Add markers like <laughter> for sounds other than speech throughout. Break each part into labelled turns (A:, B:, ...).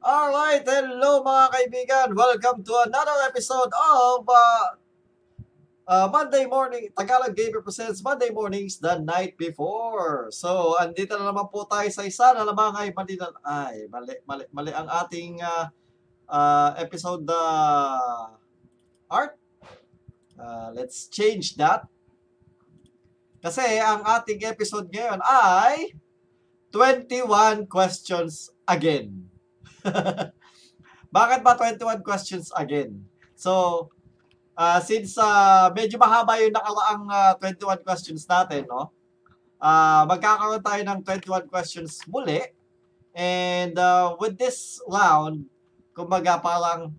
A: Alright, hello mga kaibigan. Welcome to another episode of uh, uh, Monday Morning. Tagalog Gamer presents Monday Mornings the night before. So, andito na naman po tayo sa isa na lamang ay mali, na- ay, mali, mali, mali ang ating uh, uh, episode uh, art. Uh, let's change that. Kasi ang ating episode ngayon ay 21 questions again. Bakit ba 21 questions again? So, ah, since ah, medyo mahaba yung nakaraang ah, 21 questions natin, no? Ah, magkakaroon tayo ng 21 questions muli. And ah, with this round, kumbaga parang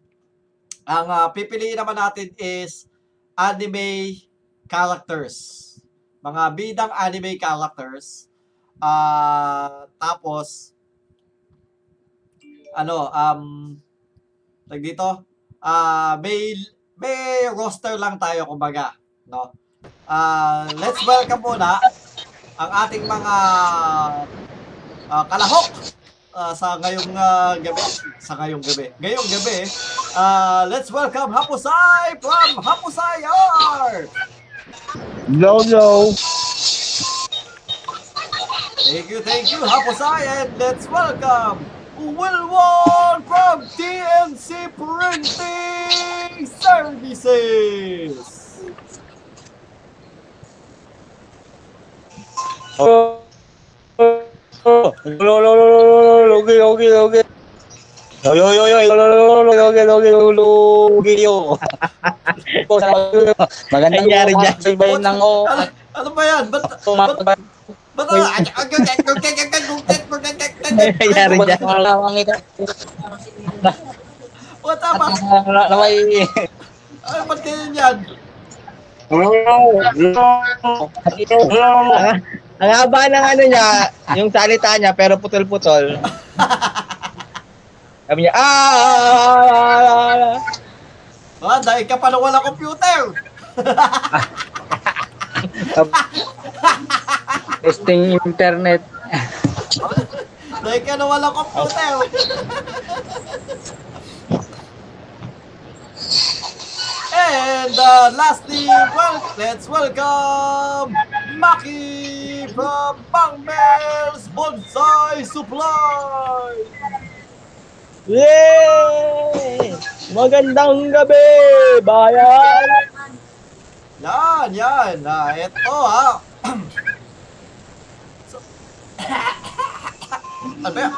A: ang ah, pipiliin naman natin is anime characters. Mga bidang anime characters. Ah, tapos ano, um tag dito, ah may may roster lang tayo kumbaga, no? Ah, let's welcome muna ang ating mga ah, kalahok ah, sa ngayong ah, gabi, sa ngayong gabi. Ngayong gabi, ah, let's welcome Hapusay from Hapusay R.
B: No, no.
A: Thank you, thank you, Hapusay, and let's welcome Wilwon from TNC Printing Services.
B: Oh. Oh. Oh. No, no, no, no, no, okay, okay, okay. Yo, yo, yo, yo, no, no, no, no, okay, okay, okay, yo. Magandang
C: Nangyari
B: buhay,
C: dyan.
B: sabay ng o.
A: Ano, ano ba yan? Ba't, ba't, ba't,
C: Nangyari dyan.
B: Ang ito.
A: What tama?
B: Naway.
A: Ay, ba't ganyan yan?
C: Ang ang haba ng ano niya, yung salita niya, pero putol-putol. Sabi niya, ah!
A: Ah, dahil ka pala wala computer.
B: Testing internet.
A: Dahil ka na wala computer. And uh, lastly, well, let's welcome Maki from Bangmel's Bonsai Supply.
C: Yay! Magandang gabi, bayan!
A: Yan, yan. Ah, ito ha. So- ano ba yan?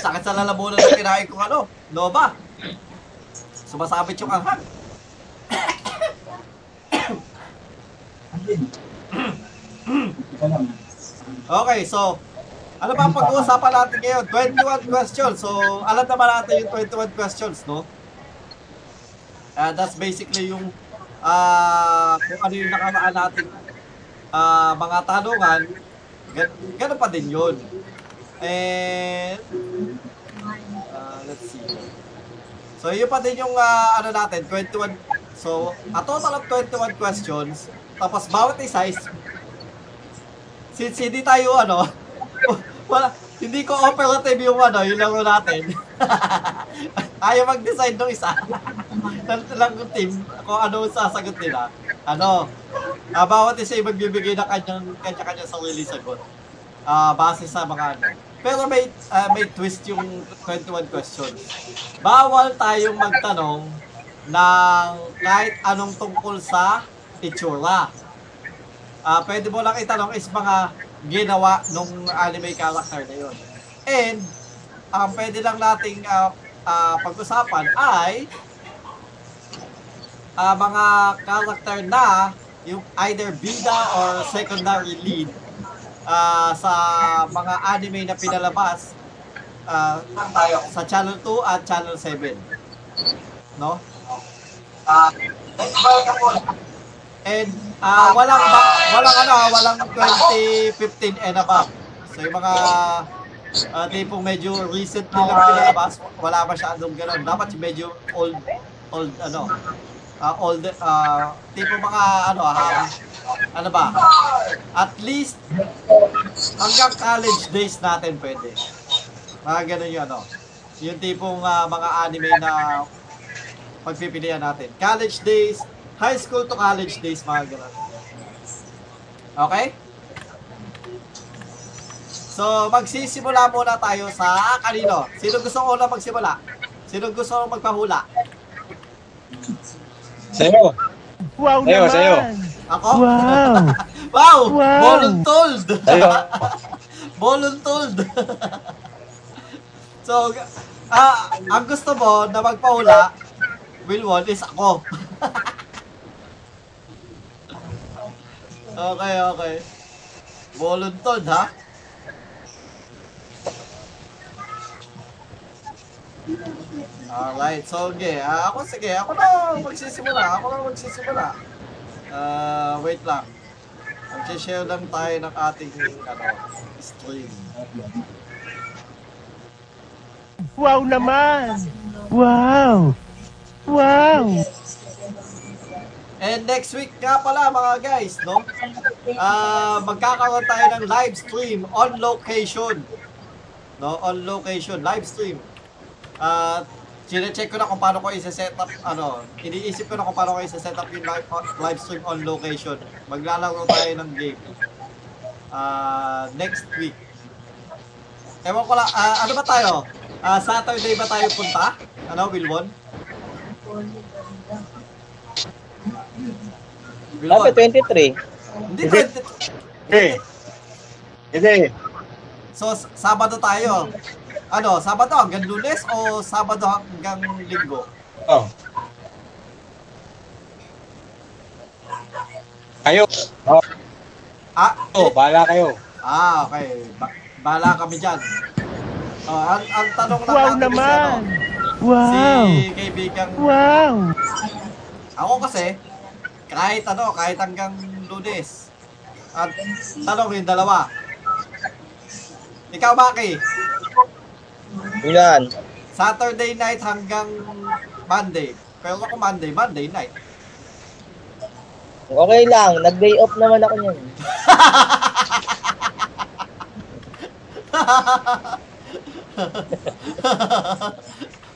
A: Sakit sa lalamunan na kinain kong ano. Nova. Sumasabit yung anghang. okay, so ano ba ang pag-uusapan natin ngayon? 21 questions. So, alam naman natin yung 21 questions, no? Uh, that's basically yung ah kung ano yung nakaraan natin ah, mga tanungan. Gan ganun pa din yun. And ah, let's see. So, yun pa din yung ah, ano natin, 21. So, a total of 21 questions. Tapos, bawat isa is since hindi tayo ano, <laughs> wala, hindi ko operative yung ano, yung laro natin. <laughs> Ayaw mag-decide ng isa. <laughs> ng, ng team, kung ano ang sasagot nila. Ano, ah, bawat isa ay magbibigay ng kanyang, kanya-kanya sarili sagot. Ah, base sa mga ano. Pero may, ah, may twist yung 21 questions. Bawal tayong magtanong ng kahit anong tungkol sa itsura. Ah, pwede mo lang itanong is mga ginawa nung anime character na yun. And, ang pwede lang nating ah, ah, pag-usapan ay ah, mga character na yung either bida or secondary lead ah, sa mga anime na pinalabas ah, sa Channel 2 at Channel 7. No? And ah walang ba- walang ano, ah, walang 2015 and above. So yung mga ah, tipong medyo recent nilang pinalabas, wala masyadong ganun. Dapat yung medyo old old ano. ah, old ah tipo mga ano ah, ano ba? At least hanggang college days natin pwede. Mga ganun yung ano. Yung tipong ah, mga anime na pagpipilian natin. College days, high school to college days, mga ganun. Okay? So, magsisimula muna tayo sa kanino. Sino gusto ko na magsimula? Sino gusto ko magpahula?
B: Sa'yo.
D: Wow
B: Sayo,
D: naman!
B: sayo.
A: Ako?
D: Wow!
A: <laughs> Wow!
D: Wow!
A: Voluntold!
B: Sa'yo.
A: Voluntold! <laughs> so, ah, ang gusto mo na magpahula, will won is ako. <laughs> okay, okay. Voluntold, ha? Alright, so okay. Ah, ako sige, ako na magsisimula. Ako na magsisimula. Ah, wait lang. Mag-share lang tayo ng ating ano, stream.
D: Wow naman! Wow! Wow!
A: And next week nga pala mga guys, no? Ah, magkakaroon tayo ng live stream on location. No, on location, live stream. At chine-check ko na kung paano ko i-set up, ano, iniisip ko na kung paano ko i-set up yung live, live stream on location. Maglalaro tayo ng game. Ah, next week. Ewan ko lang, ah, ano ba tayo? Ah, Saturday ba tayo punta? Ano, Wilwon?
C: Dapat 23.
A: Hindi, pwede.
B: Okay. Hindi.
A: So, s- Sabado tayo. Ano, Sabado hanggang Lunes o Sabado hanggang Linggo?
B: Oh. Kayo. Oh,
A: Ah,
B: oh,
A: eh,
B: bahala kayo.
A: ah okay. Ba- bahala kami dyan. Oh, ang, ang tanong lang
D: Wow
A: natin ano,
D: naman!
A: si,
D: Wow!
A: ano, si kaibigang...
D: Wow!
A: Ako kasi, kahit ano, kahit hanggang Lunes. At tanong yung dalawa. Ikaw, Maki,
C: Yan.
A: Saturday night hanggang Monday. Pero ako Monday, Monday night.
C: Okay lang. Nag-day off naman ako niyan.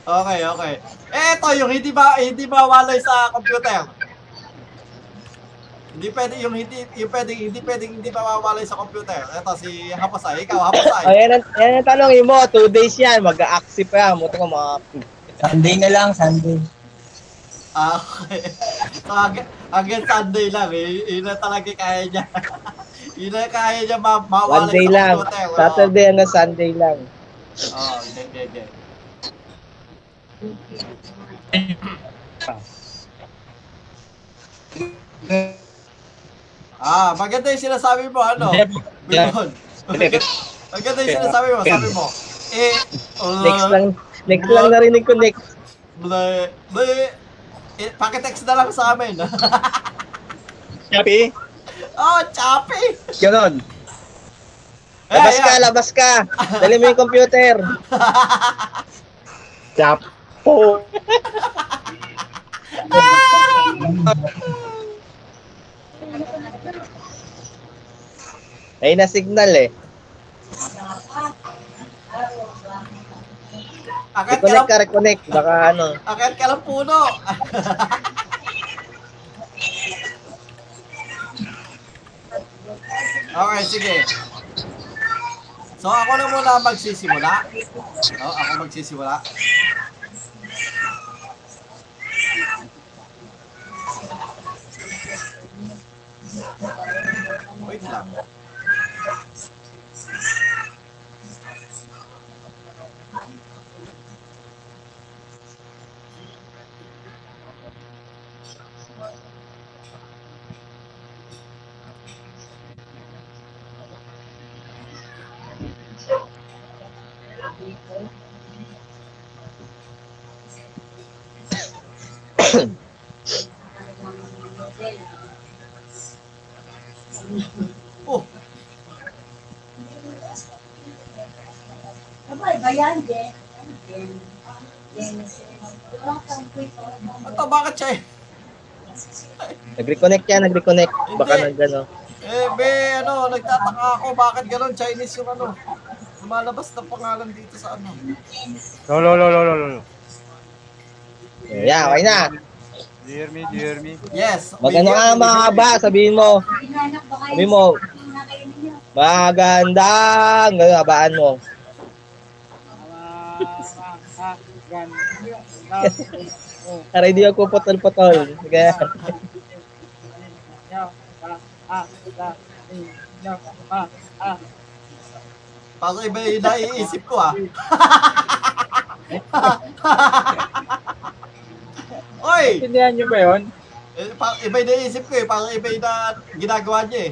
A: okay, okay. Eto yung hindi ba hindi mawalay sa computer. Hindi pwede yung hindi yung pwede hindi pwedeng hindi mawawalay sa computer. Eto si Hapasay, ikaw
C: O,
A: Hapasay.
C: yan ang, yan ang tanong mo. Two days yan. Mag-a-active pa yan. Muto ko mga...
E: Sunday na lang, Sunday.
A: Ah, okay. So, hanggang, hanggang Sunday lang eh. Yun na talaga kaya niya. <laughs> yun na kaya niya ma
C: One
A: mawalay
C: day
A: sa
C: lang.
A: computer. Oo.
C: Saturday hanggang Sunday lang.
A: Oo, okay, okay, okay. Ah, maganda yung sinasabi mo, ano? Wilbon. Maganda yung sinasabi mo, sabi mo. Eh, uh,
C: Next lang. Next lang narinig ko. Next.
A: Ble, ble. Eh, pakitext na lang sa amin. <laughs>
B: Happy?
A: oh, chapi!
B: Ganon.
A: Eh,
C: Labas ka.
A: ayan.
C: Labas ka. Dali mo yung computer.
B: Chapo.
C: <laughs> Ay na signal eh.
A: Akit ka
C: Reconnect
A: lang,
C: ka. Reconnect. Baka ano.
A: akit ka lang puno. okay, sige. So, ako na muna magsisimula. Oh, ako magsisimula. Wait lang. Oh,
F: Abay, bayan din. Then, then, walang tangkoy ko.
A: ito bakit siya eh?
C: Nag-reconnect yan. Nag-reconnect. Baka
A: Hindi.
C: nag ano.
A: Eh, Sabi, ano, nagtataka ako bakit ganun Chinese yung ano. Lumalabas na pangalan dito sa ano.
B: Lo, lo, lo, lo, lo, lo.
C: Yeah, okay na.
D: Do you hear me? Do you hear me?
A: Yes.
C: Maganda
A: Miguel,
C: ka
A: Miguel.
C: mga kaba, sabihin mo.
F: Hinahanap ba kayo?
C: Sabihin mo,
F: Hinahanap kayo ninyo.
C: magandang kabaan mo. Aray, di ako putol-putol. Sige.
G: Ano
A: Parang iba yung naiisip ko ah. <laughs> Oy!
G: Tindihan niyo ba yun?
A: Eh, pa- iba yung naiisip ko eh. Parang iba yung na- ginagawa niya eh.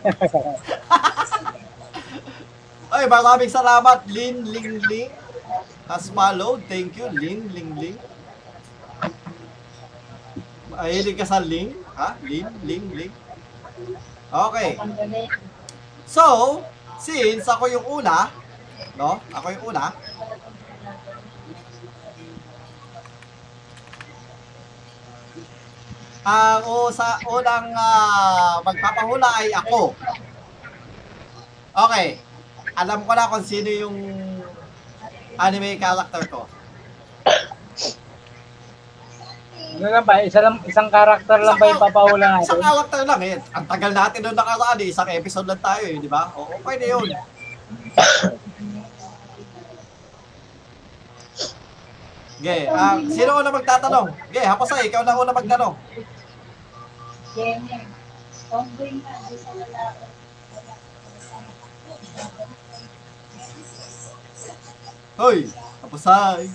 A: <laughs> Oy, maraming salamat, Lin Ling Ling. Has followed. Thank you, Lin Ling Ling. Mahilig ka sa Ling? Ha? Lin Ling Ling? Okay.
F: Ang galing.
A: So, since ako yung una, no? Ako yung una. Ang o sa unang ah, magpapahula ay ako. Okay. Alam ko na kung sino yung anime character ko.
G: Ano lang ba? Isa lang, isang karakter Ano lang ba yung papahula natin?
A: Isang character lang eh. Ang tagal natin nung nakaraan eh. Isang episode lang tayo eh, di ba? Oo, pwede yun. Okay, ah, sino una magtatanong? Okay, Hapasay, ikaw na una magtanong.
F: Jenner. Ongoing ka doon sa lalaki.
A: Hoy, Hapasay.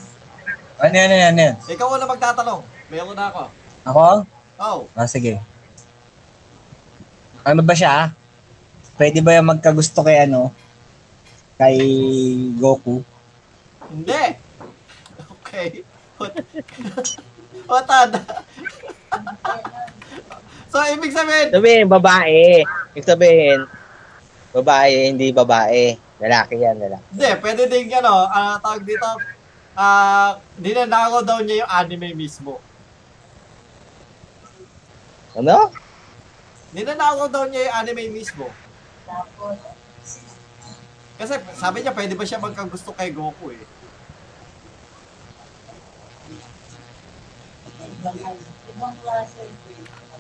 E: Ano yan, ano yan, ano yan?
A: Ikaw una magtatanong. Meron na ako.
E: Ako?
A: Oh,
E: Ah, sige. Ano ba siya? Pwede ba yung magkagusto kay ano? Kay Goku?
A: hindi. Okay. What? <laughs> What <laughs> So, ibig sabihin,
C: Sabihin, babae. Ibig sabihin, babae, hindi babae. Lalaki yan, lalaki.
A: Hindi, pwede din ano, ah, tawag dito, ah, ninanakaw daw niya yung anime mismo.
C: Ano?
A: Ninanakaw daw niya yung anime mismo.
F: Tapos,
A: Kasi sabi niya, pwede ba siya magkagusto kay Goku eh.
F: ibang ano, ibang klase.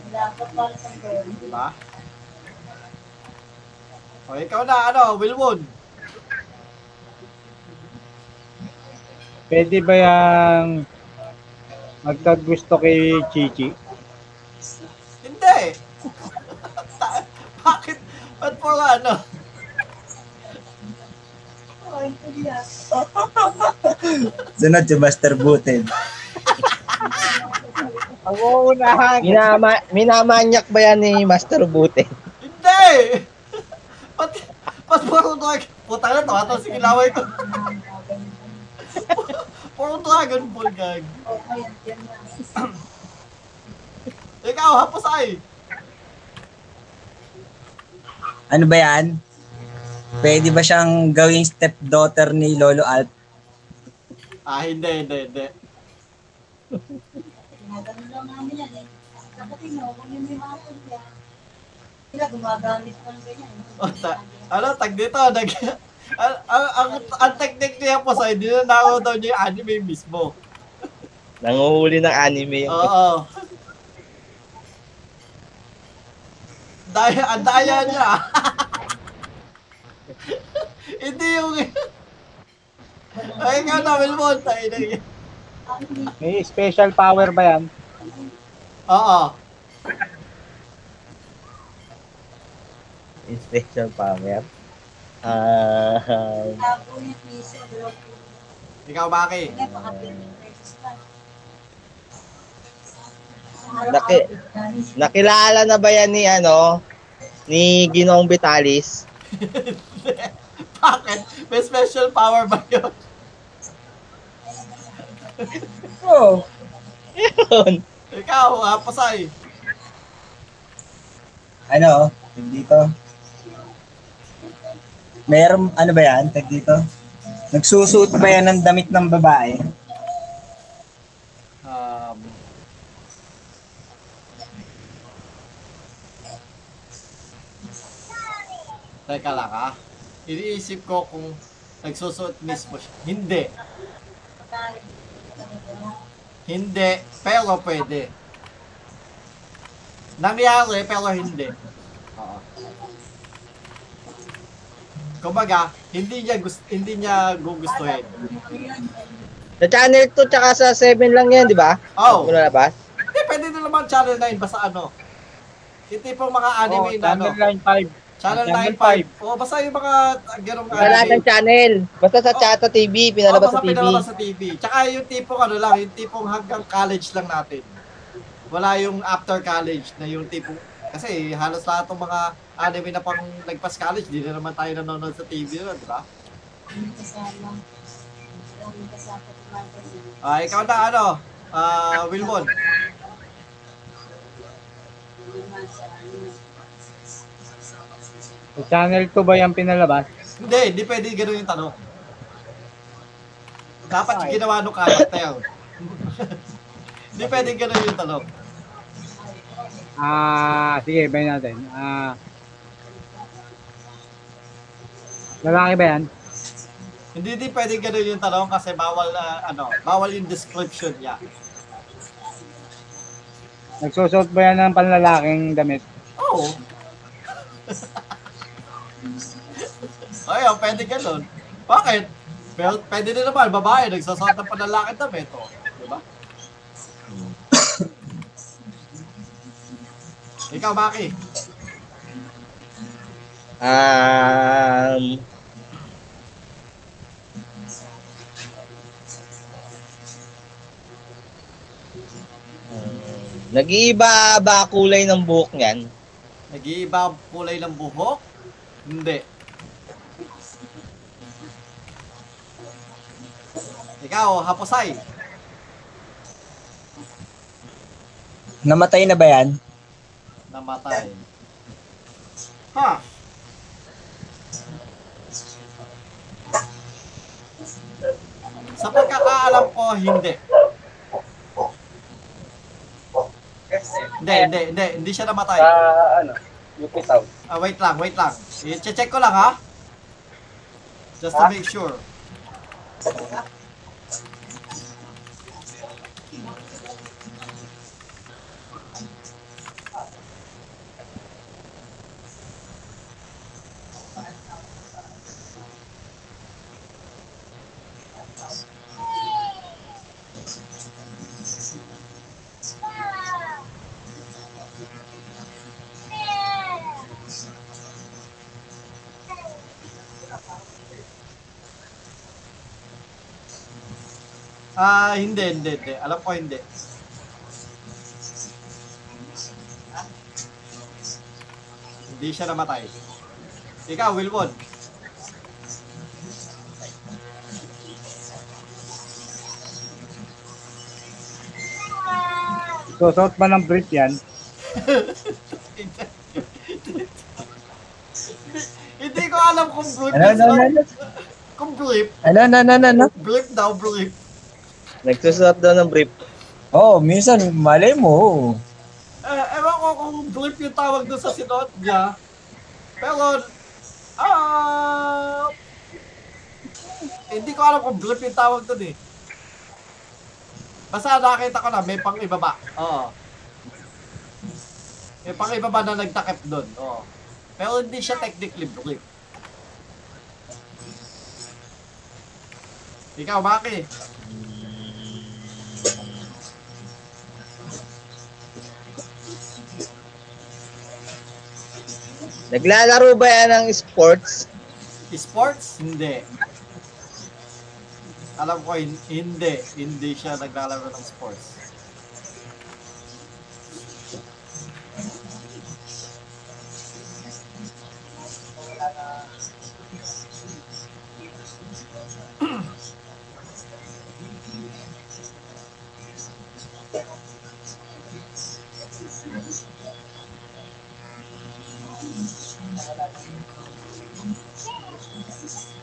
F: Wala ka para sa girl.
A: Diba? O, ikaw na, ano, Wilwon.
G: Pwede ba yung magkagusto kay Chichi?
A: Hindi. <laughs> Ta- Bakit? Ba't po nga, ano?
F: Oh, ito niya.
E: Sunod si Buster Booted.
G: Ako unahan!
C: Minama, minamanyak ba yan ni Master Bute?
A: Hindi! <laughs> Ba't, ba't puro dragon? Puta na, tawa si kilaway ko. <laughs> puro dragon ball gag.
F: Oh, ayun, yan na.
A: Ikaw, hapasay.
E: Ano ba yan? Pwede ba siyang gawing stepdaughter ni Lolo Alp?
A: Ah, hindi, hindi, hindi.
F: Ginagano lang namin yan eh. Kapatid mo, kung yun yung mga niya, sila gumagamit pa ng ganyan.
A: O, ta- ano, tag dito, nag... <laughs> ang, ang, ang, ang technique niya po sa hindi na nakaw daw niya yung anime mismo.
C: Nanguhuli ng anime yung
A: Oo. Daya, ang daya niya. <laughs> hindi yung... Ay, ikaw na, Wilmon. Tayo na yun.
F: Ang hindi
G: May special power ba yan?
A: Oo.
C: special power. Ah,
F: tabo niya piso, bro.
A: Ikaw, Maki.
F: Kaya baka 20 pesos pa.
C: Laki. nakilala na ba yan ni ano? Ni Ginong Vitalis?
A: Bakit? May special power ba yun?
E: Oo.
C: Yun.
A: Ikaw, ah, Pasay.
E: Ano? Tag dito. Meron, ano ba yan? Tag dito. Nagsusuot ba yan ng damit ng babae?
A: Um, Teka lang ha. Iniisip ko kung nagsusuot mismo siya. Hindi. Hindi, pero pwede. Nangyari, pero hindi. Oo. Kumbaga, hindi niya gusto, hindi niya gugustuhin.
C: Sa channel 2 tsaka sa 7 lang yan, di ba?
A: Oh,
C: Wala na ba?
A: hindi, pwede na naman channel 9, basta ano. Hindi pong mga anime
G: Oh,
A: na ano.
G: Thunder Line 5.
A: Channel
G: Channel
A: 9, 5. Oo, basta yung mga ah, ganong
C: Wala ng channel. Basta sa Chata TV,
E: Oh,
C: pinalabas
A: Oo,
C: sa
A: basta
C: TV.
A: pinalabas sa TV. Tsaka yung tipong ano lang, yung tipong hanggang college lang natin. Wala yung after college na yung tipong kasi halos lahat ng mga anime na pang nagpas college, di na naman tayo nanonood sa TV yun, di ba?
F: kasama. Daming kasama at magkasama.
A: Ah, ikaw na ano, ah Wilbon.
G: Channel 2 ba yung pinalabas?
A: Hindi, hindi pwede ganun yung tanong. Dapat yung ginawa nung karakter. <laughs> Hindi pwede ganun yung tanong.
G: Ah, sige, bayan natin. Ah, lalaki ba yan?
A: Hindi din pwede ganun yung tanong kasi bawal ah, ano, bawal yung description niya.
G: Nagsusot ba yan ng panlalaking damit?
A: Oo. <laughs> Ay, oh, pwede ganun. Bakit? Pero pwede din naman, babae, nagsasot ng panlalaki na beto. Diba? Ikaw, Maki.
C: Um, um, Nag-iiba ba kulay ng buhok niyan?
A: Nag-iiba ang kulay ng buhok? Hindi. Ikaw, Haposay.
E: Namatay na ba yan?
A: Namatay. Ha? Sa pagkakaalam ko, hindi. Hindi, hindi, hindi. Hindi siya namatay.
B: ano, yung pitaw.
A: Ah, wait lang, wait lang. I-check ko lang, ha? Just to make sure. Ah, hindi, hindi, hindi. Alam ko hindi. Hindi siya namatay. Ikaw, Wilbon.
G: Susot ba ng brief yan?
A: <laughs> hindi ko alam kung blip.
E: Ano, ano, ano, ano?
A: Kung blip.
E: Ano, ano, ano, ano, ano?
A: Blip daw, blip.
C: Nagsusuot daw ng brief.
E: Oo, oh, minsan, malay mo.
A: Eh, ewan ko kung blip yung tawag doon sa sinuot niya. Pero, ah... hindi ko alam kung blip yung tawag doon eh. Basta nakita ko na may pang ibaba. Oo. May pang ibaba na nagtakip doon. Oo. Pero hindi siya technically blip. Ikaw, Maki.
C: Naglalaro ba yan ng sports?
A: Sports? Hindi. Alam ko, hin- hindi. Hindi siya naglalaro ng sports.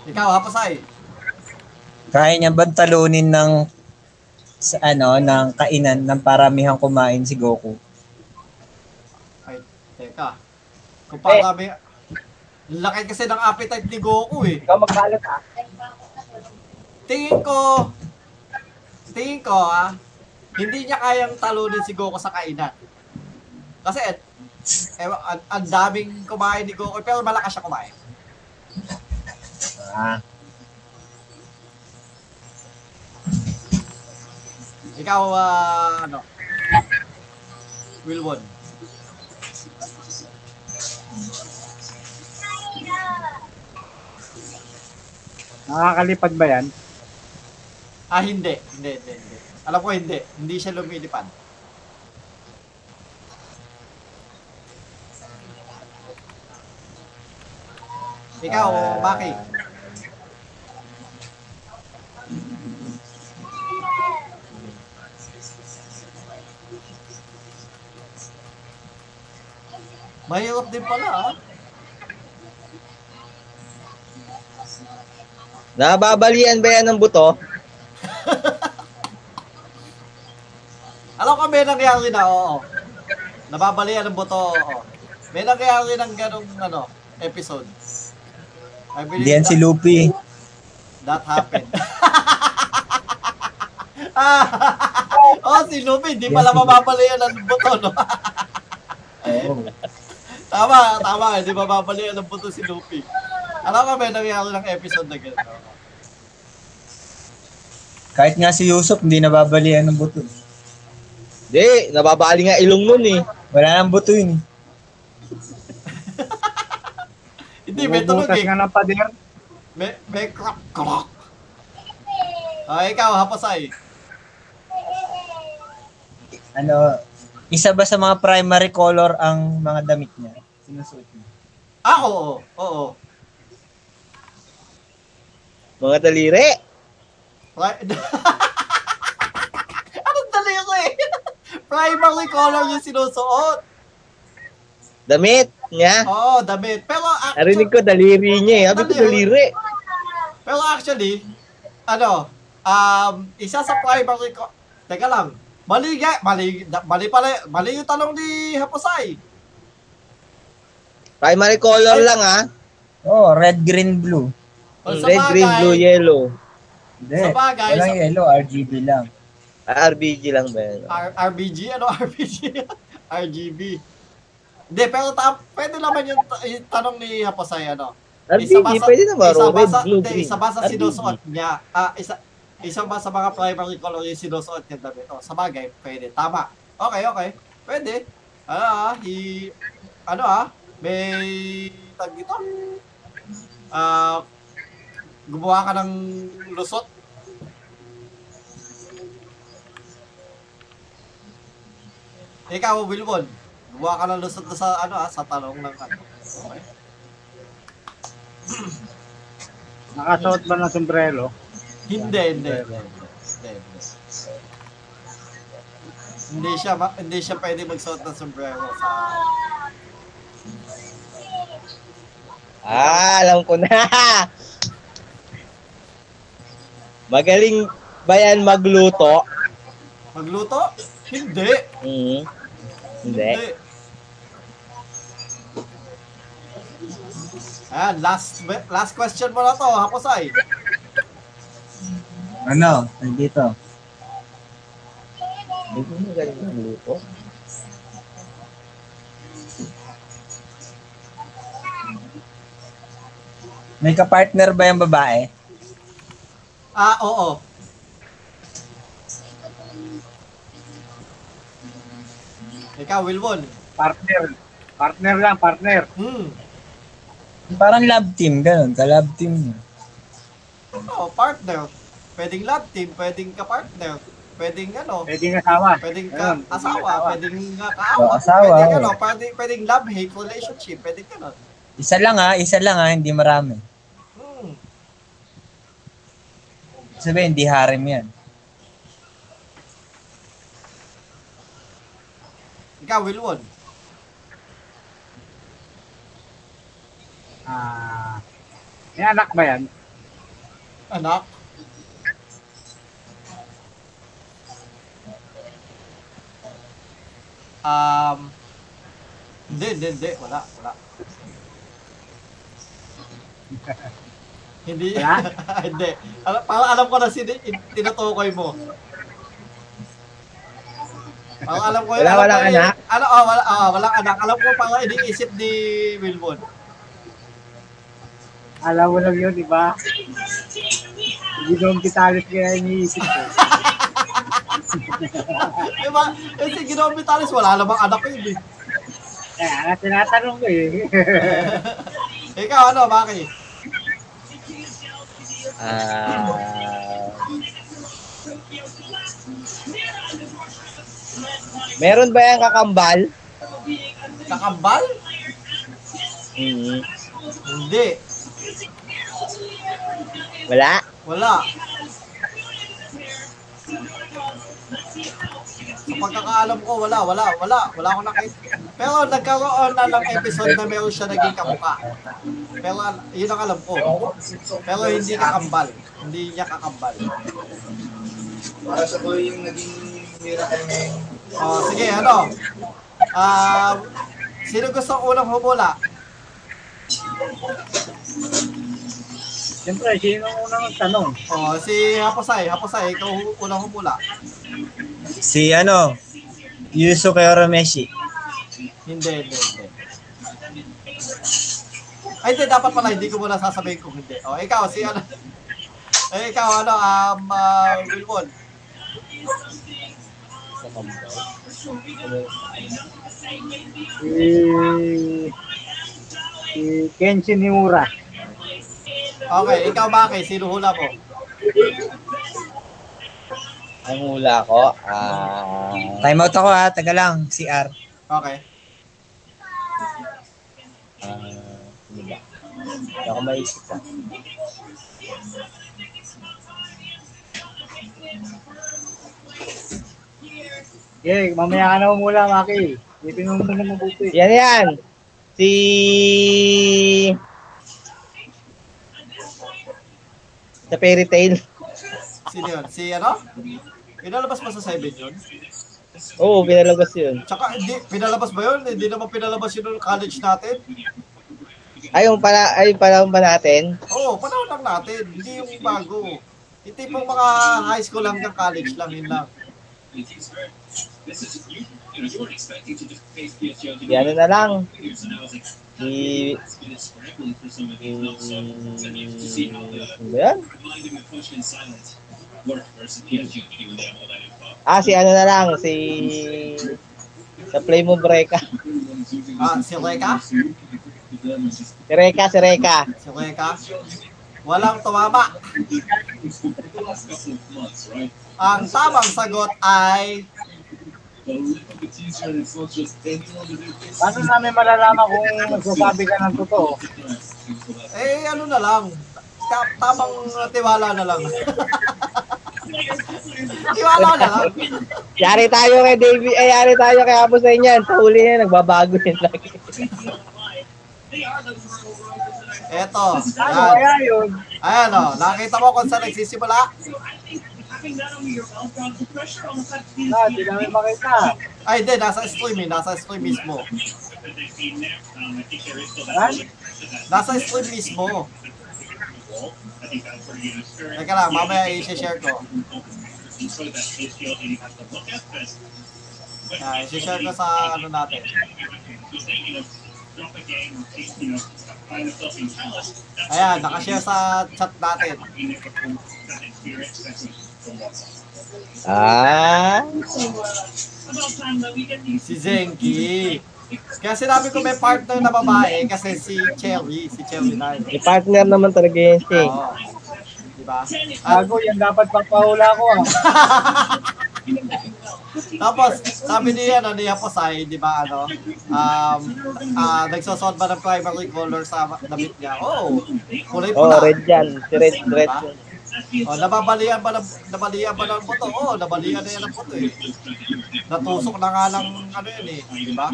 A: Ikaw, Hapasay.
E: Kaya niya bang talunin ng sa ano, ng kainan ng paramihang kumain si Goku?
A: Ay, teka. Kung parami... Laki kasi ng appetite ni Goku eh.
G: Ikaw magbalot ah.
A: Tingin ko, tingin ko ah, hindi niya kayang talunin si Goku sa kainan. Kasi eh, ewan, ang, ang daming kumain ni Goku, pero malakas siya kumain.
C: Ah.
A: Ikaw, ah, ano? Wilwon.
D: Nakakalipad ba yan?
A: Ah, hindi. Hindi, hindi, hindi. Alam ko hindi. Hindi siya lumilipad. Ikaw, Maki. Mahirap din pala, ah.
C: Nababalian ba yan ng buto?
A: Alam ko may nangyari na, oo. Nababalian ng buto, oo. May nangyari ng ganong, ano, episode. I believe
E: Hindi yan si
A: that,
E: Luffy.
A: that happened. <laughs> oh, si Luffy, di pala mababalian ng buto,
E: <laughs>
A: no? tama, tama, hindi mababalian ng buto si Luffy. Alam ko may nangyari ng episode na gano'n.
E: Kahit nga si Yusuf, hindi nababalian ng buto.
C: Di, nababali nga ilong nun eh.
E: Wala nang buto yun. eh.
A: Hindi, may tunog
D: Bubutas
A: eh.
D: nga ng pader.
A: May, may krok, krok. Ah, ikaw, hapasay.
E: Ano, isa ba sa mga primary color ang mga damit niya? Sinusuot niya.
A: Ah, oo, oo.
C: Mga daliri.
A: Right? <laughs> Anong dali ko eh? <laughs> Primary color yung sinusuot.
C: Damit niya.
A: Oo, damit. Pero, ac-
C: Narinig ko daliri niya eh. Sabi ko daliri.
A: pero actually, ano, um, isa sa primary color, teka lang, mali, nga- mali, mali pala, mali yung tanong ni Haposay.
C: Primary color lang ah.
E: Oh, red, green, blue.
A: O, sa
C: Hmm, Red, green,
A: bagay,
C: blue, yellow.
E: Hindi.
A: Sa bagay,
E: Walang
A: sa-
E: yellow, RGB lang.
C: Ah, RBG lang ba yan?
A: R- RBG? Ano <laughs> RBG? RGB. Hindi, pero ta- pwede naman yung, ta- yung tanong ni Haposay, ano?
C: RBG,
A: ba sa-
C: pwede na ba?
A: isa ba
C: Red,
A: sa-
C: blue,
A: hindi,
C: green.
A: Isa ba sa
C: RBG.
A: sinusuot niya? Ah, isa, isa ba sa mga primary color yung sinusuot niya damit? O, Oh, sa bagay, pwede. Tama. Okay, okay. Pwede. Ano ah, i, ano ah, may, tag dito? Ah, gumawa ka ng lusot. Ikaw, Wilbon, gumawa ka ng lusot na sa, ano ah, sa tanong ng, ano. Okay.
D: Nakasuot ba ng sombrero?
A: Hindi, hindi. Hindi, hindi. Hindi siya, ma- hindi siya pwede magsuot ng sombrero sa...
C: Ah, alam ko na. <laughs> Magaling ba yan magluto?
A: Magluto? Hindi.
C: Mhm. Hindi.
A: Hindi. Ah, last be- last question mo na to, Haposay.
E: Ano? Nandito.
C: Hindi ko magaling magluto.
E: May kapartner ba yung babae?
A: Ah, oo. Ikaw, Wilwon.
D: Partner. Partner lang, partner.
A: Hmm.
E: Parang love team, ganun. Ka-love team.
A: Oh, partner. Pwedeng love team, pwedeng ka-partner, pwedeng ano.
D: Pwedeng asawa.
A: Pwedeng ka,
D: Ayun, pwedeng
A: asawa,
D: asawa.
A: pwedeng nga kaawa,
E: Oh, asawa,
A: pwedeng
E: oh.
A: ano, pwedeng, pwedeng love, hate relationship, pwedeng gano'n.
E: Isa lang ha, isa lang ha, hindi marami.
A: Hmm.
E: Sabihin, hindi harem yan.
A: Ikaw, Wilwon.
D: Ah. May anak ba yan?
A: Anak? Um, hindi, hindi, hindi, wala, wala. Hindi.
D: Wala?
A: <laughs> Hindi. Alam, parang alam ko na sino in- tinutukoy mo. Parang alam ko yun.
C: Wala-
A: alam
C: walang
A: ko yun.
C: anak?
A: Alam, oh, wala, oh, walang anak. Alam ko parang iniisip ni Wilbon. <laughs>
D: Alam mo lang yun, di ba? Ginoong Vitalis kaya iniisip ko.
A: Diba? Eh, si Ginoong Vitalis, wala namang anak yun eh.
D: Kaya nga tinatanong ko eh. <laughs>
A: Ikaw, ano, Maki?
C: Ah. meron ba yung kakambal?
A: Kakambal?
C: mm
A: Hindi.
C: Wala?
A: Wala. Sa pagkakaalam ko, wala, wala, wala. Wala akong nakita. Pero nagkaroon na lang episode na meron siya naging kamuka. Pero al- yun ang alam ko. Pero hindi kakambal. Hindi niya kakambal.
H: Para sa ko yung naging miracle ngayon.
A: O, sige, ano? Ah, sino gusto ang unang humula?
D: Siyempre, sino ang unang tanong?
A: O, Oh, si Haposay. Haposay, ikaw hu- unang humula.
E: Si ano, Yusuke Oromeshi.
A: Hindi, hindi, hindi. Ay, hindi, dapat pala, hindi ko muna sasabihin kung hindi. O, ikaw, si ano? Eh, ikaw, ano, um, uh, Wilbon.
D: Si... Si Kenshi Niura.
A: Okay, ikaw, Maki, sino hula mo?
C: Ang hula ko? Ah.
E: Time out ako ha, taga lang, CR.
A: Okay.
C: ah, ano ba? Hindi ako maisip ah.
D: Yeah, Eh, mamaya ka na umula, Maki. Ipinong mo na mabuti.
C: Yan yan. Si... Sa fairy tale.
A: Sino yun? Si ano? Pinalabas ba sa 7 yun?
C: Oo, pinalabas yun.
A: Tsaka, hindi, pinalabas ba yun? Hindi naman pinalabas yun ng college natin.
C: Ayun pala, ayun pala ba natin?
A: Oo, panahon lang natin. Hindi yung bago. Hindi pong mga high school hanggang college lang, yun lang.
C: Di ano na lang. Si... Ano yan? Ah, si ano na lang, si... Sa Play Mo Breca.
A: Ah, si Reka?
C: Si Reka, si Reka.
A: Si Reka? Walang tumama. Ang tamang sagot ay...
D: Paano namin malalaman kung magsasabi ka ng totoo?
A: Eh, ano na lang. Ta- tamang tiwala na lang. <laughs> tiwala na lang.
C: Yari tayo kay Davy, ay yari tayo kay Apo sa inyan. Sa huli niya, nagbabago yan lagi.
A: Eto.
D: Ano
A: Yan.
D: kaya yun?
A: Ayan o. Nakita mo kung saan nagsisimula?
D: Ah, di namin makita.
A: Ay, hindi. Nasa stream eh. Nasa stream mismo.
D: Ha?
A: Nasa stream mismo. Teka lang. Mamaya i-share ko. Ayan. Ah, I-share ko sa ano natin. Ayan. Nakashare sa chat natin.
C: Ah,
A: Si Zenki. Kaya sinabi ko may partner na babae kasi si Cherry, si Cherry na
C: may partner naman talaga yun siya. eh.
A: Oo. Diba? Ah,
D: Ako, yan dapat pagpahula ko. ah.
A: <laughs> tapos, sabi niya, ano, ni Haposay, di ba, ano, um, ah, nagsusot ba ng primary color sa damit niya? Oo, kulay
C: Oh,
A: pula.
C: red yan. Si Red, red. yan.
A: Oh, nababalian ba ng, nabalian ba ng buto? Oo, nabalian na yan ng buto eh. Natusok na nga ng, ano yan eh, di ba?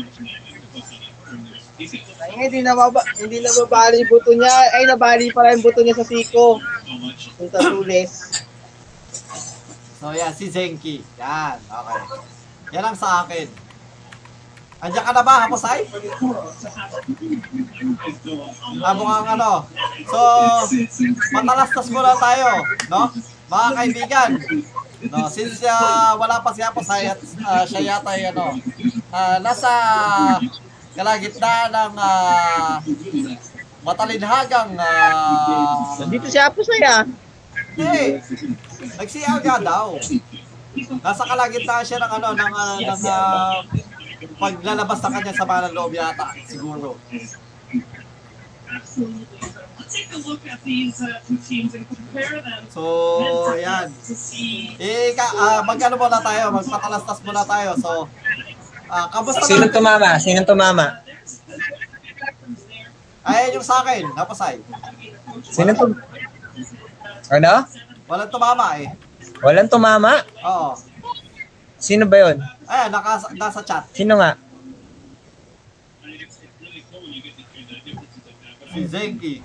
C: Ay, nga, hindi na maba, hindi na mabali yung buto niya. Ay, nabali pala yung buto niya sa siko. Yung sa tulis.
A: So, yan, si Zenki. Yan, okay. Yan ang sa akin. Andiyan ka na ba, Haposay? Ah, mukhang ano. So, matalastas muna tayo, no? Mga kaibigan, no? since ah, wala pa si Haposay at ah, siya yata ay ano, ah, nasa kalagitnaan ng ah, matalinhagang ah,
C: Nandito si Apos na yan.
A: hindi. Nagsiyaw nga daw. Nasa kalagitnaan siya ng ano, ng, ah, ng ah, paglalabas sa kanya sa banang loob yata, siguro. So, yan. Eh, ka, ah, magkano muna tayo? Magpatalastas muna tayo. So, ah, kamusta
B: Sino
A: na?
B: tumama? Sino tumama?
A: Ayan yung sa akin, napasay.
B: Sino tum... Ano?
A: Walang tumama eh.
B: Walang tumama?
A: Oo.
B: Sino ba yon?
A: Ayan, naka, nasa chat.
B: Sino nga?
A: Si Zenki.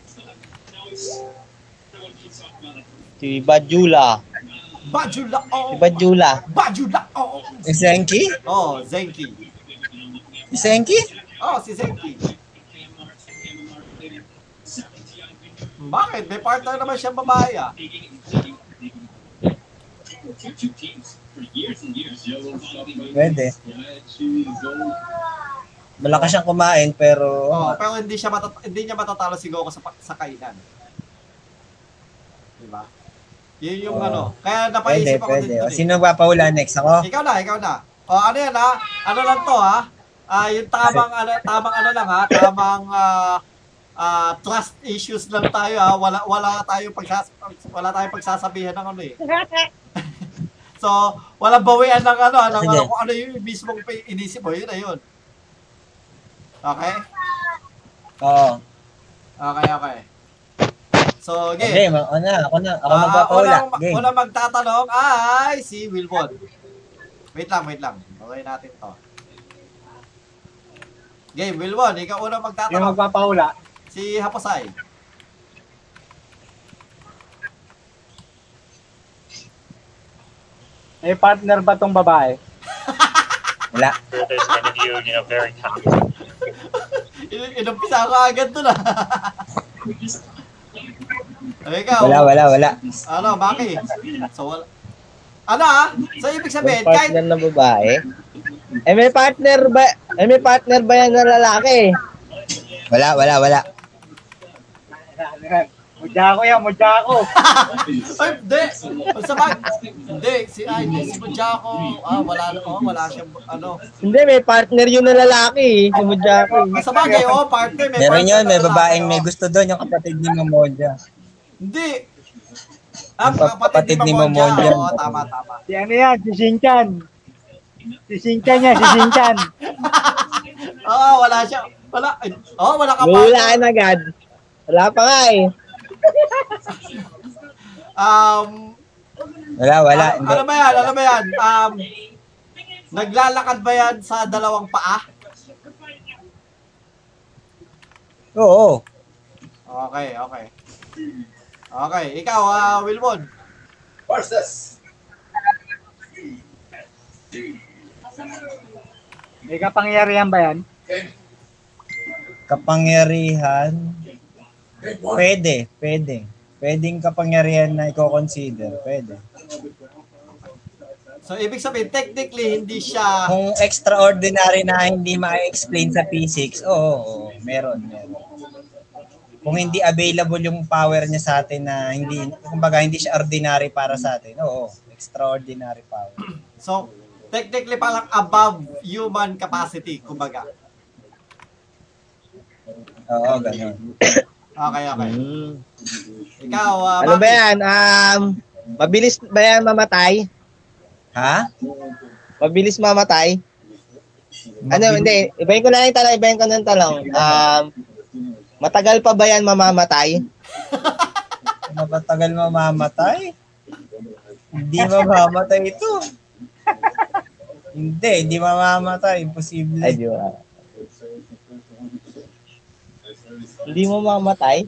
C: Si Bajula.
A: Bajula, oh,
C: Si
A: oo.
C: Bajula.
A: Bajula, oo.
B: Si Senki?
A: Oo, Oh, Zenki.
B: Si Senki?
A: Oo, si Zenki. Bakit? May partner naman siyang babae ah.
B: Pwede. Malakas siyang kumain pero...
A: Oo, pero hindi siya matat hindi niya matatalo si Goku sa pa- sa kainan. 'Di ba? Yun yung
B: Oo.
A: ano. Kaya
B: Oh. Pwede,
A: napaisip ako
B: pwede.
A: din
B: O,
A: dun. eh.
B: sino papahula next? Ako?
A: Ikaw na, ikaw na. O ano yan ha? Ano lang to ha? Ah, yung tamang ano, tamang ano lang ha, tamang ah ah, trust issues lang tayo ha. Wala wala tayong pagsas wala tayong pagsasabihan ng ano eh. so, wala bawian ng ano, ng ano,
B: Sige.
A: kung ano yung mismong pi- inisip mo, yun na yun. Okay?
B: Oo.
A: Okay, okay. So, game.
B: Game, ako na. Ako na. Ako
A: Ah,
B: magpapahula.
A: unang,
B: Game.
A: unang magtatanong ay si Wilbon. Wait lang, wait lang. Okay natin to. Game, Wilbon, ikaw unang
D: Yung
A: magtatanong.
D: magpapahula.
A: Si Haposay.
D: May partner ba tong babae?
B: Wala.
A: In- inumpisa ako agad doon ah. <laughs> Ay, ikaw.
B: Wala, wala, wala.
A: oh. Ano, Maki? So, wala. Ano ah? So, ibig
C: May
A: sabihin, kahit
C: partner na babae. Eh may partner ba? Eh may partner ba yan na lalaki?
B: Wala, wala, wala.
D: Mudya ko yan, mudya ko.
A: <laughs> Ay, hindi. Sa bag. Hindi, si ay, hindi, si Pujako. Ah, wala, oh, wala siyang, ano.
C: Hindi, may partner yun na lalaki. eh. Si Mujako. eh.
A: Sa bagay, oh, partner. May
B: Meron
A: partner
B: yun, may
A: na lalaki,
B: babaeng may
A: oh.
B: gusto doon, yung kapatid ni Mamonja.
A: Hindi. Ah,
B: Ang
A: kapatid ni Mamonja. Oo, tama, tama.
D: Si ano yan, si Shinchan. Si Shinchan yan, si Shinchan.
A: <laughs> Oo, wala siya. Wala. ay, Oo, wala ka
C: Lulaan agad. Wala pa nga eh.
A: Um,
B: Wala, wala.
A: ano,
B: Hindi.
A: ano ba yan? Ano ba yan? Um, naglalakad ba yan sa dalawang paa?
B: Oo.
A: Okay, okay. Okay, ikaw, ah, Wilbon.
I: Horses!
D: May kapangyarihan ba yan?
B: Kapangyarihan. Pwede, pwede. Pwedeng kapangyarihan na i-consider. Pwede.
A: So, ibig sabihin, technically, hindi siya...
B: Kung extraordinary na hindi ma-explain sa physics, oo, oo, meron, meron. Kung hindi available yung power niya sa atin na hindi, kumbaga hindi siya ordinary para sa atin, oo, extraordinary power.
A: So, technically parang above human capacity, kumbaga.
B: Oo, ganun.
A: Okay, okay. Ikaw, ah,
C: Hmm. Ano ba
A: Maki?
C: yan? Um, mabilis ba yan mamatay?
B: Ha?
C: Mabilis mamatay? Ano, hindi. Ibahin ko na yung tanong. Ibahin ko na yung tanong. Um, matagal pa ba yan mamamatay?
B: Mapatagal Ano mamamatay? Hindi mamamatay ito. hindi, hindi mamamatay. Imposible.
C: Ay, di ba? Hindi mo mamatay?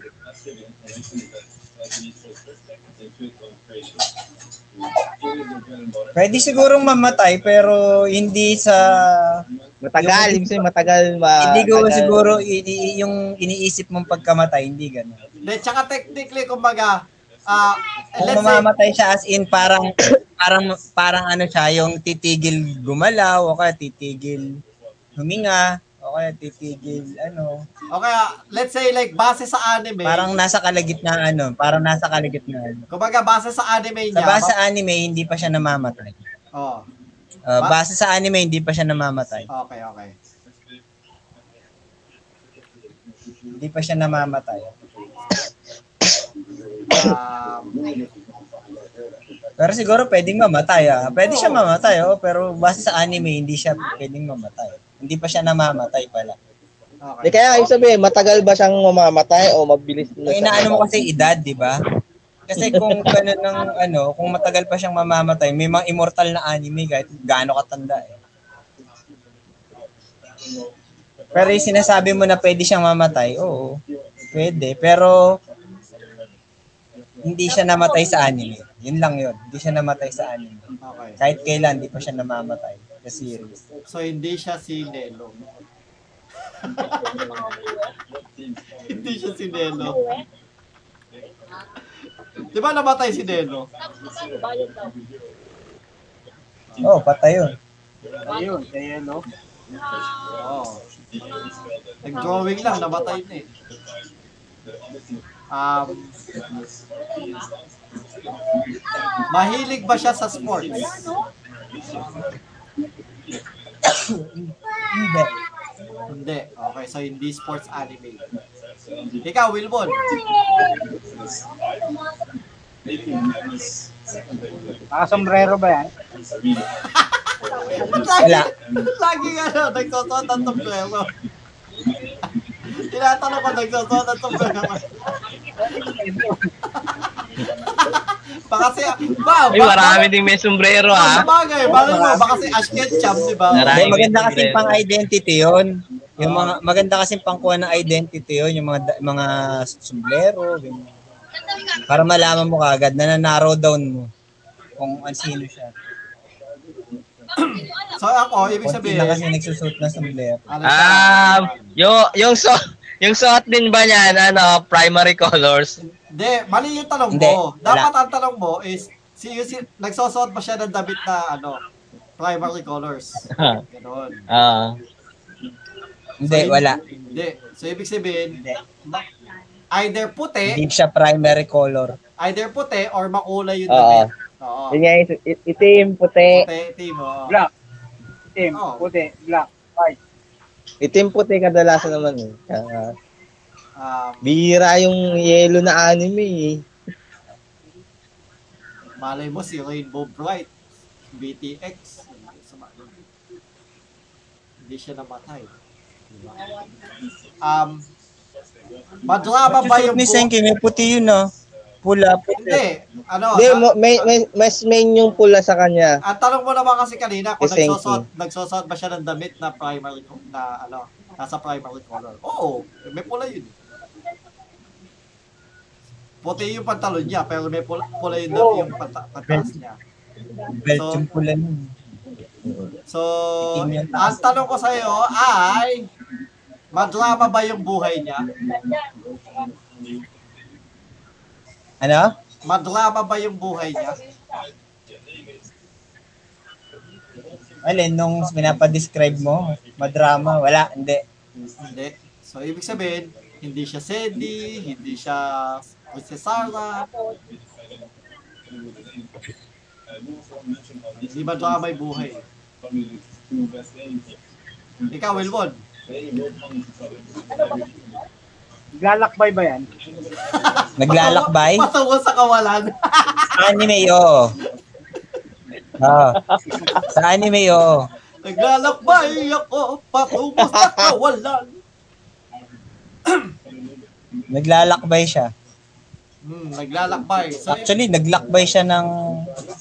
B: Pwede sigurong mamatay pero hindi sa
C: Matagal, ibig sabihin matagal ma...
B: hindi ko
C: tagal-
B: siguro ini, yung iniisip mong pagkamatay, hindi ganun.
A: Hindi, tsaka technically, kumbaga, ah,
B: Kung
C: Ano
A: let's say,
B: mamamatay siya as in parang parang parang ano siya yung titigil gumalaw o kaya titigil huminga o kaya titigil ano
A: okay, ah, let's say like, base sa anime,
B: parang nasa kalagitnaan ano parang nasa kalagitnaan
A: kumbaga, base sa anime
B: sa
A: niya,
B: base sa anime hindi pa siya namamatay
A: oh,
B: Uh,
A: Ba-
B: base sa anime hindi pa siya namamatay
A: okay, okay.
B: hindi pa siya namamatay
A: Um,
B: pero siguro pwedeng mamatay ah pwede siya mamatay oh pero base sa anime hindi siya pwedeng mamatay hindi pa siya namamatay pala
C: Di
A: okay.
C: kaya ibig sabihin, matagal ba siyang mamamatay o mabilis
B: Ang
C: na siya?
B: inaano mo kasi edad, di ba? Kasi <laughs> kung ganun ng ano, kung matagal pa siyang mamamatay, may mga immortal na anime kahit gaano katanda eh. Pero yung sinasabi mo na pwede siyang mamatay, oo, pwede. Pero hindi siya namatay sa anime. Yun lang yun. Hindi siya namatay sa anime.
A: Okay.
B: Kahit kailan, hindi pa siya namamatay. Sa series.
A: So, hindi siya si Nelo. <laughs> hindi siya si Nelo. Di ba namatay si Nelo?
B: Oo, oh, patay yun.
D: Ayun, kaya no.
A: Oo. Nag-drawing lang, namatay na eh. Um, mahilig ba siya sa sports?
B: Hindi.
A: Hindi. Okay, so hindi sports anime. Ikaw, Wilbon.
D: Nakasombrero ba yan?
A: Lagi,
B: Wala.
A: lagi ano, nagsusuot ng tumbrero. Tinatanong ko, nagsusuot ng tumbrero. baka si... Ba,
J: Ay, marami ding may sombrero
A: Ah,
J: ha.
A: sabagay. Malay mo, baka si Ashken Cham, di ba?
J: Marami.
B: Hindi, maganda
J: may
B: kasi
J: sombrero.
B: pang identity 'yon. Yung
A: Oo.
B: mga maganda kasi pangkuha ng identity 'yon, yung mga da- mga sombrero, ganyan. Para malaman mo kaagad na narrow down mo kung ang sino siya.
A: So ako, ibig
B: Konti
A: sabihin,
B: na kasi nagsusuot ng sombrero.
A: ano siya?
J: Um,
C: Ah,
J: yung, yung, so, yung suot din ba niyan, ano, primary
C: <laughs>
J: colors?
A: Hindi, mali yung tanong
B: Hindi,
A: mo.
B: wala.
A: Dapat ang tanong mo is, si, si, nagsusuot ba siya ng damit na, ano, primary colors?
J: Ah.
A: Ganon.
J: Ah.
B: Hindi, wala.
A: Hindi. So, ibig sabihin,
B: Hindi.
A: ma- either puti,
B: Hindi siya primary color.
A: either puti or makulay yung
C: Oo.
A: damit. Oo.
C: Yun nga, it- it- itim, puti.
A: Puti, team. oo.
D: Black. Team,
A: Oo.
D: puti, black, white.
C: Itim, puti kadalasan naman eh. Kaya,
A: Um,
C: bihira yung yellow na anime eh.
A: malay mo si Rainbow Bright, BTX. Sama- Hindi siya namatay. Diba? Um, madrama ba
B: Suot
A: yung
B: ni
A: bu-
B: Senki, may puti yun, no? Pula, puti.
A: Hindi. Ano?
C: Hindi,
A: ah,
C: mo- may, may, mas main yung pula sa kanya.
A: Ang tanong mo naman kasi kanina kung
C: Yes, thank
A: nagsusot, nagsusot ba siya ng damit na primary co- na ano, nasa primary color. Oo, may pula yun. Puti yung pantalon niya pero may pula, pula yung, dam- yung pata, pataas niya.
B: Belt yung pula nun.
A: So, ang tanong ko sa iyo ay madrama ba yung buhay niya?
B: Ano?
A: Madrama ba yung buhay niya?
B: Alin, nung pinapadescribe mo, madrama, wala, hindi.
A: Hindi. So, ibig sabihin, hindi siya Sandy, hindi siya Princess Sarah. Hindi ba drama yung buhay? Ikaw, Wilbon.
D: Naglalakbay ba yan?
A: <laughs>
B: Naglalakbay?
A: Patungo sa kawalan. <laughs>
B: anime, oh. Ah. Sa anime, oh.
A: Naglalakbay ako, patungo
B: <laughs>
A: sa kawalan.
B: Naglalakbay siya.
A: Hmm, naglalakbay. So, i-
B: Actually, naglakbay siya ng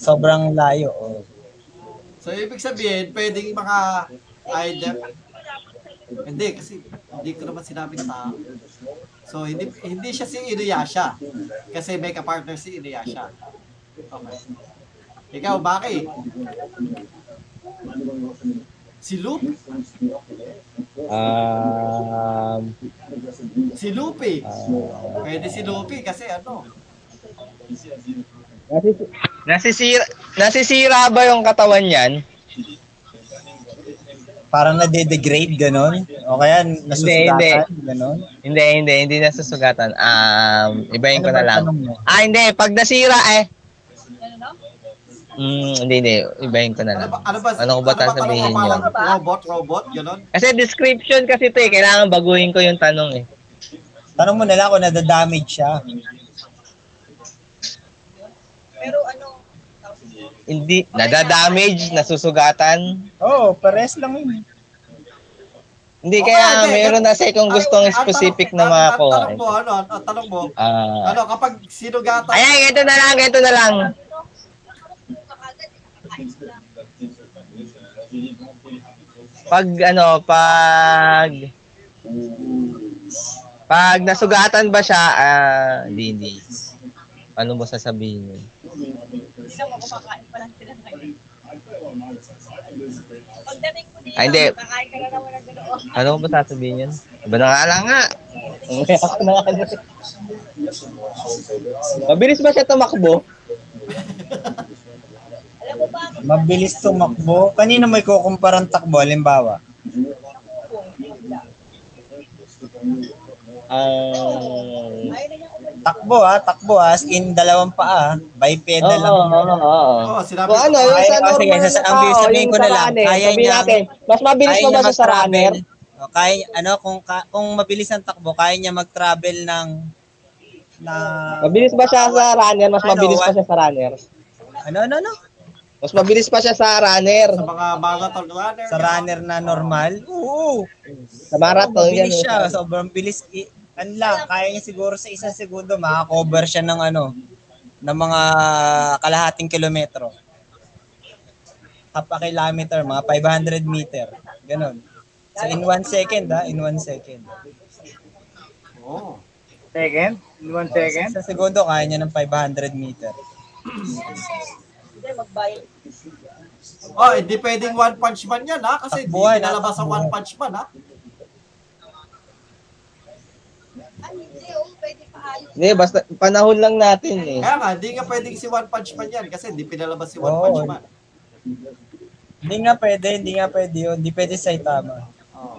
B: sobrang layo. Oh.
A: so, ibig sabihin, pwedeng mga either hindi kasi hindi ko naman sinabi sa So hindi hindi siya si Inuyasha kasi may ka-partner si Inuyasha. Okay. Ikaw, Baki. Si Lup?
K: Um,
A: Si Lupe.
K: ah,
A: Pwede si Lupe kasi ano.
K: nasi-
C: Nasisira, nasisira ba yung katawan niyan?
B: Parang nade-degrade, ganon. O kaya
C: Hindi,
B: nasusugatan, ganon.
C: Hindi, hindi, hindi nasusugatan. Um, ibahin
B: Ano
C: ko
B: ba
C: na lang.
B: tanong mo? Ano
C: Ah, hindi. Pag nasira eh. Mm, hindi, hindi. Ibahin ko na
A: Ano
C: lang.
A: ba, ano ba,
C: Ano ko ba
A: tanong
C: sasabihin
A: ko, parang
C: yun?
A: Robot, robot, gano'n?
C: Kasi description kasi to eh. Kailangan baguhin ko yung tanong eh.
B: Tanong mo na lang kung nadadamage siya.
F: ano,
C: Hindi, nadadamage, nasusugatan.
B: Oo, oh, pares lang yun.
C: Hindi,
A: Okay,
C: kaya
A: okay.
C: meron na kung gustong
A: Ang- ang
C: specific
A: tanong-
C: na eh.
A: ang-
C: makakuha.
A: Ang tanong mo, ano, ang tanong mo,
C: Ah,
A: ano, kapag sinugatan,
C: ayan, ito na lang, ito na lang. Pag ano, pag pag nasugatan ba siya, ah, hindi, hindi. Ano mo sasabihin yun?
F: Hindi naman kumakain pa lang sila ngayon. Pagdating ko dito,
C: Ah, hindi.
F: kakain ka na naman ng ganoon.
C: Ano mo sasabihin yun? Iba na nga lang nga.
L: Mabilis ba siya tumakbo?
F: Alam mo ba ako
B: Mabilis tumakbo. Kanino may kukumparang takbo, halimbawa?
C: Ang...
F: Ayaw na niya kumain.
B: Takbo ha, takbo ha, as in dalawang paa, bipedal
C: Oo,
B: lang.
C: oo, oo, oo.
A: oh, sinabi
L: O ano, yung sa
B: Kaya- oh, sige,
L: normal
B: sasa-
L: na
B: ang
L: tao,
B: sabihin
L: yung
B: ko
L: sa
B: na lang,
L: runner,
B: kaya
L: sabihin
B: niya-
L: natin, mas mabilis
B: Kaya
L: pa ba
B: niya
L: siya sa runner?
B: mag-travel. O, kaya, ano, kung, ka- kung mabilis ang takbo, kaya niya mag-travel ng na
L: Mabilis ba siya sa runner? Mas
B: Ano,
L: mabilis pa
B: what?
L: siya sa runner.
B: ano ano ano
L: Mas mabilis pa siya sa runner.
A: sa mga marathon runner.
B: sa runner na normal
L: Oh,
B: oo
L: Sa marathon.
B: mabilis
L: yan,
B: siya
L: eh.
B: sobrang bilis I- ano lang kaya niya siguro sa isang segundo makakover siya ng ano ng mga kalahating kilometro half a kilometer mga 500 meter ganun so in one second ha in one second
A: Oh.
D: Second? In one second?
B: sa segundo kaya niya ng 500 meter
F: Hindi, magbayad.
A: oh, hindi pwedeng one punch man yan, ha? Kasi hindi
B: Takbuhan, ha?
A: nalabas ang one punch man, ha?
F: Ay, hindi, oh, pwede pa ayos.
L: Hindi, basta panahon lang natin eh.
A: Kaya nga, hindi nga pwedeng si one punch man yan kasi hindi pinalabas si one
B: Oo.
A: punch man.
B: Hindi nga pwede, hindi nga pwede yun. Hindi pwede sa Saitama.
A: Oh.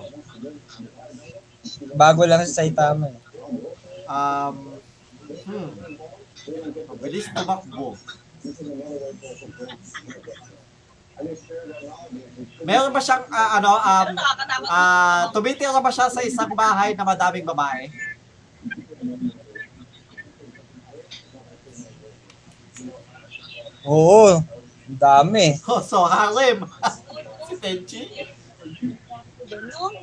B: Bago lang sa Saitama. eh.
A: Um, hmm. Mabilis tumakbo. Meron ba siyang, ah, ano, um,
F: Nakakatakot.
A: ah, tumitira ba siya sa isang bahay na madaming babae?
B: Oo, ang dami.
A: Oh, so, harem. <laughs> si Tenchi?
F: Ganun.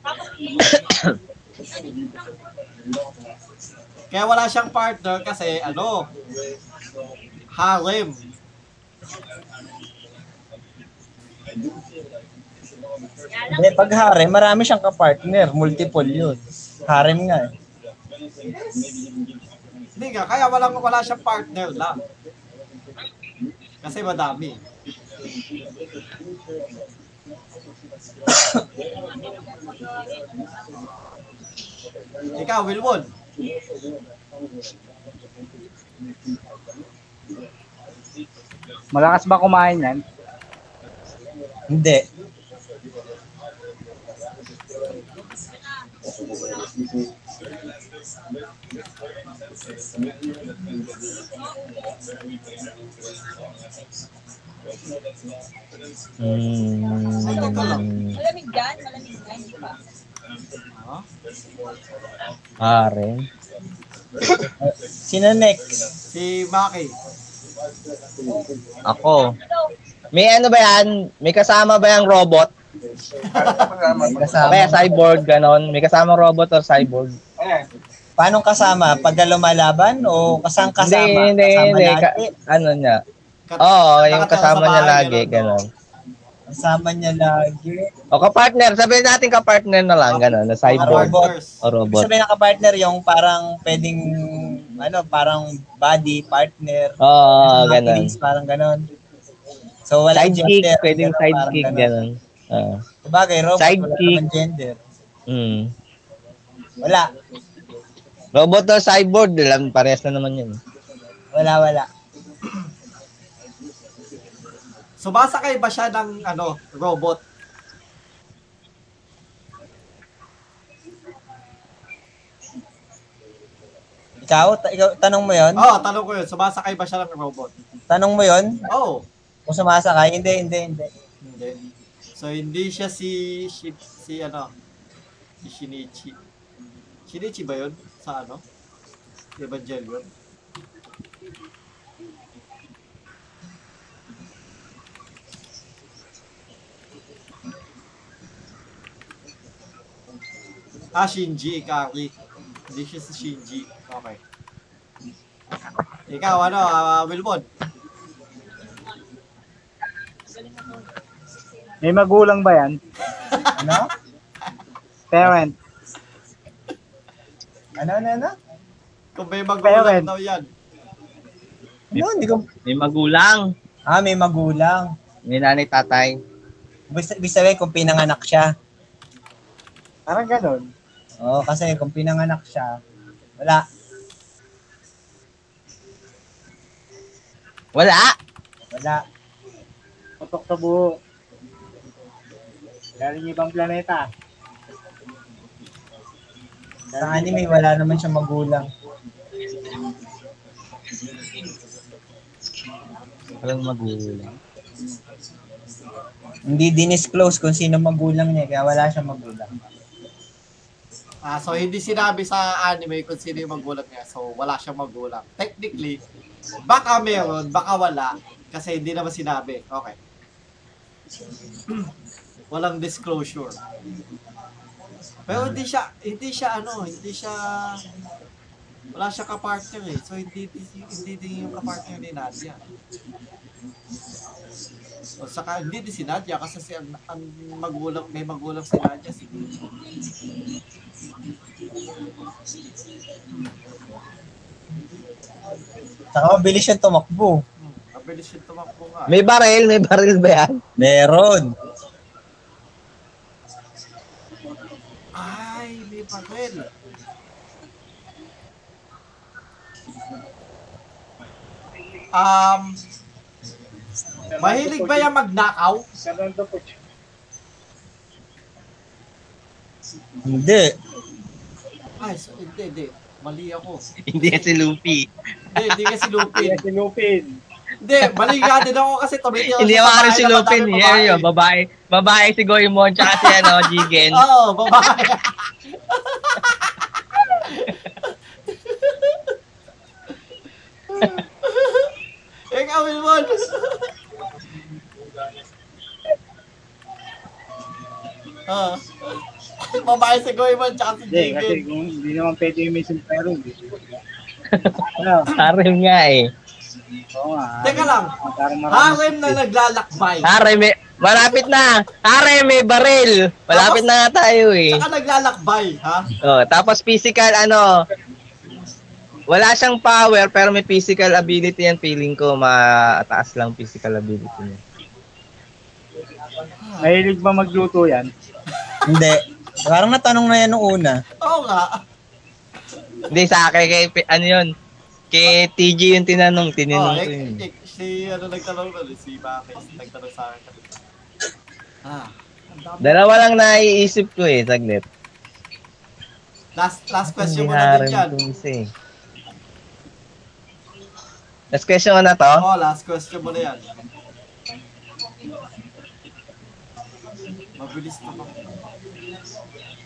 F: Tapos,
A: Kaya wala siyang partner kasi, ano, harem.
B: Hindi, pag harem, marami siyang kapartner. Multiple yun. Harem nga eh.
A: Hindi nga, kaya walang, wala siyang partner lang. Kasi madami. <coughs> Ikaw, Wilwon.
D: Malakas ba kumain yan?
B: Hindi.
C: Hmm.
A: Teka lang.
F: malamig dyan, malamig dyan, di ba?
C: Harem.
B: Sino next?
A: Si Maki.
C: Ako. May ano ba yan? May kasama ba yung robot?
B: May
C: O kaya
B: Kasama.
C: cyborg, ganon? May kasama robot or cyborg?
B: Paano kasama? Pagka lumalaban o kasang kasama?
C: Hindi, hindi,
B: kasama
C: hindi.
B: lagi?
C: Ka- ano niya?
A: Kat-
C: Oo, yung
A: nakatira sa
C: kasama niya
A: bahay, ano,
C: lagi, ganon.
B: Kasama niya lagi.
C: O kapartner, sabihin natin kapartner na lang, ganon, na cyborg Oh.
A: Partners.
C: o
B: Ibig
C: robot.
B: sabihin ng kapartner yung parang pwedeng ano, parang body partner.
C: Oo, oh,
B: Mga
C: ganon.
B: colleagues, Parang ganon. So, wala
C: Sidekick, pwedeng sidekick,
B: gano'n.
C: ganon. Ah.
B: Sabagay, robot, wala
C: Sidekick.
B: naman gender.
C: Mm.
B: Wala,
C: Robot o cyborg, alam, parehas na naman yun.
B: wala, wala.
A: Sumasakay ba siya ng ano, robot?
B: Ikaw, ta- ikaw tanong mo yon?
A: Oo, oh, tanong ko yun. Sumasakay ba siya ng robot?
B: Tanong mo yon?
A: Oo. Oh,
B: Kung sumasakay, hindi, hindi, hindi.
A: hindi. So, hindi siya si, si, si ano, si Shinichi. Shinichi ba yun? Sa ano? Evangelion? Ah, Shinji, Ikari. Hindi siya si Shinji. Okay. Ikaw, ano, ah, Wilbon?
D: May magulang ba yan?
B: Ano?
D: Parent.
B: Ano, ano, ano?
A: Kung may magulang
D: Parent.
A: daw yan.
B: Ano, hindi ko...
C: May magulang.
B: Ah, may magulang.
C: May nanay, tatay.
B: Ibig ibig sabihin kung pinanganak siya.
D: Parang ganun.
B: Oo, kasi kung pinanganak siya, wala.
C: Wala!
B: Wala.
D: Patok sa buho. Galing ibang planeta.
B: Sa anime, wala naman siya magulang.
C: Walang magulang.
B: Hindi dinisclose kung sino magulang niya, kaya wala siya magulang.
A: Ah, so hindi sinabi sa anime kung sino yung magulang niya. So wala siyang magulang. Technically, baka meron, baka wala kasi hindi naman sinabi. Okay. <clears throat> Walang disclosure. Pero hindi siya hindi siya ano, hindi siya wala siya kapartner eh. So hindi hindi, hindi din yung kapartner ni Nadia. O saka hindi din si Nadia kasi si, ang, ang magulang may magulang si Nadia si
B: Saka mabilis siyang tumakbo.
A: Hmm, mabilis siya tumakbo nga.
C: May baril, may baril ba yan?
B: Meron.
A: Ay, may papel. Um, mahilig ba yung mag-knockout?
D: Fernando Puch.
B: Hindi.
A: Ay, so, hindi, hindi. Mali ako.
C: Hindi yan si Luffy.
A: Hindi, hindi kasi Lupin.
D: Kaya si Lupin.
A: Hindi, mali nga din ako kasi tumitingin ako
C: Hindi
A: sa
C: ako
A: bahay
C: si
A: na
C: Lupin.
A: madaming
C: Yan
A: babae.
C: yun, babae. Babae si Goemon, tsaka si ano, <laughs> Jigen.
A: Oo, oh, babae. Ikaw, Wilmon. Ah. Babae si Goemon, tsaka si
D: Hindi, kasi
A: Jigen.
D: kung hindi naman pwede yung may simpero. hindi. <laughs> Ano?
C: Harem nga eh.
D: Oo nga.
A: Teka lang.
D: Parang marami.
A: Harem na naglalakbay.
C: Harem, may, malapit na. Harem, may baril. Malapit na nga tayo eh.
A: Tsaka naglalakbay, ha?
C: Oh, tapos physical, ano, wala siyang power pero may physical ability yan. Feeling ko mataas lang physical ability niya.
D: Mahilig ba magluto yan?
B: Hindi. Parang natanong na yan nung una.
A: Oo nga.
C: Hindi sa akin, kay, ano yun, kay TG yung
A: Oh,
C: tinanong, tininong ko yun.
A: eh, eh, si ano nagtanong na si Bakis, nagtanong sa akin. Ah, ang dami.
C: Dalawa lang naiisip ko eh, saglit.
A: Last last question mo
C: Hindi
A: na din
C: harem
A: yan.
C: to isa eh. Last question ko na to.
A: Oh, last question mo na yan. Mabilis na ba?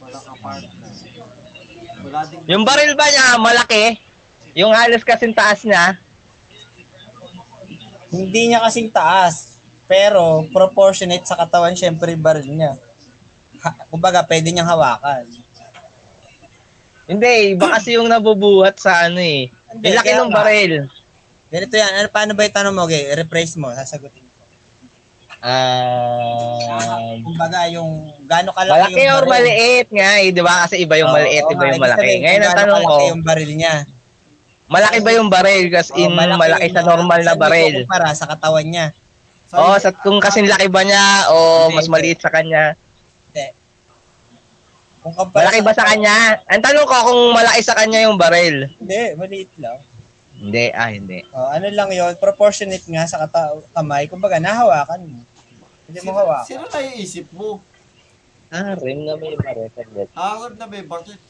A: Wala ka partner. Wala ding...
C: Yung baril ba niya, malaki? Yung halos kasing taas niya,
B: Hindi niya kasing taas. Pero proportionate sa katawan, syempre yung baril niya. Ha, kumbaga, pwede niyang hawakan.
C: hindi, iba kasi yung nabubuhat sa ano eh.
B: Hindi,
C: Yung laki
B: kaya
C: ng
B: nga.
C: baril.
B: Ganito yan. Ano, paano ba yung tanong mo? Okay, rephrase mo. Sasagutin ko.
C: Ah,
B: Kumbaga, yung gano'ng kalaki
C: malaki
B: yung
C: or
B: baril.
C: maliit nga eh, di ba? Kasi iba yung
B: Oo,
C: maliit,
B: oo
C: iba
B: nga.
C: yung ano,
B: Ibig
C: malaki.
B: sabihin,
C: Ngayon ang
B: kung
C: tanong
B: gaano
C: ko,
B: kalaki yung baril niya.
C: malaki ba yung baril? Kasi
B: Oo,
C: in malaki sa
B: yung-
C: normal na
B: saan mo
C: baril.
B: kukumpara sa katawan niya.
A: Sa
C: Oo, sa, kung kasing laki ba niya o mas maliit sa kanya.
B: Kung kumpara
C: Malaki ba sa kanya? Ang tanong ko kung malaki sa kanya yung baril.
B: Hindi, maliit lang.
C: Hindi, ah, hindi.
B: Oh, ano lang yon proportionate nga sa kata- kamay. Kumbaga, nahawakan mo. Hindi mo
A: Sino,
B: hawakan.
A: sino naiisip mo?
C: Ah, rim na may baril. Saglit.
A: Award na may bakit?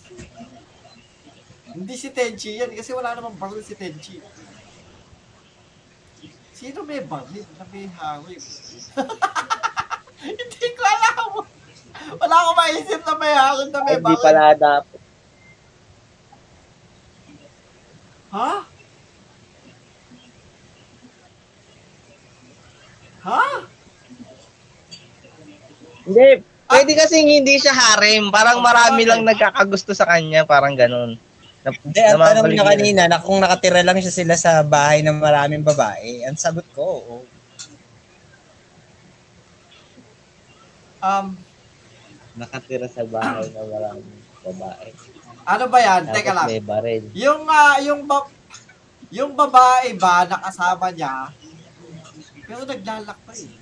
A: Hindi si Tenchi yan eh, kasi wala namang baril si Tenchi. Sino may baril na may hawig? <laughs> Hindi ko alam. Wala akong maisip na may hawig na may
C: Hindi
A: baril.
C: pala dapat.
A: Ha? Ha?
C: Hindi, pwede kasing hindi siya harem. Parang marami lang nagkakagusto sa kanya. Parang ganun. Na,
B: Hindi, ang tanong niya
C: namamaligiran.
B: kanina na kung nakatira lang siya sila sa bahay ng maraming babae, ang sagot ko, oh. oo.
A: Um,
C: Nakatira sa bahay na maraming babae.
A: ano ba yan? Teka
C: Tapos
A: lang.
C: may baril.
A: Yung ah, yung ba- yung babae ba nakasama niya? Pero naglalak pa eh.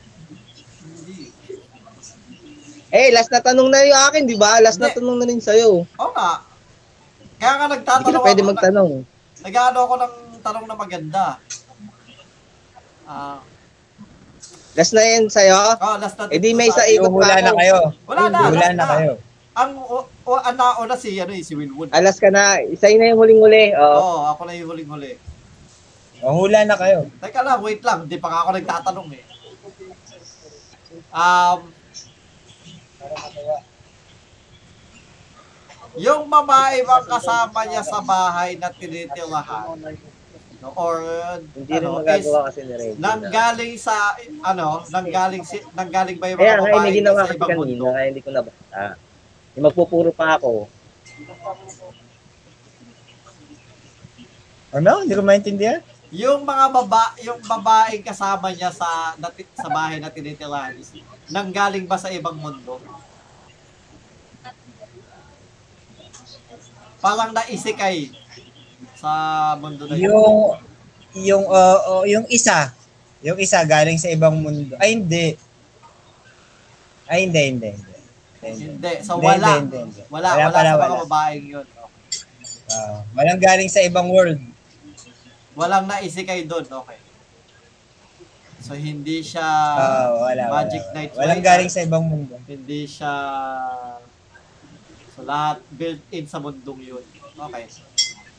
A: Hindi.
C: Eh, last na tanong na yung akin, di ba? Last na
A: Hindi.
C: tanong na rin sa'yo.
A: Oo nga. Kaya nga
C: Hindi ka
A: nagtatanong
C: na pwede
A: ako,
C: magtanong.
A: nag-ano ako ng tanong na maganda. Ah,
C: Last na yan sa'yo.
A: oh, last na.
C: Eh, di may isa ikot pa
B: Hula na
C: ako.
B: kayo.
A: Wala na.
B: ano? Hula
A: last
B: na kayo.
A: Ang o, o ang nauna si ano eh, si Winwood.
C: Alas ka na. Isa na yung huling-huli.
A: Oo,
C: Oh.
A: oh, ako na yung huling-huli.
B: O, Oh, hula na kayo.
A: Teka lang, wait lang. Hindi pa nga ako nagtatanong eh. Um, yung babae bang kasama niya sa bahay na tinitirahan? No, or
C: Hindi rin
A: ano, is
C: magagawa kasi ni Reggie. na.
A: nanggaling sa ano, nanggaling si nanggaling ba yung
C: Kaya
A: mga
C: nga, eh,
A: babae
C: may
A: niya
C: ginawa
A: sa
C: kasi
A: ibang
C: kanina.
A: mundo?
C: Kaya hindi ko nabasa. Yung magpupuro pa ako.
B: Ano? Hindi ko maintindihan?
A: Yung mga baba, yung babaeng kasama niya sa nati, sa bahay na tinitirahan is nanggaling ba sa ibang mundo? Parang naisikay sa mundo na yun.
B: Yung, yung, uh, oh, yung isa. Yung isa galing sa ibang mundo. Ay, hindi. Ay, hindi, hindi, hindi. Hindi, hindi.
A: Hindi, so
B: Hindi,
A: wala.
B: hindi, hindi, hindi.
A: Wala,
B: Wala
A: wala, sa
B: pala,
A: mga
B: wala.
A: babaeng yun.
B: Ah, walang galing sa ibang world.
A: Walang naisikay doon, okay. So hindi siya
B: Ah, wala, wala,
A: Magic
B: wala.
A: Knight
B: Walang
A: Rider.
B: galing sa ibang mundo.
A: hindi siya so lahat built in sa mundong yun. Okay.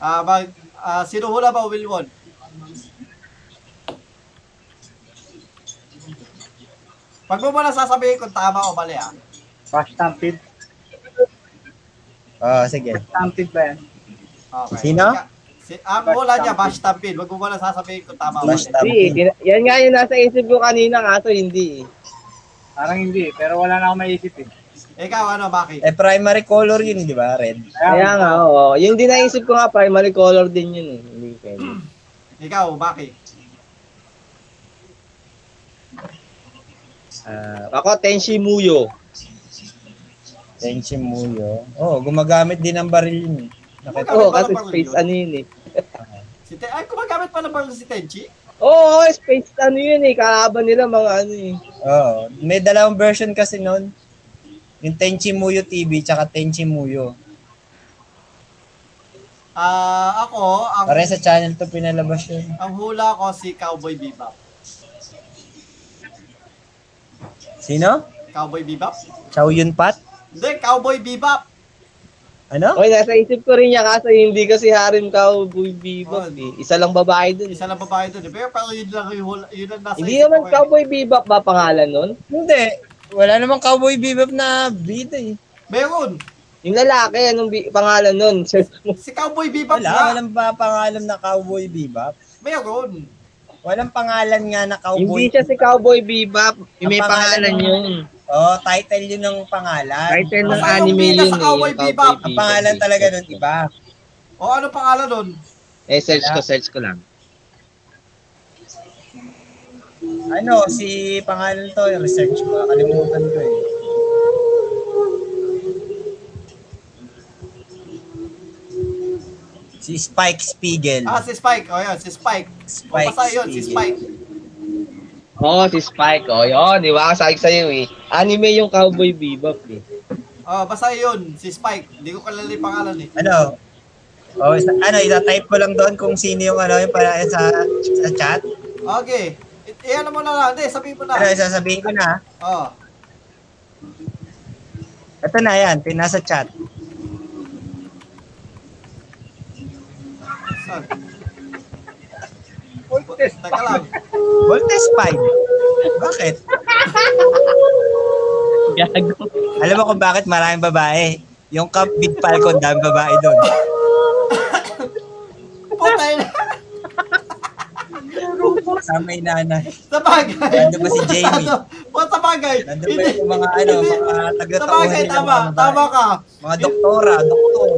A: Ah, mag, ah, sino hula ba Wilwon? Pag mo muna sasabihin kung tama o mali ah.
D: Fast stampede.
B: Oo, Ah, sige.
D: Stampede ba yan?
A: Okay.
B: Sino?
A: Ika- Si, ang hula niya, Bash Tampin. Huwag mo muna sasabihin kung tama o mali.
B: Bash Tampin.
C: Hindi, tina- yan nga yung nasa isip ko kanina kaso hindi. eh.
D: Parang hindi, pero wala na akong maisip eh.
A: Ikaw ano, Maki?
B: Eh, primary color yun, di ba? Red.
C: Kaya nga, oo. Yung di naisip ko nga, primary color din yun eh. Hindi pwede.
A: Hmm. Ikaw, Maki?
C: Ah, ako, Tenshi Muyo.
B: Tenchi Muyo. Oo, oh, gumagamit din ng baril yun. eh.
A: Gumagamit
B: Nakita
C: Oo,
A: ba ng
C: kasi
A: baril
C: space
A: yun?
C: ano yun eh.
A: Si Te- Ay, gumagamit pa ng baril si Tenchi?
C: Oo, oo, space ano yun eh. Kalaban nila mga ano eh.
B: Oo. May dalawang version kasi nun. Yung Tenchi Muyo TV tsaka Tenchi Muyo.
A: Ah, ako, ang,
B: Pare sa channel to pinalabas yun.
A: ang hula ko si Cowboy Bebop.
B: Sino?
A: Cowboy Bebop?
B: Chow Yun Pat?
A: Hindi, Cowboy Bebop.
B: Ano?
C: Oy, nasa isip ko rin yan kaso hindi kasi harem ka o
A: Oo,
C: bebop
A: hindi.
C: eh. Isa lang babae dun.
A: Isa lang babae doon. eh. Pero, pero yun lang yung, hula- yun ang nasa
C: Hindi
A: isip
C: naman
A: ko eh.
C: cowboy bebop ba pangalan nun?
B: Oh, Hindi. Wala namang cowboy bebop na bida eh.
A: Meron!
C: Yung lalaki, anong bi- pangalan nun? <laughs> Search mo.
A: Si Cowboy Bebop
B: Wala.
A: nga.
B: Walang ba pangalan na cowboy bebop?
A: Meron.
B: Walang pangalan nga na
C: Hindi
B: cowboy.
C: siya si Cowboy Bebop. Yung may
B: Ang pangalan
C: pangalan
B: nun.
C: yun. eh.
B: Oh, title yun ng pangalan.
C: Title ng
A: Basta yung
C: anime
A: bida
C: yun
A: sa
C: eh. yung
A: Cowboy
C: Cowboy
A: Bebop.
B: Ang pangalan talaga nun iba.
A: O ano pangalan nun?
C: Eh, search ko, search ko lang.
B: Ano, si pangalan to, research ko, nakalimutan ko eh. Si Spike Spiegel.
A: Ah, si Spike. O yun, si Spike. O,
B: Spike
A: basta yun, si Spike.
B: Oo,
C: Oo, si Spike. Oh, yun. Di ba? Sabi ko sa'yo eh. Anime yung Cowboy Bebop eh.
A: Oh, basta yun, si Spike. Hindi ko kalala yung pangalan eh.
B: Ano? Oh, isa, ano, ita-type ko lang doon kung sino yung ano, yung para sa, sa chat.
A: Okay. I- Iyan mo na lang. Hindi, sabihin mo na.
B: Pero sasabihin ko na,
A: Oh.
B: ito na yan, pinasa chat.
A: Saan?
D: Contest.
A: Teka lang.
B: Voltes 5. Bakit?
C: Gago.
B: Alam mo kung bakit maraming babae. Yung Cup Big Falcon, daming babae doon.
A: Putay na.
B: Kasama yung nanay.
A: Sa bagay.
B: Nandun ba si Jamie?
A: O, sa bagay.
B: Nandun pa
A: Hindi.
B: yung mga ano, mga
A: Sa
B: taga-tauhan
A: bagay,
B: nila,
A: tama.
B: mga babae.
A: Tama ka.
B: Mga doktora, doktor.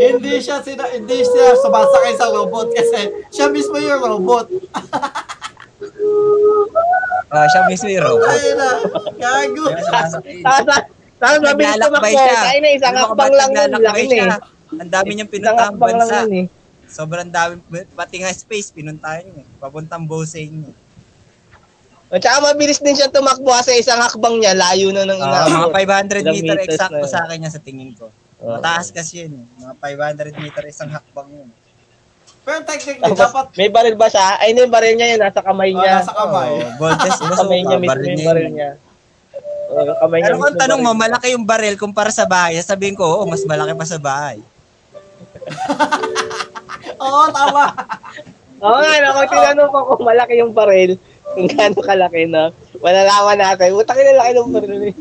A: Hindi siya, sina, hindi siya sumasakay sa robot kasi siya mismo yung robot.
B: Ah, siya mismo yung robot.
A: Ay na. Gago.
B: Kaya sumasakit.
C: Sana, sana mabilis
B: Naglalakbay
C: tumakbo.
B: siya.
C: Kaya na,
B: Alam
C: isang
B: mo kung
C: hakbang
B: bakit
C: lang nun lang
B: naglalakbay
C: eh.
B: siya? Ang dami niyang
C: Isang
B: pinuntang
C: hakbang lang
B: bansa.
C: nun eh.
B: Sobrang dami, pati nga space, pinuntahan niya. eh. Papuntang Boseng.
C: At saka mabilis din siya tumakbo kasi isang hakbang niya, layo na ng
B: Ah, mga
C: inaabot.
B: 500 meter
C: Ilang meters na
B: eksakto
C: yun?
B: sa akin yan sa tingin ko.
C: Oo.
B: Mataas kasi yun. eh. Mga 500 meter isang hakbang yun.
A: Pero technically, dapat
C: Tapos, may baril ba siya? Ay, hindi, yung baril niya yun, nasa
A: oh,
C: kamay niya.
A: nasa kamay.
B: Oh, Voltes,
C: Nasa <laughs> kamay niya mismo
B: Ah, baril
C: yung
B: niya.
C: baril
B: yun.
C: niya. Oo, yung kamay niya
B: Pero kung
C: mismo
B: tanong mo,
C: baril niya.
B: malaki yung baril kumpara sa bahay, sasabihin ko, oo, mas malaki pa sa bahay.
A: Oo, tama.
C: Oo nga, no, kung tinanong ko kung malaki yung baril, kung gaano kalaki, no? Malalaman natin. Utang na laki ng baril. eh.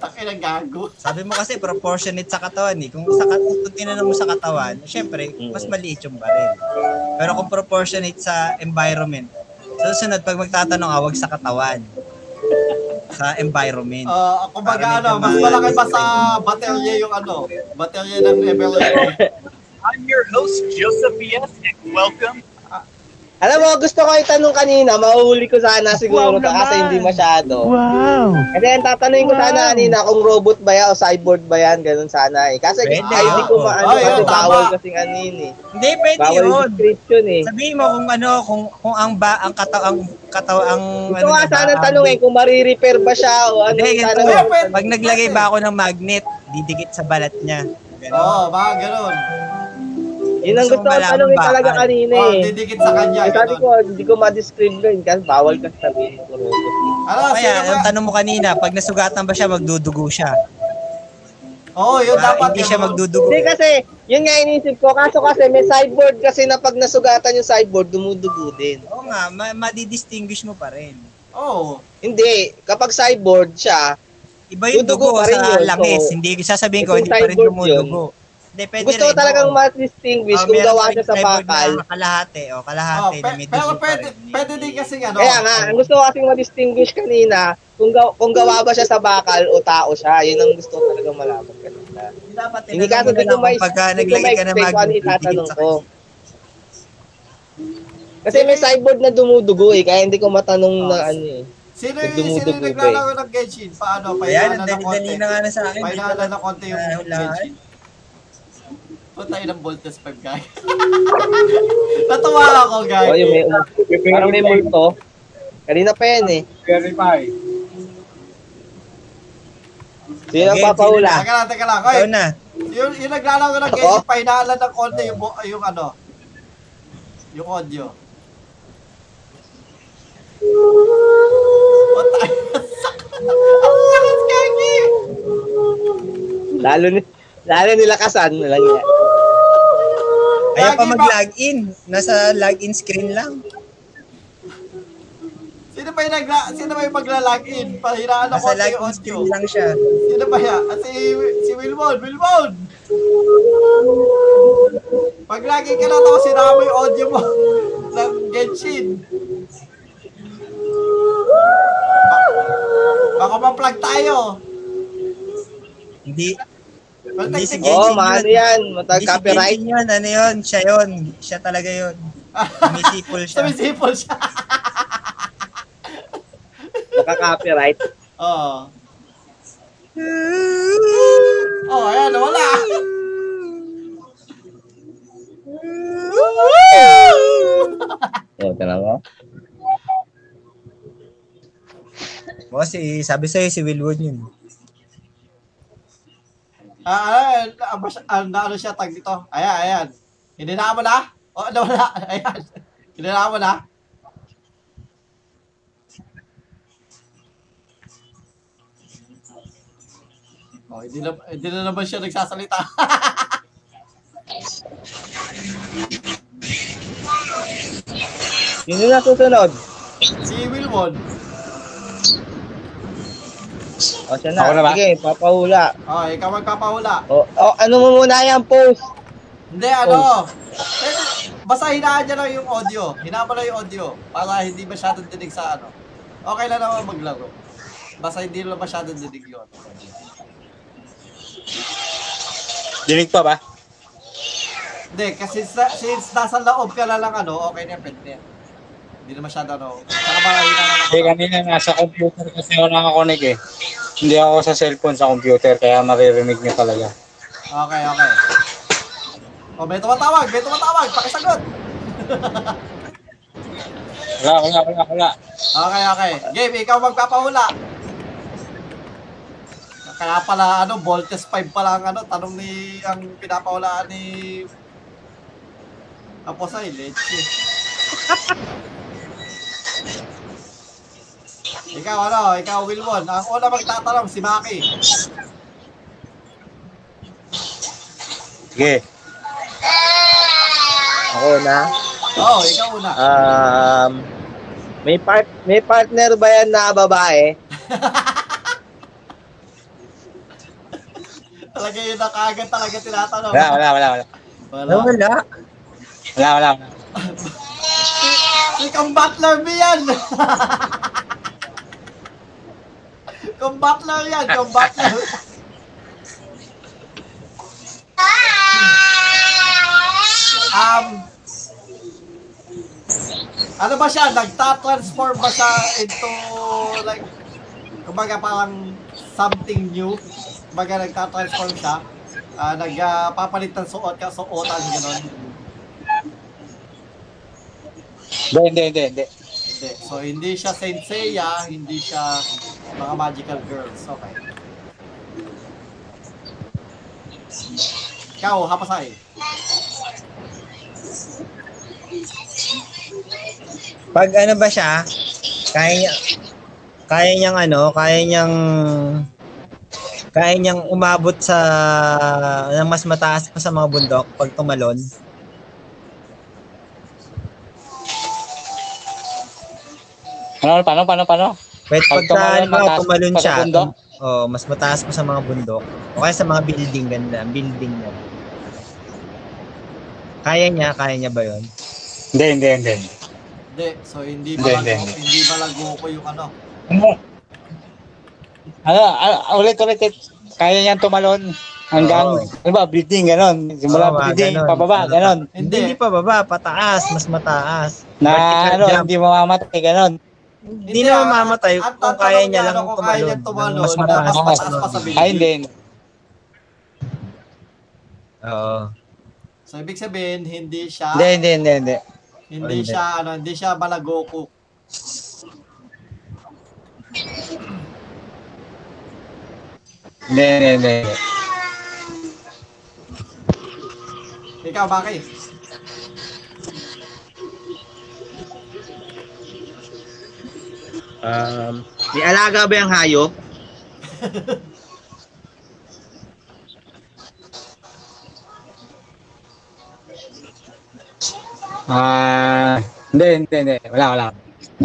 A: Takay ng gago.
B: Sabi mo kasi proportionate sa katawan eh. Kung sa kat- kung tinanong mo sa katawan, syempre, mas
C: Mm.
B: maliit yung baril. Pero kung proportionate sa environment, sa susunod, pag magtatanong ka, wag sa katawan. Sa environment.
A: Ah,
C: Oh.
A: kumbaga
B: Parang
A: ano, mas
B: may
A: malaki pa
B: kamay.
A: sa baterya yung ano, baterya ng Everlane.
M: I'm your host, Joseph Yes, and welcome.
C: Alam mo, gusto ko itanong kanina, mahuhuli ko sana siguro to kasi hindi masyado.
N: Wow!
C: Kasi ang tatanungin ko sana kanina kung robot ba yan o cyborg ba yan, ganun sana eh. Kasi
B: Pwede,
C: ay, hindi ko
B: oo.
C: maano
A: Ay,
C: kasi
A: oo, tama.
C: bawal kasing anin eh.
B: Hindi, pwede
C: Bawal yung
B: yun.
C: description eh.
B: Sabihin mo kung ano, kung kung ang ba ang kataw ang kataw ang ano,
C: Gusto ko nga
B: niya ba,
C: sana
B: ang-
C: tanungin kung marirepair ba siya o ano.
B: Hindi, ganito.
C: sana-
B: Pag naglagay
C: eh.
B: ba ako ng magnet, didikit sa balat niya. Ganun.
A: Oo, baka ganun.
C: Yun ang gusto ko
B: Malaman
C: tanungin
B: ba?
C: talaga kanina
A: Oh,
C: eh.
A: didikit sa kanya.
C: Ay, sabi
A: Ganun.
B: ah.
C: ko, hindi ko ma-describe yun kasi bawal kasi sabihin ko robot.
A: Ano,
C: Oh,
B: Kaya,
A: sino
B: ang
A: ba?
B: tanong mo kanina, pag nasugatan ba siya, magdudugo siya.
A: Oo, yun
B: Ah,
A: dapat.
B: hindi
A: yun,
B: siya
A: no?
B: magdudugo.
C: Hindi kasi, yun nga inisip ko. Kaso kasi may cyborg kasi na pag nasugatan yung cyborg, dumudugo din.
B: Oo nga, ma- madidistinguish mo pa rin.
A: Oo.
C: Hindi, kapag cyborg siya,
B: Iba yung
C: Dudugo
B: dugo,
C: pa rin
B: sa
C: yun,
B: langis.
C: so,
B: hindi, sasabihin ko,
C: kung
B: hindi pa rin
C: cyborg yun,
B: dumudugo. Hindi, pwede
C: gusto ko
B: rin,
C: talagang
B: oo.
C: ma-distinguish
B: Ah,
C: kung
B: meron pa
C: gawa siya
B: rin
C: sa
B: cyborg na ano?
C: bakal.
B: Kalahati, o,
A: Oh,
B: kalahati na
A: pe-
B: Ah, may
A: pero
B: dugo pa
A: pwede,
B: rin.
A: pwede din kasi ano.
C: Kaya nga, ang gusto ko kasing ma-distinguish kanina, kung, ga- kung gawa ba siya sa bakal o tao siya, yun ang gusto ko talagang malaman kanina.
B: Dapat
C: Hindi
B: tinanong
C: ka
B: mo
C: hindi
B: na
C: ko
B: lang
C: may,
B: kung pagka
C: hindi ko
B: naglagay
C: may
B: ka na
C: expect kung ano
B: magnet, didikit
C: itatanong
B: sa
C: ko.
B: kanya.
C: Kasi may cyborg na dumudugo eh, kaya hindi ko matanong
B: Ah.
C: na ano eh.
A: Sino
C: Pag
A: yung, sino yung
C: dumudugo
A: naglalaro ng Genshin? Paano?
B: eh? Ayan, ang
A: Pahinala na
B: dali-dali
A: konti.
B: na nga na sa akin. Hindi ko
A: Pahinala
B: na
A: na konti yung
B: Ah, wala.
A: Genshin. Puntay ng Voltes 5, guys. <laughs> Natuwa ako, guys.
C: O yung may um- parang may multo. Kanina pa yan eh.
D: Verify.
C: Sino ang
B: Okay,
C: papahula?
A: Teka lang, teka lang. Oy,
B: Ikaw na.
A: yung, yung naglalaro ng Genshin, pahinala ng konti yung, bu- yung ano. Yung audio. Puntay. Ang sakit. <laughs> Ang sakit, Gagi.
C: Lalo ni lalo nilakasan na lang yan.
B: Ayaw pa
A: Lagi ba- Hmm. Ano
B: mag-login. Nasa login screen lang.
A: Sino ba yung nagla sino ba yung magla-login? Pahinaan ng
B: Nasa
A: konti yung
B: login
A: audio.
B: screen lang siya.
A: Sino ba yan? Ah, si, si Wilbon! Wilbon! Pag lagi ka na tapos sinama mo yung audio mo <laughs> ng Genshin. Ba- Baka ma-plug tayo.
B: Hindi.
A: Well,
B: Hindi si
A: technic-
B: Genshin
C: Oo, oh, maano yan. Matag
B: Hindi si
C: copyright.
B: Genshin yun. Ano yun? Siya yun. Siya talaga
A: <laughs>
B: yun. Umisipol siya.
A: Sumisipol siya. <laughs>
C: Maka-copyright.
A: Oo. Oh, ayan, wala.
C: Oo, oh, tala mo.
E: Mo si sabi sa'yo si Will Wood yun.
A: Ah, ah, mas- ah, na ano siya tag dito. Ayan, ayan. Hindi na mo na? O, ano na? <laughs> Ayan. Hindi na mo na? Oh, hindi na, hindi na naman siya nagsasalita. <laughs>
C: Yun yung nasusunod.
A: si Wilmon.
C: O, siya na.
B: Ako na ba?
C: Sige, papahula.
A: Oh, ikaw magpapahula.
C: O, o, ano mo muna yung post?
A: Hindi, ano? Eh, Basta hinaan niya lang yung audio. Hinaan mo lang yung audio para hindi masyadong dinig sa ano. Okay lang naman maglaro. Basta hindi lang masyadong dinig yun.
B: Dinig pa ba?
A: Hindi, kasi sa, since nasa loob ka na lang ano, okay na yun, pwede na yan. Hindi na masyado ano. Saka parang hinaan lang.
B: Hindi, kanina nasa computer kasi ako nakakonig eh. Hindi ako sa cellphone, sa computer, kaya maririnig niyo talaga.
A: Okay, okay. O, may tumatawag, may tumatawag. Pakisagot.
B: Wala, wala, wala, wala.
A: Okay, okay. Game, ikaw magpapahula. Kaya pala, ano, Voltes 5 pala ang ano, tanong ni, ang pinapahulaan ni Aposay, Leche. ikaw, ano, ikaw, Wilwon. Ang una magtatanong, si Maki.
B: Sige.
C: Ako na.
A: Oo, oh, ikaw una.
C: Um, may part may partner ba yan na babae?
B: Ano
A: Talaga yun na kaagad talaga tinatanong.
B: Wala, wala, wala, wala.
A: Wala.
E: Wala. wala.
B: Wala, wala. wala.
A: Si Combatler ba yan? Combatler yan, Combatler. um, ano ba siya? Nagta-transform ba siya into like kumbaga parang something new? Kumbaga nagta-transform siya? Ah, nagpapalit ng suot ka, suotan, gano'n.
B: Hindi, hindi, hindi, hindi.
A: Hindi. So, hindi siya Saint Seiya, hindi siya mga magical girls. Okay. Ikaw, hapasay.
E: Pag ano ba siya, kaya niya kaya niyang ano, kaya niyang kaya niyang umabot sa ng mas mataas pa sa mga bundok pag tumalon.
B: Ano, paano, paano, paano?
E: Wait,
B: Pag
E: pag tumalon,
B: tumalon, mataas
E: tumalon
B: pa sa
E: siya,
B: bundok?
E: oh, mas mataas pa sa mga bundok. O kaya sa mga building, ganda, building na. Kaya niya, kaya niya ba yun?
B: Hindi, hindi, hindi.
A: Hindi. So, hindi
B: Hindi,
A: balago,
B: hindi,
A: hindi,
B: hindi.
A: balago ko yung ano.
B: Ano? Ano, ano, ulit, ulit, ulit. Kaya niyan tumalon hanggang,
E: Oo.
B: ano ba, breathing, gano'n. Simula
E: Oo, mga
B: breathing,
E: ganon.
B: pababa,
E: Ano,
B: gano'n.
E: Hindi,
A: Hindi.
E: hindi pa baba, pataas, mas mataas.
B: Na,
E: Vertical
B: ano,
E: jump.
B: hindi mamamatay, gano'n.
E: Hindi na
A: Ang
E: mamamatay kung
A: tatanong
E: kaya niya lang
A: ano, Kung kaya niya tumalon,
E: tumalon. Mas
A: na
E: mataas.
A: mas mataas pa sa
B: Ay,
A: building.
B: hindi.
E: Oo.
A: So, ibig sabihin, hindi siya,
B: Hindi, hindi, hindi, hindi.
A: hindi
E: hindi.
A: siya, ano, hindi siya balago ko.
B: Hindi, hindi, hindi.
A: Ikaw, bakit?
N: Um, may alaga ba yung hayop?
B: Ah, hindi, hindi, hindi. Wala, wala.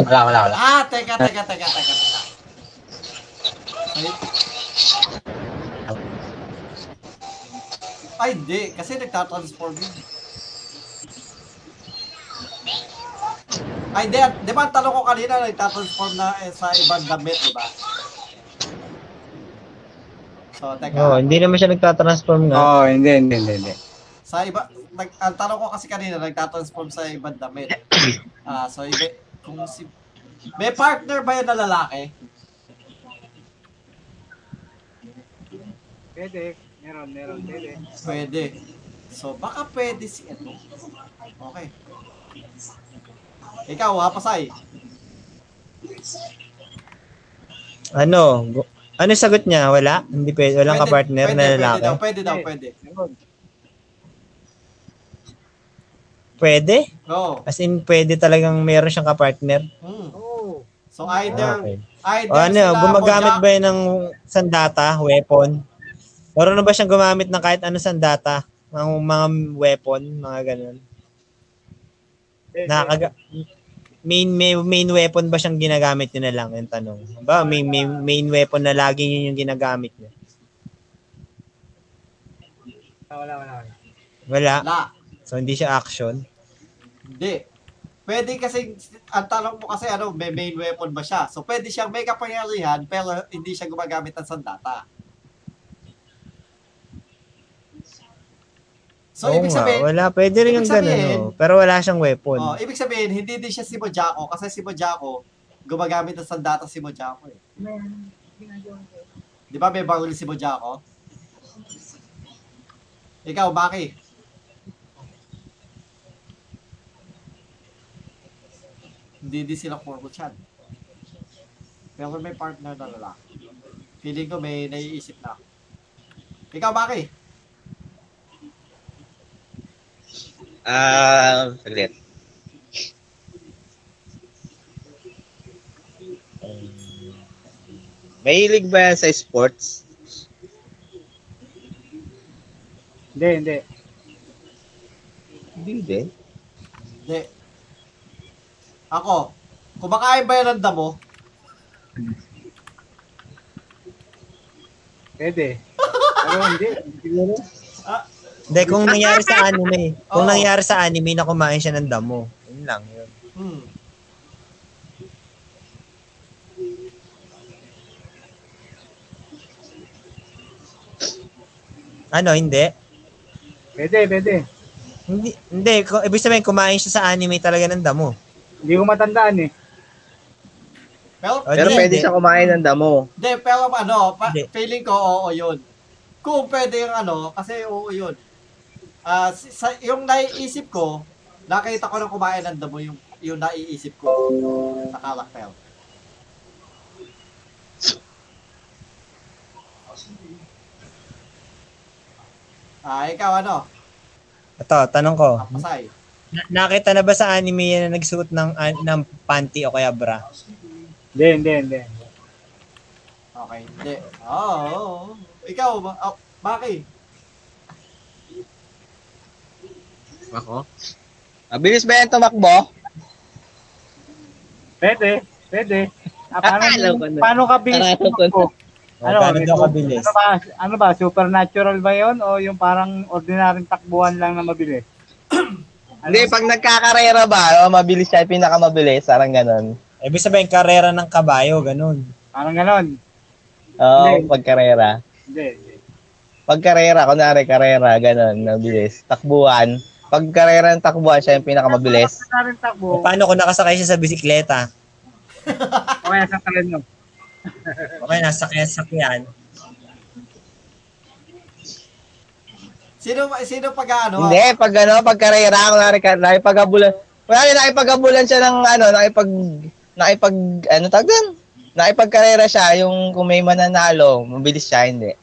B: Wala, wala, wala.
A: Ah, teka, teka, teka, teka. teka. Ay. Ay, hindi. Kasi nagtatransform yun. Ay, hindi. Di ba ang tanong ko kanina, nagtatransform na eh, sa ibang damit, di ba? So, teka.
E: Oo, Oh, hindi naman siya nagtatransform nga.
B: Oo, hindi, hindi, hindi, hindi.
A: Sa iba, nag, ang tanong ko kasi kanina, nagtatransform sa ibang damit. Ah, so, iba, kung si... May partner ba yan na lalaki?
D: Pwede. Meron, meron. Pwede.
A: Pwede. So, baka pwede si ano. Okay. Ikaw, hapasay.
E: Ano? Gu- Ano yung sagot niya? Wala? Hindi pwede, walang kapartner
A: pwede,
E: na
A: Pwede
E: lalaki?
A: daw, pwede daw, pwede.
E: Pwede?
A: Oo.
E: As in, pwede talagang meron siyang kapartner?
A: Hmm. So either,
E: Ah, Okay.
A: either
E: O ano,
A: sila
E: gumagamit
A: o
E: ba yun ng sandata, weapon? Marunong ba siyang gumamit ng kahit ano sandata? Mga, mga weapon, mga ganun? Nakakaga- main, main, main weapon ba siyang ginagamit niya na lang? Yung tanong. Ba, main, main, main weapon na laging yun yung ginagamit niya.
A: Ah,
G: Wala, wala, wala.
E: Wala.
A: Wala.
E: So, hindi siya action.
A: Hindi. Pwede kasi, ang tanong mo kasi ano, may main weapon ba siya? So pwede siyang may kapangyarihan pero hindi siya gumagamit ng sandata. So
E: Oo
A: ibig
E: nga,
A: sabihin,
E: wala. Pwede rin
A: ibig
E: yung ganun.
A: sabihin-
E: oh. Pero wala siyang weapon.
A: oh, ibig sabihin, hindi din siya si Mojako kasi si Mojako gumagamit ng sandata si Mojako eh. Di ba may baril si Mojako? Ikaw, Maki. Hindi din sila formal chan. Pero may partner na lalaki. Feeling ko may naiisip na. ako. Ikaw, Maki.
N: Ah, ulit. Mahilig Um, ba yan sa sports?
D: Hindi, hindi.
N: Hindi din.
A: Hindi. Ako, kumakain ba yan ng damo?
D: Pwede. Pero hindi. Siguro.
E: Hindi, kung nangyari sa anime, kung
A: Oo.
E: nangyari sa anime na kumain siya ng damo, yun lang yun.
A: Hmm.
E: Ano, hindi?
D: Pwede, pwede.
E: Hindi, hindi. Kung, ibig sabihin, kumain siya sa anime talaga ng damo.
D: Hindi ko matandaan eh.
A: Pero,
E: O,
N: Pero
E: hindi,
N: pwede
E: hindi.
N: siya kumain ng damo.
A: Hindi, pero ano, pa,
E: Hindi.
A: feeling ko oo yun. Kung pwede yung ano, kasi oo yun. Ah, si- sa, yung naiisip ko, nakita ko na kumain ng damo yung, yung naiisip ko na karakter. Ah, ikaw ano?
E: Ito, tanong ko.
A: Kapasay.
E: na- nakita na ba sa anime yan na nagsuot ng, an- ng panty o kaya bra?
D: Hindi, hindi, hindi.
A: Okay, hindi. Oo, oo, oo. Ikaw, ma- oh, Maki.
N: Ako? Mabilis ba yan tumakbo?
D: Pwede, pwede. Ah,
N: Alam
D: paano,
N: ko na.
D: paano ka bilis
N: Alam ko na.
D: tumakbo?
E: O, paano
D: may-
E: daw kabilis?
D: Ano ba, ano ba, supernatural ba yon o yung parang ordinaryong takbuhan lang na mabilis?
N: Hindi, pag nagkakarera ba, o, mabilis siya, pinakamabilis, sarang ganon.
E: Ibig sabihin, karera ng kabayo, ganun.
D: Parang ganon.
N: Oo,
D: Hindi.
N: pagkarera.
D: Hindi, hindi.
N: Pagkarera, kunwari karera, ganon, mabilis. Takbuhan. Pagkarera ng takbuhan, siya yung pinakamabilis.
D: Ordinaryong takbo,
E: O, paano kung nakasakay siya sa bisikleta?
D: o kaya sa tren mo.
E: O kaya nasakyan-sakyan?
A: Sino, sino pag ano?
N: Hindi, pag ano, pag karera, kunwari, ka- nakipag-abulan. Kunwari, nakipag-abulan siya ng ano, nakipag, nakipag, ano tawag doon? Nakipag-karera siya, yung kung may mananalo, mabilis siya, hindi.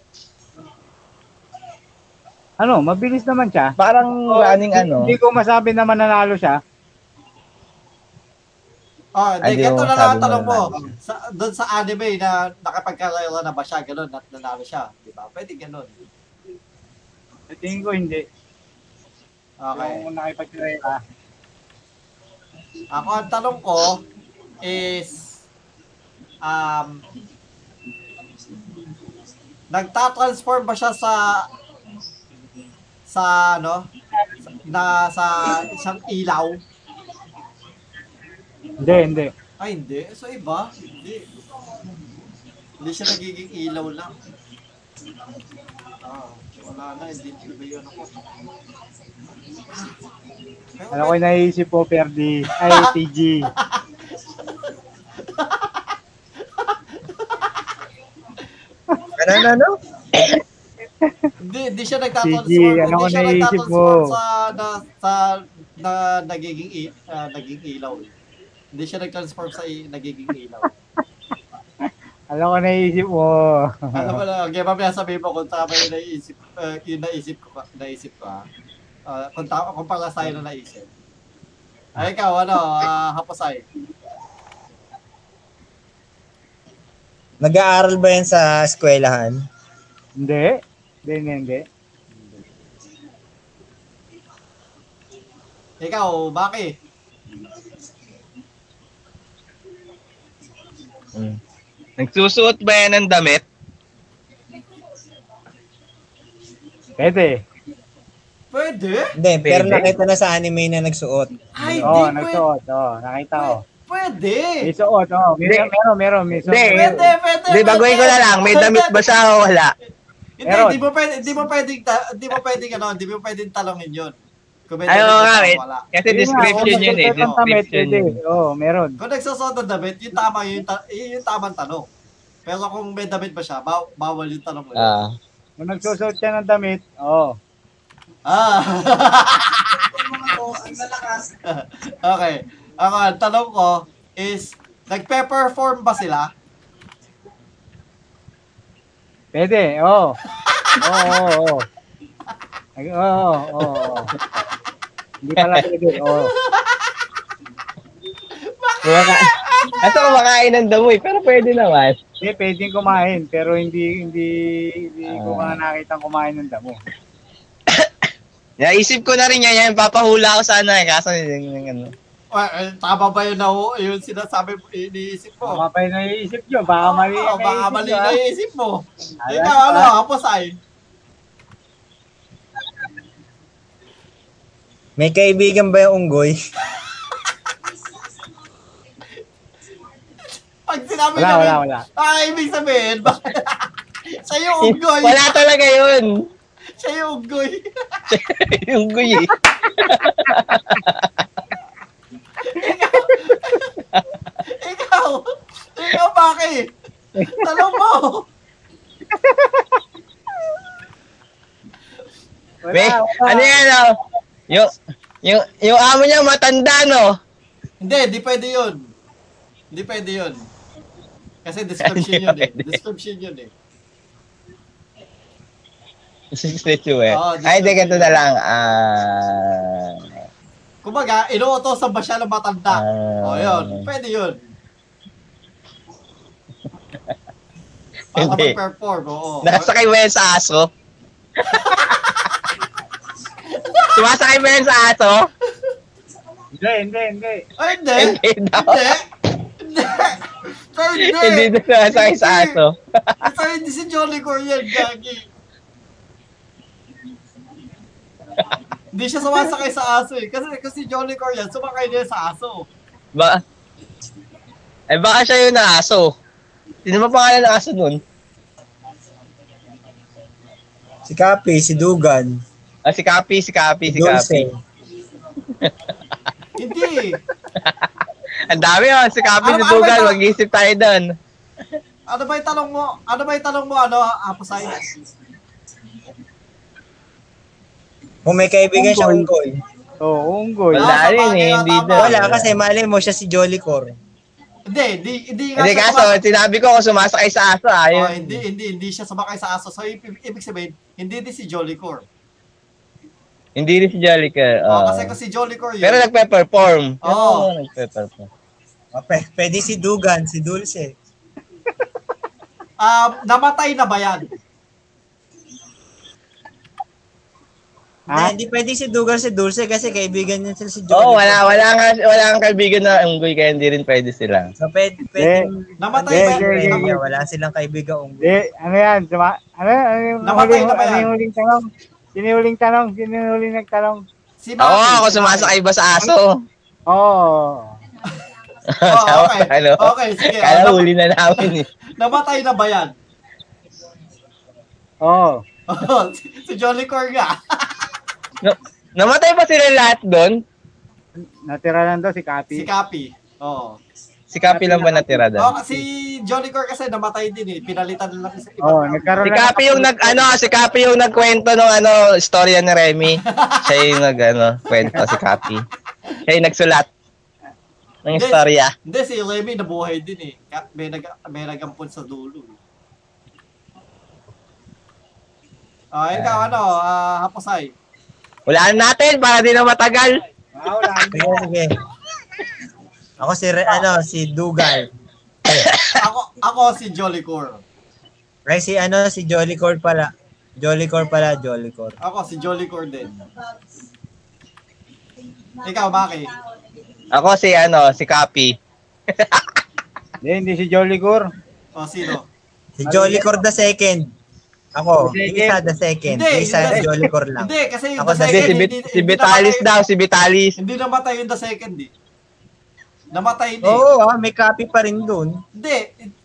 D: Ano, mabilis naman siya.
N: Parang
D: O,
N: running
D: di-
N: ano.
D: Hindi ko masabi na mananalo siya.
A: Oh,
N: Ay,
A: di,
N: di
A: ganito na lang
N: mo Ano masabi
A: ang tanong mo.
N: mo
A: Sa, doon sa anime na nakapagkalala na ba siya, ganun, at nanalo siya, di ba? Pwede ganun.
D: Sa Tingin ko hindi.
A: Okay.
D: Yung nakipag-karera.
A: Ako, ang tanong ko is, um, nagtatransform ba siya sa, sa, ano, na sa isang ilaw?
D: Hindi, hindi.
A: Ay, Ah, hindi. So, iba? Hindi. Hindi siya nagiging ilaw lang. Ah, wala na. Hindi ko ba yun ako? Pero
D: Ano ko
A: may-
D: yung naisip po, Perdi?
N: <laughs>
D: Ay, TG.
E: Ano, ano, ano?
A: Hindi, hindi siya nagtatransform.
D: Sige, ano
A: hindi
D: ko
A: siya
D: naisip
A: nagtatransform
D: mo?
A: sa, na, sa, na, nagiging, i- ah, naging ilaw. Hindi siya nagtransform sa i- nagiging ilaw.
D: Alam ko naisip mo.
A: Ano ba lang, okay, mamaya sabihin mo kung tama yung naisip, uh, yung naisip ko, naisip ko ah. Ah, kung tama, kung pala sa'yo na naisip. Ay, ikaw, ano, ah, hapasay.
E: Nag-aaral ba yan sa eskwelahan?
D: Hindi. Hindi, hindi, hindi.
A: Ikaw, Baki.
N: Nagsusuot ba yan ng damit?
D: Pwede.
A: Pwede?
E: Hindi, pero
D: Pwede.
E: nakita na sa anime na nagsuot.
A: Ay,
D: Oo, oh,
A: di,
D: nagsuot. Oo, nakita ko.
A: Pwede!
D: May suot, oo. May-
N: Hindi.
D: Meron, meron, may suot.
N: Hindi.
A: Pwede, pwede!
N: Di baguhin ko na lang, may damit ba siya o wala?
A: Hindi,
D: Meron.
A: di mo pwede, di mo pwede, di mo pwede, ano, di mo pwedeng talongin yun. Kung may
N: Ayaw
A: damit
N: nga,
A: ka,
N: wait.
A: wala.
N: Kasi
D: Yun nga,
N: description
D: oo,
N: yun eh.
D: nagsusuot ng damit,
N: Description
D: pwede.
N: yun.
D: Oo, meron.
A: Kung nagsusot ng damit, yun tama yun, yung ta- yun yung tamang tanong. Pero kung may damit ba siya, baw- bawal yung tanong na yun.
N: Ah.
D: Kung nagsusuot siya ng damit, oo.
A: Ah.
H: Mga bossing malakas.
A: <laughs> okay. Ako, ang tanong ko is, nagpe-perform ba sila?
D: Pwede, oo. Oo, oo, oo. Ay, Oo, oo, oo. Hindi pala pwede, oo.
N: Kumaka- Kaso kumakain ng damoy, pero pwede naman.
D: Hindi, pwedeng kumain, pero hindi, hindi, hindi ko
N: Ah.
D: nga nakita kumain ng damo.
N: Naisip ko na rin yan, yan, papahula ko sana eh, kaso yung, yung ano.
A: Well, eh, tama ba yun na yun sinasabi mo, iniisip mo?
D: Baka pa yung naiisip nyo, baka mali
A: Oo,
D: yung
A: Oh. baka
D: naiisip
A: mali
D: nyo,
A: na
D: ah.
A: iisip mo.
D: Ayan,
A: Ikaw, ano,
D: ah.
A: hapos ay.
E: May kaibigan ba yung unggoy?
A: Pag sinabi
D: Wala,
A: na
D: wala, wala.
A: Ah, ibig sabihin, ba? <laughs> siya yung unggoy.
N: Wala talaga yun. <laughs>
A: Siya yung unggoy.
N: yung guy eh.
A: <laughs> Ikaw! Ikaw, Paki! Tanong mo!
D: Wala,
N: May,
D: wala.
N: ano yan oh. Yung, yung, yung amo niya matanda no.
A: Hindi, di pwede yun. Hindi pwede yun. Kasi description
N: Hindi
A: yun eh.
N: pwede.
A: Description yun eh.
N: Sisitsu eh.
A: Oo,
N: Ay, di,
A: sisitsu.
N: ganito na lang. Ah,
A: Kumbaga, inuutosan ba siya ng matanda?
N: Ah.
A: o yun, pwede
N: <laughs>
A: yun. Baka
N: Hindi.
A: mag-perform, oo.
N: nasakay ba yan sa <laughs> aso? Sumasakay ba yan sa aso?
D: Hindi, hindi, hindi.
A: Ay, hindi!
N: Hindi daw.
A: Hindi! Hindi! Ay,
N: <laughs> Hindi
A: Hindi!
N: daw sumasakay sa aso.
A: Ito hindi si Jolly Corian, gagi. Hindi siya sumasakay sa aso eh. Kasi, kasi si Jolly Corian, sumakay niya sa aso.
N: Ba? Eh, baka siya yung naaso. Sino ba pangalan ng aso nun?
E: Si Kapi, si Dugan,
N: Ah, si Kapi, si Kapi,
E: si
N: si Kapi.
E: Dulce.
A: Hindi.
N: Ang dami oh, si
A: Ano-
N: Kapi si
A: ano ba
N: Dugan,
A: ito?
N: mag-isip tayo doon.
A: Ano ba yung tanong mo? Ano ba yung tanong mo? Ano, Apusay?
E: Kung may kaibigan siya
D: Unggoy.
E: unggoy.
D: Oo, unggoy.
N: Wala
A: Ah, sa
N: rin
A: bagay,
N: eh,
A: ah,
N: hindi
A: tama.
N: daw.
E: Wala, kasi mali mo siya si Jollycore.
A: Hindi, hindi, hindi nga
N: Hindi
A: siya
N: kaso,
A: sumakay.
N: sinabi ko kung sumasakay sa aso, ah,
A: Oh,
N: ayun.
A: hindi, hindi, hindi siya sumakay sa aso. So, ibig, ibig sabihin, hindi din si Jolly Cor.
N: Hindi rin si Jolliker.
A: Oh,
N: oo.
A: kasi kung si Jolly Cor yun. Oh,
N: Pero nagpe-perform.
A: Oo.
N: Oo, nagpe-perform.
E: O, Oh, pe- Pwede si Dugan, si Dulce.
A: um, namatay na ba yan?
E: Hindi,
D: Ha?
E: hindi pwede si Dugan, si Dulce kasi kaibigan niya sila si Jollycore.
N: Oo, wala, wala nga, wala kang kaibigan na unggoy, kaya hindi rin pwede sila.
E: So, pwede, pwede.
A: Namatay
D: Hindi,
A: ba
D: hindi,
A: yan?
D: hindi,
A: Nam-
D: hindi.
E: Wala silang kaibigan unggoy.
D: Hindi, ano yan? Suma, ano, ano yung
A: Namatay
D: huling,
A: na ba yan?
D: ano yung huling tanong? Sino yung huling tanong? Sino yung huling nagtanong?
A: Si
N: Oo,
A: Maki.
N: ako sumasakay ba sa aso?
D: Oo.
A: Oh,
N: <laughs>
A: okay.
N: Ano?
A: Okay, sige.
N: Kala
A: Oh, nam-
N: huli na namin eh.
A: namatay na ba yan? <laughs>
D: Oo.
A: Oh, si, si Jolly Cor nga. <laughs>
N: Na- namatay pa sila lahat doon?
D: Natira lang daw si Kapi.
A: Si Kapi. Oo.
N: Si Kapi lang ba natira
A: Oh,
N: doon?
A: si Jolly Cor kasi namatay din eh. Pinalitan na lang sa iba.
D: Oo,
N: Si
D: nagkaroon lang ng
N: Kapi yung nag ano, si Kapi yung nagkwento ng ano, istorya ni <laughs> Remy. Siya yung nag ano, kwento si Kapi. Siya yung nagsulat. ng istorya.
A: Hindi, si Remy nabuhay din eh. Ka- May, nag, may nagampun sa dulo. eh. Ah, ikaw ano, ah, hapasay.
N: Walaan natin para di na matagal.
E: Sige, sige. Ako si, Re- ano, si Dugal.
A: Ako, ako si Jolly Core.
E: Ay, si, ano, si Jolly Core pala. Jolly Core pala, Jolly Core.
A: Ako si Jolly Core din. Ikaw, Maki.
N: Ako si ano, si Kapi.
D: Hindi, hindi si Jolly Gur.
A: O, sino?
E: Si Jolly Core the second. Ako, yung isa the second.
A: Hindi,
E: Yung isa
A: hindi.
E: Jolly Core lang.
A: Hindi, kasi yung
E: Ako
A: the
E: sa-
N: Hindi,
A: second,
N: si,
A: hindi,
N: Bit- si
A: hindi
N: Vitalis
A: namatay-
N: daw, si Vitalis.
A: Hindi namatay yung the second eh. Namatay na eh.
E: Oo, ah, may copy pa rin dun.
A: Hindi,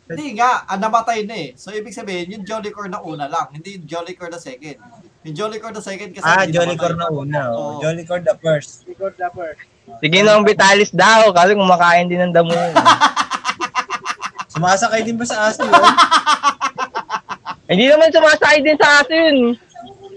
A: hindi nga, ah, namatay na eh. So, ibig sabihin, yung Jolly Core na una lang, hindi yung Jolly Core na second. Yung Jolly Core na second kasi
E: Ah,
A: hindi
E: Jolly
A: namatay.
E: Core na una. Oh.
A: Oo.
E: Jolly Core the first.
N: Sige nung Vitalis daw, kasi kumakain din ng damo. <laughs>
E: Sumasakay din ba sa
A: <laughs>
E: aso yun?
N: Hindi naman sumasakay din sa aso yun.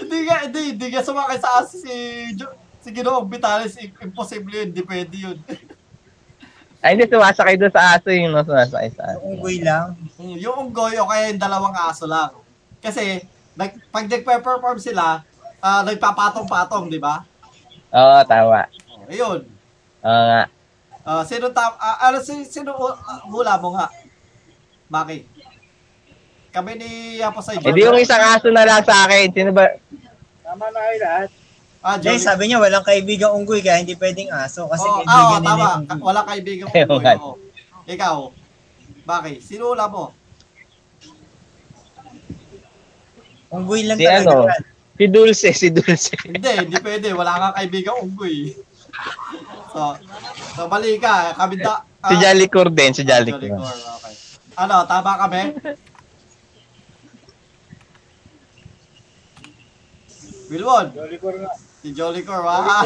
A: Hindi nga, hindi, hindi nga sumakay sa aso si, Jo- si Ginoong Vitalis. I- Imposible yun, hindi pwede yun. <laughs>
N: Ay, hindi sumasakay doon sa aso yun, no, sumasakay sa aso.
E: Unggoy lang.
A: Mm, yung unggoy o kaya yung dalawang aso lang. Kasi, nag, pag nagpe-perform sila, ah, nagpapatong-patong, di ba?
N: Oo, tama.
A: Ayun.
N: Oo nga.
A: Ah, sino tam ah, ano si sino ah, hula mo nga? Maki. Kami ni ah, Apo sa
N: Eh di yung isang aso na lang sa akin. Sino ba?
D: Tama na kayo lahat.
A: Ah,
E: Jay,
A: Jolly.
E: sabi niya walang kaibigang unggoy kaya hindi pwedeng aso kasi
A: oh, ah, oh,
E: kaibigan eh. nila
A: tama.
E: yung
A: Ka-
E: unggoy.
A: Wala kaibigan ko.
N: Ayun nga.
A: Oo. Ikaw. Maki, sino hula mo?
E: Unggoy lang
N: Si
E: talaga.
N: ano? Si Dulce, si Dulce.
A: Hindi, hindi pwede. Wala kang kaibigan unggoy. <laughs> so, so mali ka. Kami ta,
N: Si
A: ah,
N: Jalicor din, si
A: Jolly
N: Jalicor.
A: Cor, Okay. Ano, tama
D: <laughs>
A: kami? Wilwon,
D: Jolly Gur nga.
A: si Jolly ah. Cor, <laughs> ha?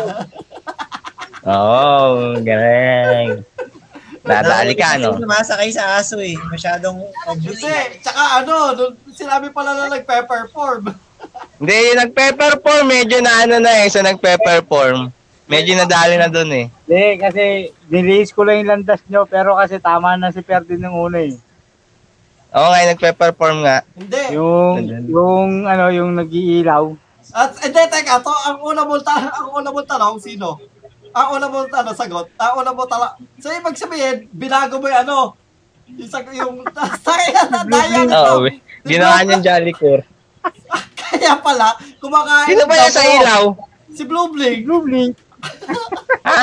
N: Oo, oh, galing. Nadali ka,
E: Kasi
N: no?
E: Sumasakay sa aso eh. Masyadong obvious.
A: Kasi, tsaka ano, nun, sinabi pala na nagpe-perform.
N: Hindi, yung nagpe-perform, medyo na ano na eh, sa nagpe-perform. Medyo nadali na dun eh.
D: Hindi, kasi nilihis ko lang yung landas nyo, pero kasi tama na si Perdi nung una eh.
N: Oo nga, yung nagpe-perform nga.
A: <laughs> Hindi.
D: Yung,
N: And then-
D: yung ano, yung nag-iilaw.
A: At, hindi, teka, to, ang una mong tanong, ang una mong tanong, sino? Ang una mong tanong, sagot, ang una mong tanong, so ibig sabihin, binago mo yung ano, yung, sag- yung, <laughs>
D: <laughs>
A: kaya na, daya nito.
N: Oo, we- ginawa niyang Jalicor.
A: <laughs> Kaya pala, kumakain.
N: Sino ba
A: ng
N: yan sa
A: damo.
N: ilaw?
A: Si Blue Blink.
D: Blue Blink.
N: Ha?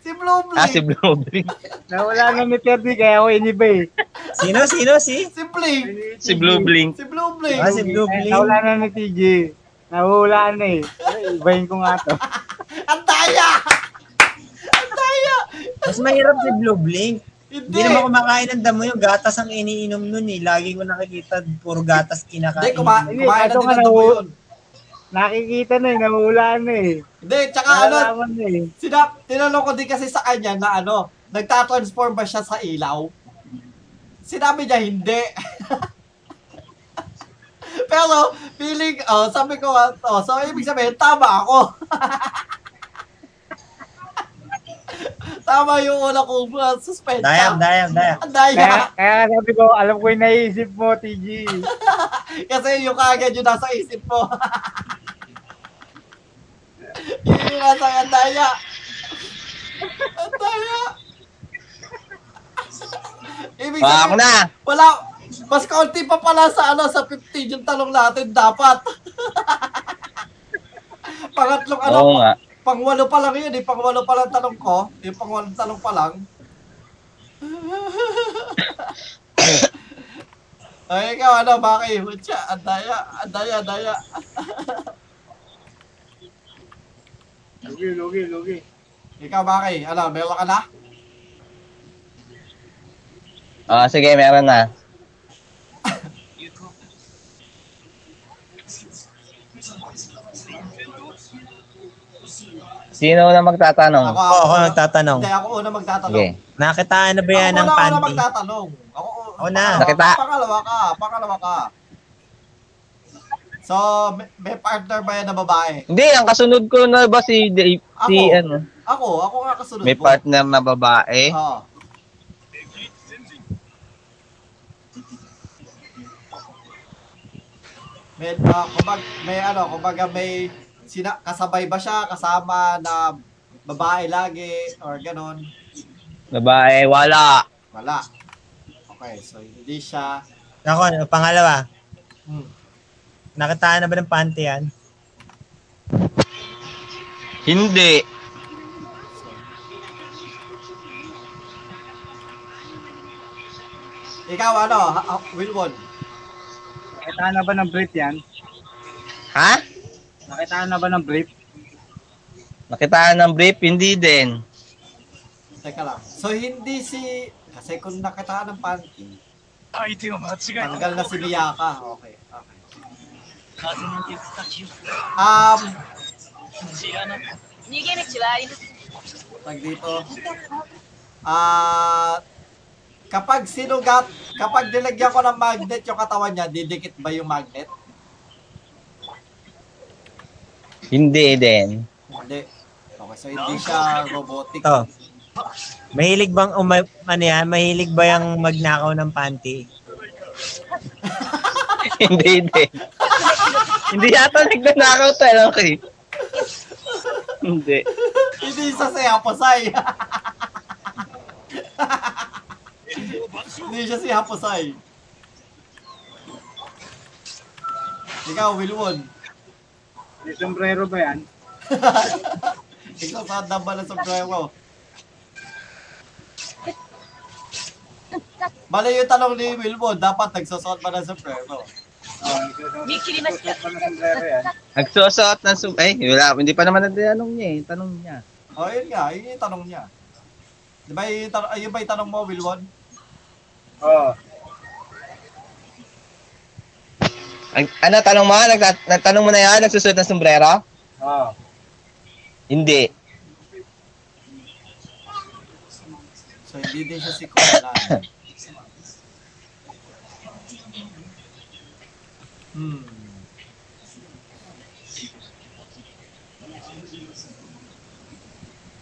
A: Si Blue Blink.
N: Ah, si Blue Blink.
D: Nawala na ni Perdi, kaya ako iniba eh.
E: Sino, sino, si?
A: Si Blink.
N: Si Blue Blink.
A: Si Blue Blink.
E: Ah, si Blue
D: Ay,
E: Bling.
D: nawala na ni TJ. Nahuhulaan na eh. Ibahin ko nga to.
A: Ang daya! Ang daya!
E: Mas mahirap si Blue Blink. Hindi
A: Hindi.
E: naman kumakain ng damo yung gatas ang iniinom nun eh. Lagi ko nakikita, puro gatas kinakain.
A: Hindi, kuma-
D: Hindi,
A: kumain na
D: kaso
A: din
D: nga
A: ang damo
D: nahu-
A: yun.
D: Nakikita na eh, nahuhulaan na eh.
A: Hindi, tsaka ano,
D: Nalalaman na eh.
A: Sinap, tinanong ko din kasi sa kanya na ano, nagtatransform ba siya sa ilaw? Sinabi niya hindi. <laughs> Pero feeling, oh, sabi ko, oh, so ibig sabihin, tama ako. <laughs> tama yung una kong uh, suspense.
E: Dayang, dayang, dayang.
A: Ang daya.
D: Kaya, kaya sabi ko, alam ko yung naisip mo, TG.
A: <laughs> Kasi yung kagad yung nasa isip <laughs> mo. yung nasa ang daya. Ang daya. <laughs> Ibig
N: Ah, ako
A: sabihin,
N: na.
A: wala, mas kaunti pa pala sa ano, sa 15 yung talong natin dapat. <laughs> Pangatlong ano,
N: Oo nga.
A: pangwalo pa lang yun eh, pangwalo pa lang tanong ko, yung pangwalo tanong pa lang. Ay, ikaw ano, Maki? Hutsa, andaya, andaya, andaya.
D: Lugi, lugi, lugi.
A: Ikaw, Maki, ano, meron ka na?
N: Ah, sige, meron na. Sino na magtatanong?
E: Ah. Oo, ako
A: una-
E: nagtatanong.
A: Ah, Hindi, ako una magtatanong.
N: Sige.
E: Nakitaan na ba yan
A: Ako
E: ng
A: na, ako na
E: panty?
A: magtatanong. Ako,
E: Ako na.
A: pangalawa-
N: Nakita.
A: Pangalawa ka, pangalawa ka. So, may, may partner ba yan na babae?
N: Hindi, ang kasunod ko na ba si Dave? Si
A: Ako.
N: ano?
A: Ako, ako nga kasunod
N: May
A: mo.
N: partner na babae.
A: Oo. May, uh, kumbaga, may ano, kumbaga may sina, kasabay ba siya, kasama na babae lagi, or ganon.
N: Babae, wala.
A: Wala. Okay, so hindi siya.
E: Ako, ano, pangalawa.
A: Hmm.
E: Nakitaan na ba ng panty yan?
N: Hindi.
A: Ikaw ano, ha- ha- Wilwon?
D: Nakita na ba ng brief yan?
N: Ha?
D: Nakita na ba ng brief?
N: Nakitaan ng brief? Hindi din.
A: Teka lang. So hindi si... ah, Kasi kung nakitaan ng panty, tanggal na si Miyaka. Okay, okay. Um, tag dito. Ah... kapag sinugat, kapag nilagyan ko ng magnet yung katawan niya, didikit ba yung magnet?
N: Hindi din. <laughs>
A: Hindi. Okay, so hindi siya robotic.
E: Ito. Mahilig bang uma, ano yan? Mahilig ba yung magnakaw ng panty?
N: Hindi din. <laughs> Hindi yata nagnanakaw tayo. Okay. Hindi.
A: Hindi isa saya Haposay. Hindi siya si Haposay. Ikaw, Wilwon.
D: May sombrero ba yan?
A: Ikaw sa daba ng sombrero. Bale yung tanong ni Wilwon, dapat nagsusot ba ng sombrero?
N: Nagsusuot ng sum... Ay, wala. Hindi pa naman nagtanong niya eh. Tanong niya.
A: O, oh, yun nga, yun yung tanong niya. Di ba yun, yung tanong- yun ba yung tanong mo, Wilwon?
D: Oo.
N: Ang, ano, tanong mo? Nagta- nagtanong mo na yan? Nagsusuot ng sombrero?
D: Oo.
N: Hindi.
A: So, hindi din siya si Kuya Lan. Hmm.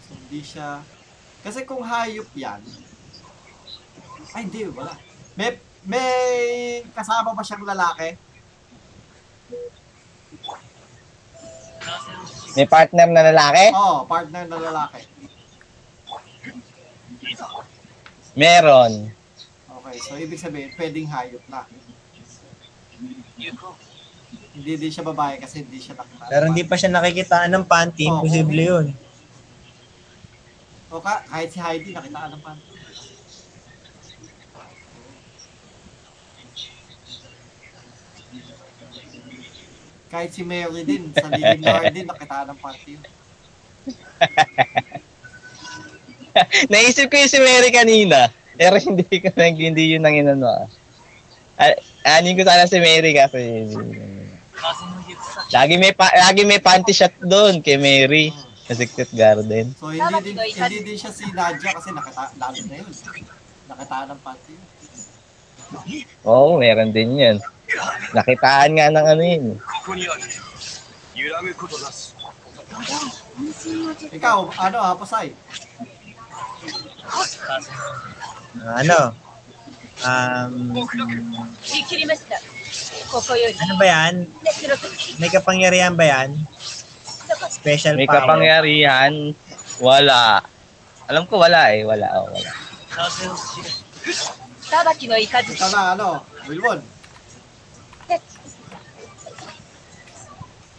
A: So, hindi siya... Kasi kung hayop yan... Ay, hindi. Wala. May, may kasama ba siyang lalaki?
N: May partner na lalaki?
A: Oo, oh, partner na lalaki.
N: Meron. <laughs>
A: Okay, so ibig sabihin, pwedeng hayop na. Hindi din siya babae kasi hindi siya nakita.
E: Pero hindi pa siya nakikitaan ng panty.
A: Oo.
E: Imposible yun.
A: O ka, kahit si Heidi, nakitaan ng panty. Kahit si Mary din, sa Living Garden, nakitaan ng panty yun.
N: Naisip ko yung si Mary kanina. Pero <laughs> hindi ko nag, hindi yun ang inano. Ah, Anin ko sana si Mary kasi Lagi may pa, lagi may panty shot doon kay Mary sa Secret Garden.
A: So hindi din, hindi din siya si Nadia kasi nakita, lalo na yun. Nakitaan ng panty yun.
N: Oo, meron din yun. Nakitaan nga ng ano yun.
A: Ikaw, ano ha, Pasay?
E: Ano? Um, ano ba yan? May kapangyarihan ba yan? Special
N: May
E: power.
N: kapangyarihan. Wala. Alam ko wala eh. Wala. Oh, wala.
A: Ikaw na, ano, Wilwon.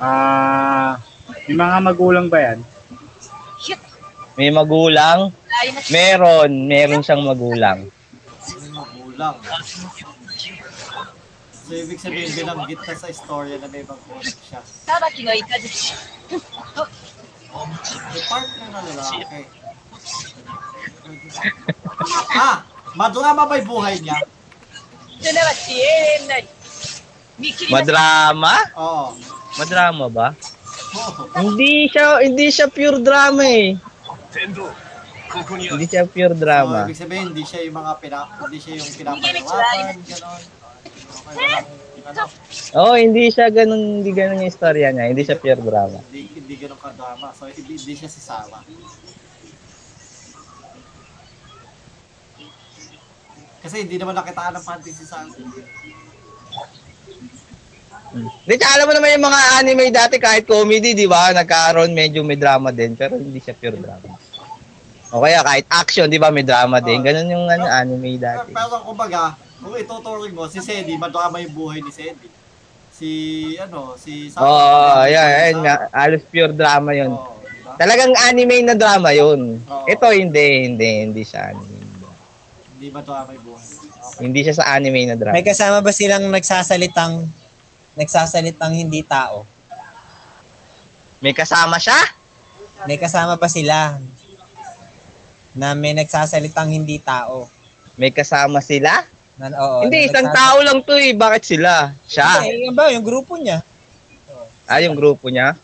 D: Ah, may mga magulang ba yan?
N: May magulang. Meron. Meron siyang magulang.
A: Yung magulang. So, ibig sabihin, binanggit na sa istorya na may mag-connect siya. May partner na lalaki. ah! Madrama ba yung buhay niya?
N: Madrama?
A: Oo.
N: Madrama ba?
A: Oo.
N: Hindi siya hindi siya pure drama eh. Hindi siya pure
A: So,
N: drama.
A: ibig sabihin, hindi siya yung mga pina, hindi siya yung pinapanawakan, gano'n. Okay, walang, ano,
N: Oo, oh, hindi siya ganun, hindi ganun yung istorya niya. Hindi siya pure drama.
A: hindi, hindi ganun ka-drama. So, hindi, hindi siya si Sawa. Kasi hindi naman nakitaan ng fantasy sa akin.
N: Di, tsaka alam mo naman yung mga anime dati kahit comedy, di ba? Nagkaroon medyo may drama din, pero hindi siya pure drama. O kaya kahit action, di ba? May drama din. Ganun yung ano, anime
A: Pero,
N: dati.
A: pero kumbaga, kung ituturing mo, si Sedi, madrama yung buhay ni Sedi. Si, ano, si
N: Oo, oh, yan, yan nga. Halos pure drama yun.
A: diba?
N: Talagang anime na drama yun. Ito hindi, hindi, hindi siya anime.
A: Hindi madrama yung buhay.
N: Hindi siya sa anime na drama.
E: May kasama ba silang nagsasalitang nagsasalitang hindi tao?
N: May kasama siya?
E: May kasama ba sila na may nagsasalitang hindi tao?
N: May kasama sila?
E: Na, oo,
N: hindi,
E: na
N: isang
E: nagsasa-
N: tao lang to eh. Bakit sila? Siya?
E: Hindi, yun ba, yung grupo niya.
N: Ah, yung grupo niya?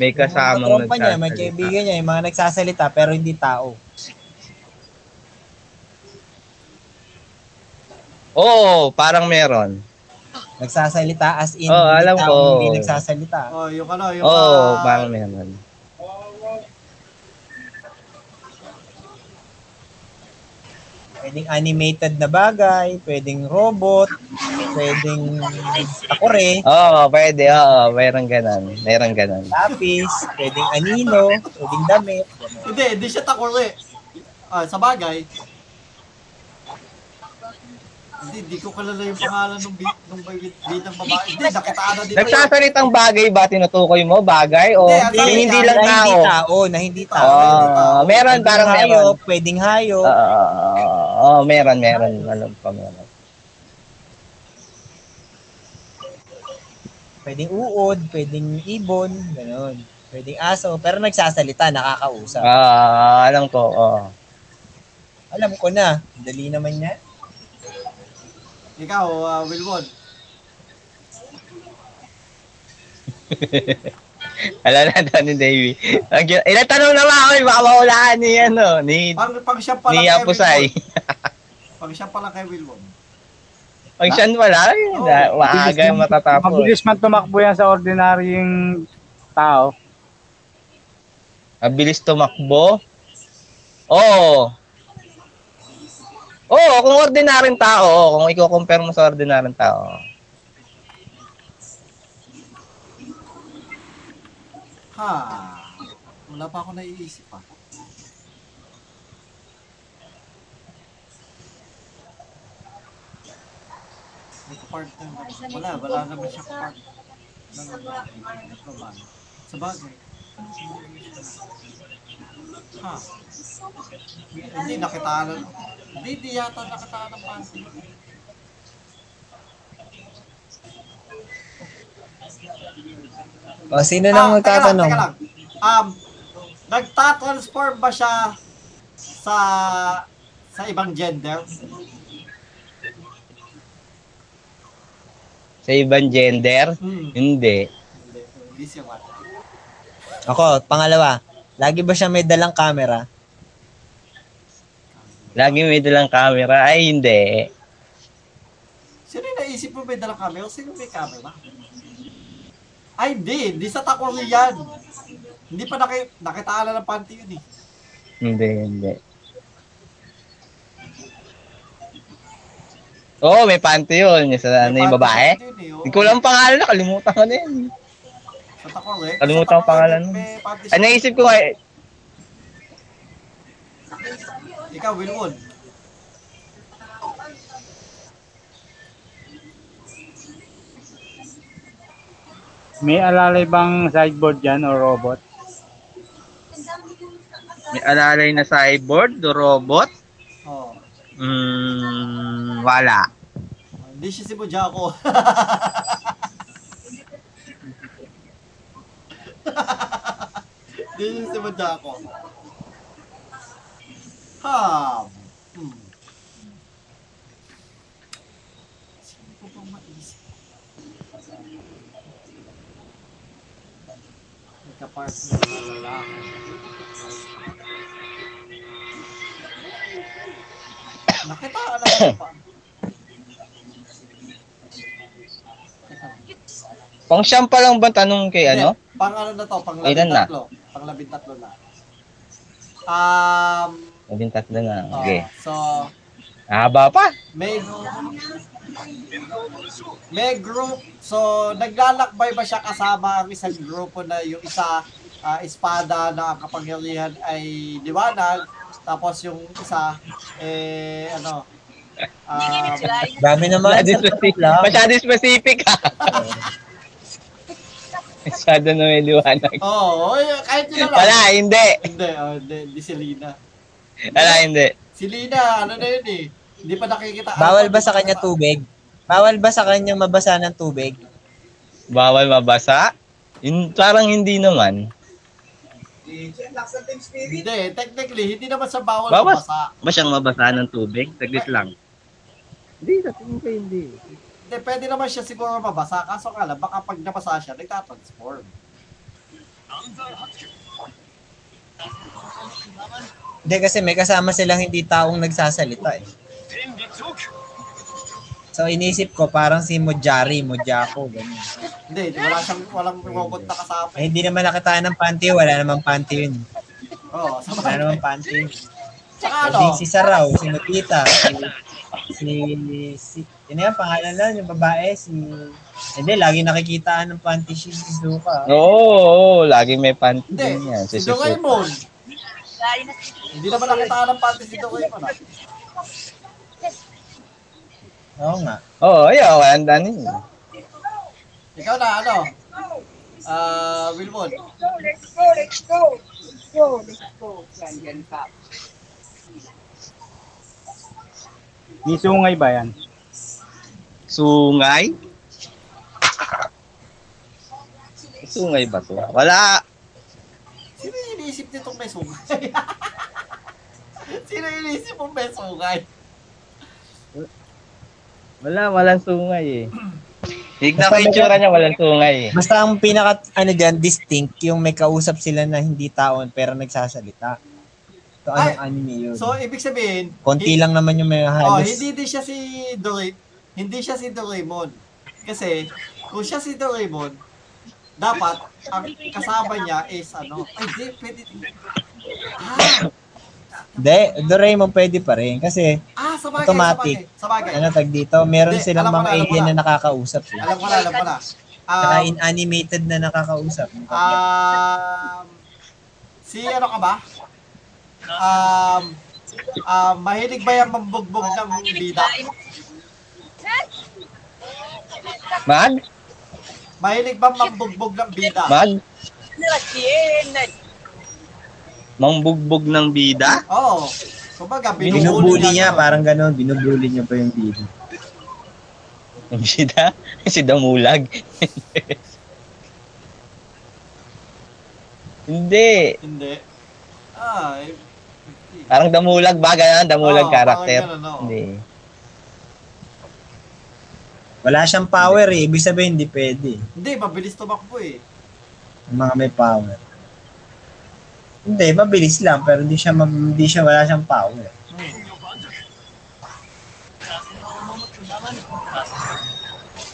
N: May
E: Kasama
N: kasama
E: tropa niya, may kaibigan niya, yung mga nagsasalita pero hindi tao.
N: Oo, parang meron.
E: Nagsasalita as
N: Oo,
E: in hindi
N: alam
E: tao,
N: ko.
E: hindi nagsasalita.
A: Oh, yung ano, yung
N: Oo, oh,
A: ah,
N: parang meron.
E: Pwedeng animated na bagay, pwedeng robot, pwedeng takore,
N: Oo, pwede. Oo, meron ganun. Meron ganun.
E: lapis, pwedeng anino, pwedeng damit.
A: Hindi, hindi siya takore. Ah, sa bagay. Hindi, hindi ko kilala yung pangalan ng beat, ng beat, beat ng babae. Hindi, nakitaan na dito.
N: Nagsasalitang bagay ba tinutukoy mo? Bagay? O
A: Hindi, ang
N: yung
A: tawag
N: hindi
A: niya,
N: lang
E: na
N: tao?
E: hindi tao, na hindi tao.
N: Oo, meron.
E: Pwedeng
N: Parang meron.
E: hayop, pwedeng hayop.
N: Oo, oh, meron, meron. Alam ko, meron.
E: Pwedeng uod, pwedeng ibon, gano'n. Pwedeng aso, pero nagsasalita, nakakausap.
N: Ah, alam ko, oo.
E: Alam ko na, dali naman niya.
A: Ikaw, ah, Wilwon.
N: Alam na daw ni Davey. Ang gina- Ilan tanong na ba ako? eh, Baka mahulaan ni, ano, ni,
A: Pang, pang siya pala
N: ni
A: kay
N: Apusay. <laughs>
A: Wilwon. Pang siya pala kay Wilwon.
N: Pag siya wala, eh, na- maaga yung matatapos.
D: Mabilis man tumakbo yan sa ordinaryong tao.
N: Mabilis tumakbo. Oo. Oo, kung ordinaryong tao, oo, kung i-compare mo sa ordinaryong tao.
A: Ha? Wala pa ako naiisip ah. pa. May kapartner ba? Wala, wala naman siya kapart. Sa bagay. Ha? Hindi, nakitaan na- Hindi, hindi yata nakitaan ng Ah, pansin.
E: O, sino
A: Ah, teka lang,
E: nang magtatanong?
A: teka lang. Um, nagtatransform ba siya sa sa ibang gender?
N: Sa ibang gender,
A: Hmm.
N: hindi.
A: Hindi, hindi siya what?
E: Ako, pangalawa. Lagi ba siya may dalang camera?
N: Lagi may dalang camera, ay hindi.
A: Sino yung naisip mo may dalang camera? Sino may camera? Ay, hindi. Hindi sa takori yan. Hindi pa naki, nakitaala ng panty yun eh.
N: Hindi, hindi. Oo, oh, may panty yun. Yung sa ano
A: May panty
N: yung babae?
A: shot yun eh, oo.
N: Hindi ko lang pangalan, nakalimutan ko na yun.
A: Sa takori.
N: Nakalimutan ko pangalan.
A: May panty
N: Ano
A: shot.
N: naisip ko nga, eh,
A: Ikaw, Wilwon.
D: May alalay bang sideboard yan o robot?
N: may alalay na cyborg, do robot?
A: Oh,
N: Mm, wala.
A: hindi siya si Bujako. Hindi siya si Bujako. Ha. Hmm. Sino ko bang maisip? Nagka-partner na lalaki. Nakita ka na ako pa.
N: Pang siyam pa lang ba tanong kay ano?
A: Hindi, Pang ano na to, pang
N: Ilan
A: labing
N: na?
A: tatlo. Pang labing tatlo na. Um,
N: Labing tatlo na.
A: oh,
N: Okay.
A: so,
N: Haba pa.
A: May May group. So, naglalakbay ba siya kasama ang isang grupo na yung isa ah, espada na ang kapangyarihan ay liwanag, tapos yung isa eh ano ah,
E: Dami naman.
N: Masyado
E: sakto
N: specific,
E: lang.
N: masyado specific ha. masyado na may liwanag.
A: Oo, oh, kahit yun na lang.
N: Wala, hindi.
A: Hindi, oh, hindi, hindi si Lina.
N: Wala, hindi.
A: Si Lina, ano na yun eh. Hindi pa nakikita.
E: Bawal
A: ano,
E: ba sa kanya tubig? Bawal ba sa kanya mabasa ng tubig?
N: Bawal mabasa. Yun, parang hindi naman.
A: Hindi, technically, hindi naman sa bawal
N: Bawal.
A: mabasa.
N: Ba siyang mabasa ng tubig? Saglit lang.
D: Hindi, sa tingin ko hindi.
A: Hindi, pwede naman siya siguro mabasa. Kaso nga lang, baka pag nabasa siya, nagtatransform.
E: Hindi kasi may kasama silang hindi taong nagsasalita eh. So inisip ko parang si Mojari, Mojako, ganyan.
A: Hindi, wala siyang, walang robot na kasama.
E: Eh, hindi naman nakitaan ng panty, wala namang panty yun.
A: <laughs> Oo, sa
E: Wala namang panty.
A: Tsaka ano,
E: Kasi si Saraw, si Matita, si, si, si, yun yan, pangalan lang, yung babae, si, hindi, lagi nakikitaan ng panty si Suzuka.
N: Oo, oo, laging may panty
A: hindi,
N: din yan.
A: si
N: Si Shizuka.
A: Doraemon. Hindi naman nakita ng panty si Doraemon. ah.
E: Oo nga.
N: Oo, oh, ayaw, ang dami.
A: Ikaw na, ano? Ah, Wilbon.
D: May sungay ba yan?
N: Sungay? Sungay ba to? Wala.
A: Sino yung iniisip nitong may sungay? <laughs> Sino yung iniisip mong may sungay?
N: Wala, walang sungay eh. Tignan ko yung tsura niya, walang sungay eh.
E: Basta ang pinaka, ano dyan, distinct, yung may kausap sila na hindi taon pero nagsasalita. So, anong anime yun?
A: So, ibig sabihin,
E: Konti lang naman yung may
A: Oh,
E: halos.
A: hindi din siya si Dore, hindi siya si Doraemon. Kasi kung siya si Doraemon, dapat ang kasama niya is ano, ay di, pwede Ah,
E: Hindi, Doraemon pwede pa rin. Kasi,
A: ah sabagay,
E: Automatic.
A: sabagay, sabagay.
E: ano tag dito, meron
A: Hindi,
E: silang
A: alam ko
E: mga
A: na, alam ko
E: alien
A: na.
E: na nakakausap. Eh.
A: Alam ko na, alam ko na.
E: Saka
A: Um,
E: in animated na nakakausap.
A: Ah, um, si ano ka ba? Um, um, mahilig ba yung mambugbog ng bida?
N: Mag?
A: Mahilig ba mambugbog ng bida?
N: Mag? Mangbugbog ng bida?
A: Oo. Oh, kumbaga,
E: Binubuli niya,
A: para
E: parang gano'n. Binubuli niya pa yung bida.
N: Yung bida? <laughs> si Damulag. <laughs> Hindi.
A: Hindi. Ah, eh,
N: Parang Damulag ba? Ganun, Damulag
A: Oo,
N: character.
A: ah, parang ganun, oo.
N: Hindi.
E: Wala siyang power eh. Ibig sabihin, hindi pwede.
A: hindi, mabilis tumakbo eh.
E: Yung mga may power. Hindi, mabilis lang. Pero hindi siya, ma- hindi siya, wala siyang power.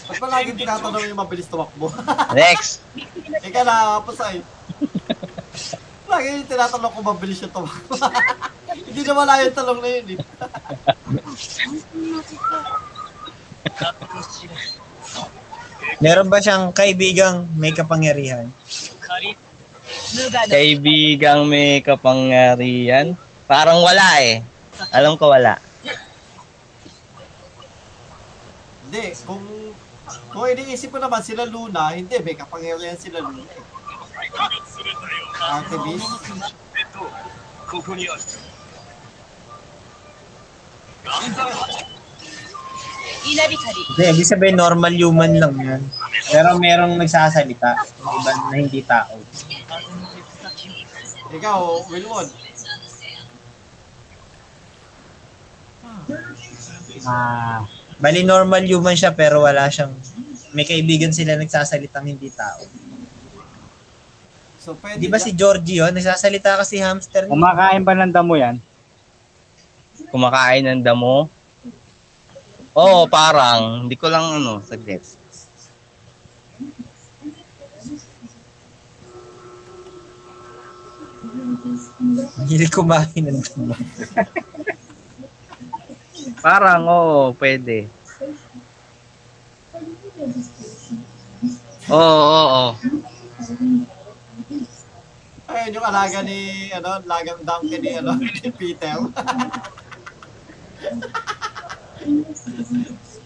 A: Ba't ba laging tinatanong yung mabilis tumakbo? <laughs>
N: Next.
A: Ikaw na, kapasay. Lagi yung tinatanong kung mabilis yung tumakbo. <laughs> Hindi na wala yung talong na yun eh.
E: Meron ba siyang kaibigang may kapangyarihan?
N: Kaibigang may kapangyarihan. Parang wala eh. Alam ko wala.
A: Hindi, kung... Kung iniisip ko naman sila Luna, hindi, may kapangyarihan sila Luna. eh. Artemis?
E: Hindi, ibig sabihin, normal human lang yan. Pero merong nagsasalita. Yung iba na hindi tao.
A: Ikaw, Wilwon.
D: Ah,
E: Bali, normal human siya pero wala siyang... May kaibigan sila nagsasalitang hindi tao.
A: So, pwede
E: Di ba si Georgie yun? Nagsasalita kasi hamster niya.
D: kumakain ba ng damo yan?
N: Kumakain ng damo. Oo, parang. Hindi ko lang ano, saglit.
E: Hindi kumain ng damo.
N: Parang, oo, pwede. Oo, oo, oo.
A: Ayun yung alaga ni, ano, lagang donkey ni, ano, <laughs> ni Peter.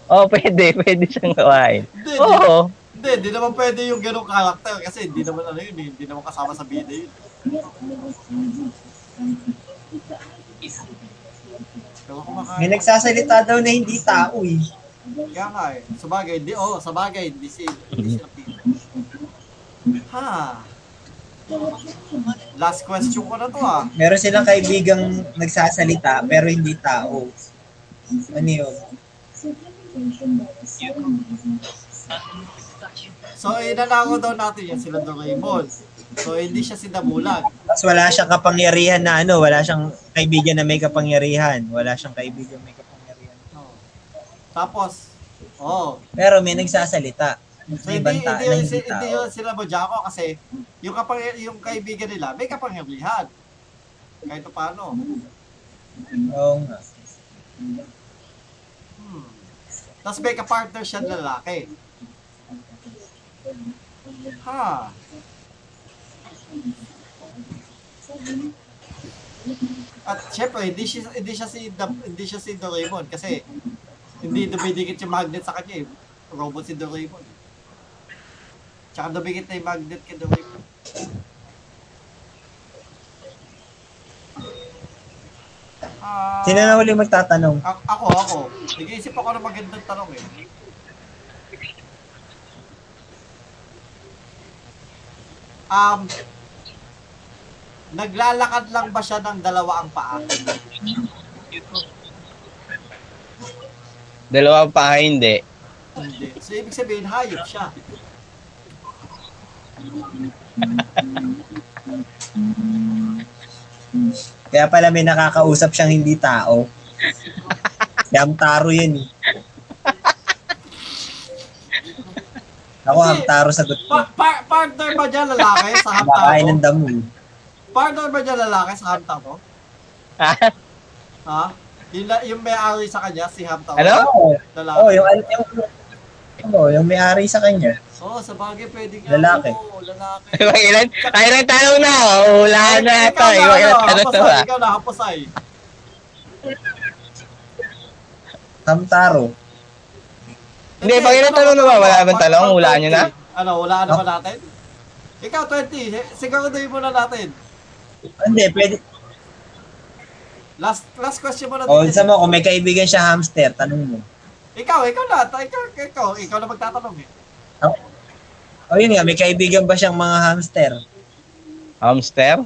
N: Oo, pwede, pwede siyang gawain.
A: Hindi, di-
N: Oo.
A: Hindi, hindi naman pwede yung ganong karakter kasi hindi naman ano yun, eh, hindi naman kasama sa bida yun. Pero kumakain.
E: May nagsasalita daw na hindi tao eh.
A: Kaya nga eh. Sabagay, hindi, oh, sabagay, hindi si, hindi sila Peter. Ha? Last question ko na to ah.
E: Meron silang kaibigang nagsasalita pero hindi tao. Ano yun?
A: So, inanako daw natin yan sila Doraemon. So, hindi siya sinabulag.
E: Tapos wala siyang kapangyarihan na ano, wala siyang kaibigan na may kapangyarihan. Wala siyang kaibigan may kapangyarihan.
A: Tapos, oh,
E: Pero may nagsasalita.
A: so
E: May
A: hindi,
E: banta
A: hindi,
E: na
A: yun,
E: hindi
A: si- hindi
E: tao.
A: yun sila Mojako kasi yung, kapang, yung kaibigan nila, may kapangyarihan. Kahit pa paano.
E: Oo nga.
A: Hmm. Tapos may kapartner siya na lalaki. Ha? At syempre, hindi siya, hindi siya si Dam- hindi siya si Doraemon kasi hindi dumidikit yung magnet sa kanya eh. Robot si Doraemon. Tsaka dumikit na yung magnet kay Doraemon. Ah.
E: Sino na uli magtatanong?
A: A- ako, ako. Nag-iisip ako ng magandang tanong eh. Um, naglalakad lang ba siya ng dalawa ang paa?
N: Dalawang paa hindi. <laughs>
A: Hindi. So, ibig sabihin, hayop siya.
E: Kaya pala may nakakausap siyang hindi
A: <laughs>
E: tao. Hamtaro yun eh. Ako
A: Hindi.
E: hamtaro sagot ko.
A: Pa- pa- partner ba niya lalaki sa
E: Bakain ng
A: hamtaro?
E: damo.
A: Partner ba niya lalaki sa hamtaro? Ha? Yung, la- yung may-ari sa kanya, si hamtaro?
N: Ano?
E: Oo,
A: Lalaki.
E: oh, yung, al- yung, ano, yung may-ari sa kanya.
A: Oo, sa bagay pwede nga.
E: Lalaki.
A: Oo, lalaki.
N: Huwag ilan, ay ilang tanong na, oh. wala na ito.
A: Ikaw
N: Huwag
A: ano, hapasay,
N: ilan tanong na ba?
A: Ikaw na, hapasay.
E: Hamtaro.
N: Hindi, pag ilang tanong na ba? Wala bang tanong? Hulaan nyo na?
A: Ano, hulaan na ba natin? Ikaw, 20. Siguraduhin muna natin.
E: Hindi, pwede.
A: Last last question muna
E: O,
A: natin.
E: sa Oh, mo, kung may kaibigan siya hamster, tanong mo.
A: Ikaw, ikaw na. ta- Ikaw, ikaw, ikaw na magtatanong eh.
E: O Ah. Oh, yun nga, may kaibigan ba siyang mga hamster?
N: Hamster?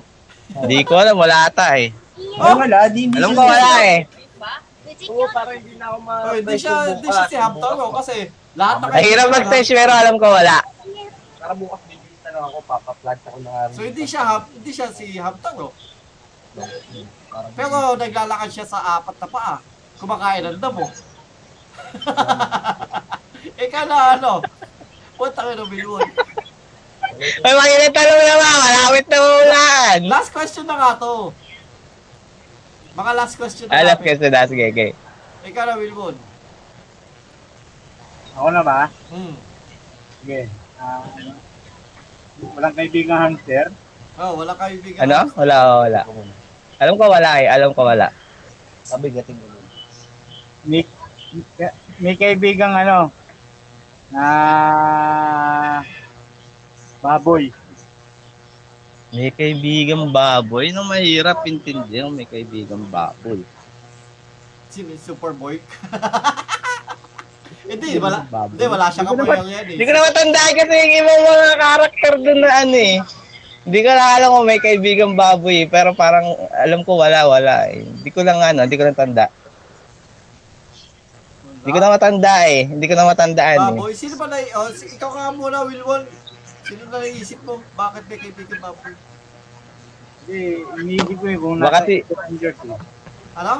N: Hindi ko alam, wala ata eh.
E: Oh, wala, di hindi
N: Alam
E: siya-
N: ko wala eh.
G: Oo, parang hindi na ako ma-
A: Oh, hindi siya, hindi siya si Hamtaro kasi lahat na
N: Mahirap mag-test pero alam ko wala.
G: Para bukas bibigyan na ako, papa-flat ako ng araw.
A: So hindi siya ham, hindi siya si Hamtaro. Pero naglalakad siya sa apat na paa. Kumakain ng damo. <laughs> Ikaw na ano? Punta ka na biluan.
N: May mga ilan tanong na ba? Malawit na ulan.
A: Last question na nga to. Mga last question na
N: Alam
A: natin.
N: ko na, sige, okay.
A: Ikaw na, Wilbon.
G: Ako na ba?
A: Hmm.
G: Sige. Ah, walang kaibigan hamster.
A: Oh, wala kaibigan.
N: Ano? Wala, wala. Alam ko wala eh, alam ko wala.
G: May, may kaibigang ano,
D: Ah,
G: na baboy.
N: May kaibigang baboy. No, mahirap intindihan kung may kaibigang baboy.
A: Sino? Superboy? <laughs> Hindi, wala.
N: Baboy.
A: Hindi, wala siyang
N: Hindi ko
A: kapoyang yan
N: Hindi
A: eh.
N: ko na matandaan kasi yung ibang mga karakter doon na ano eh. Hindi ko na alam kung may kaibigang baboy eh, pero parang alam ko wala, wala eh. Hindi ko lang ano, hindi ko lang tanda. Hindi ko na matanda eh. Hindi ko na matandaan eh.
A: Baboy, sino ba na, oh, si- ikaw ka nga muna, Wilbon. Sino na naisip mo? Bakit may kaibigan baboy?
G: Hindi, iniisip ko eh kung nasa
N: Baka si-
G: Rangers eh.
A: Ano?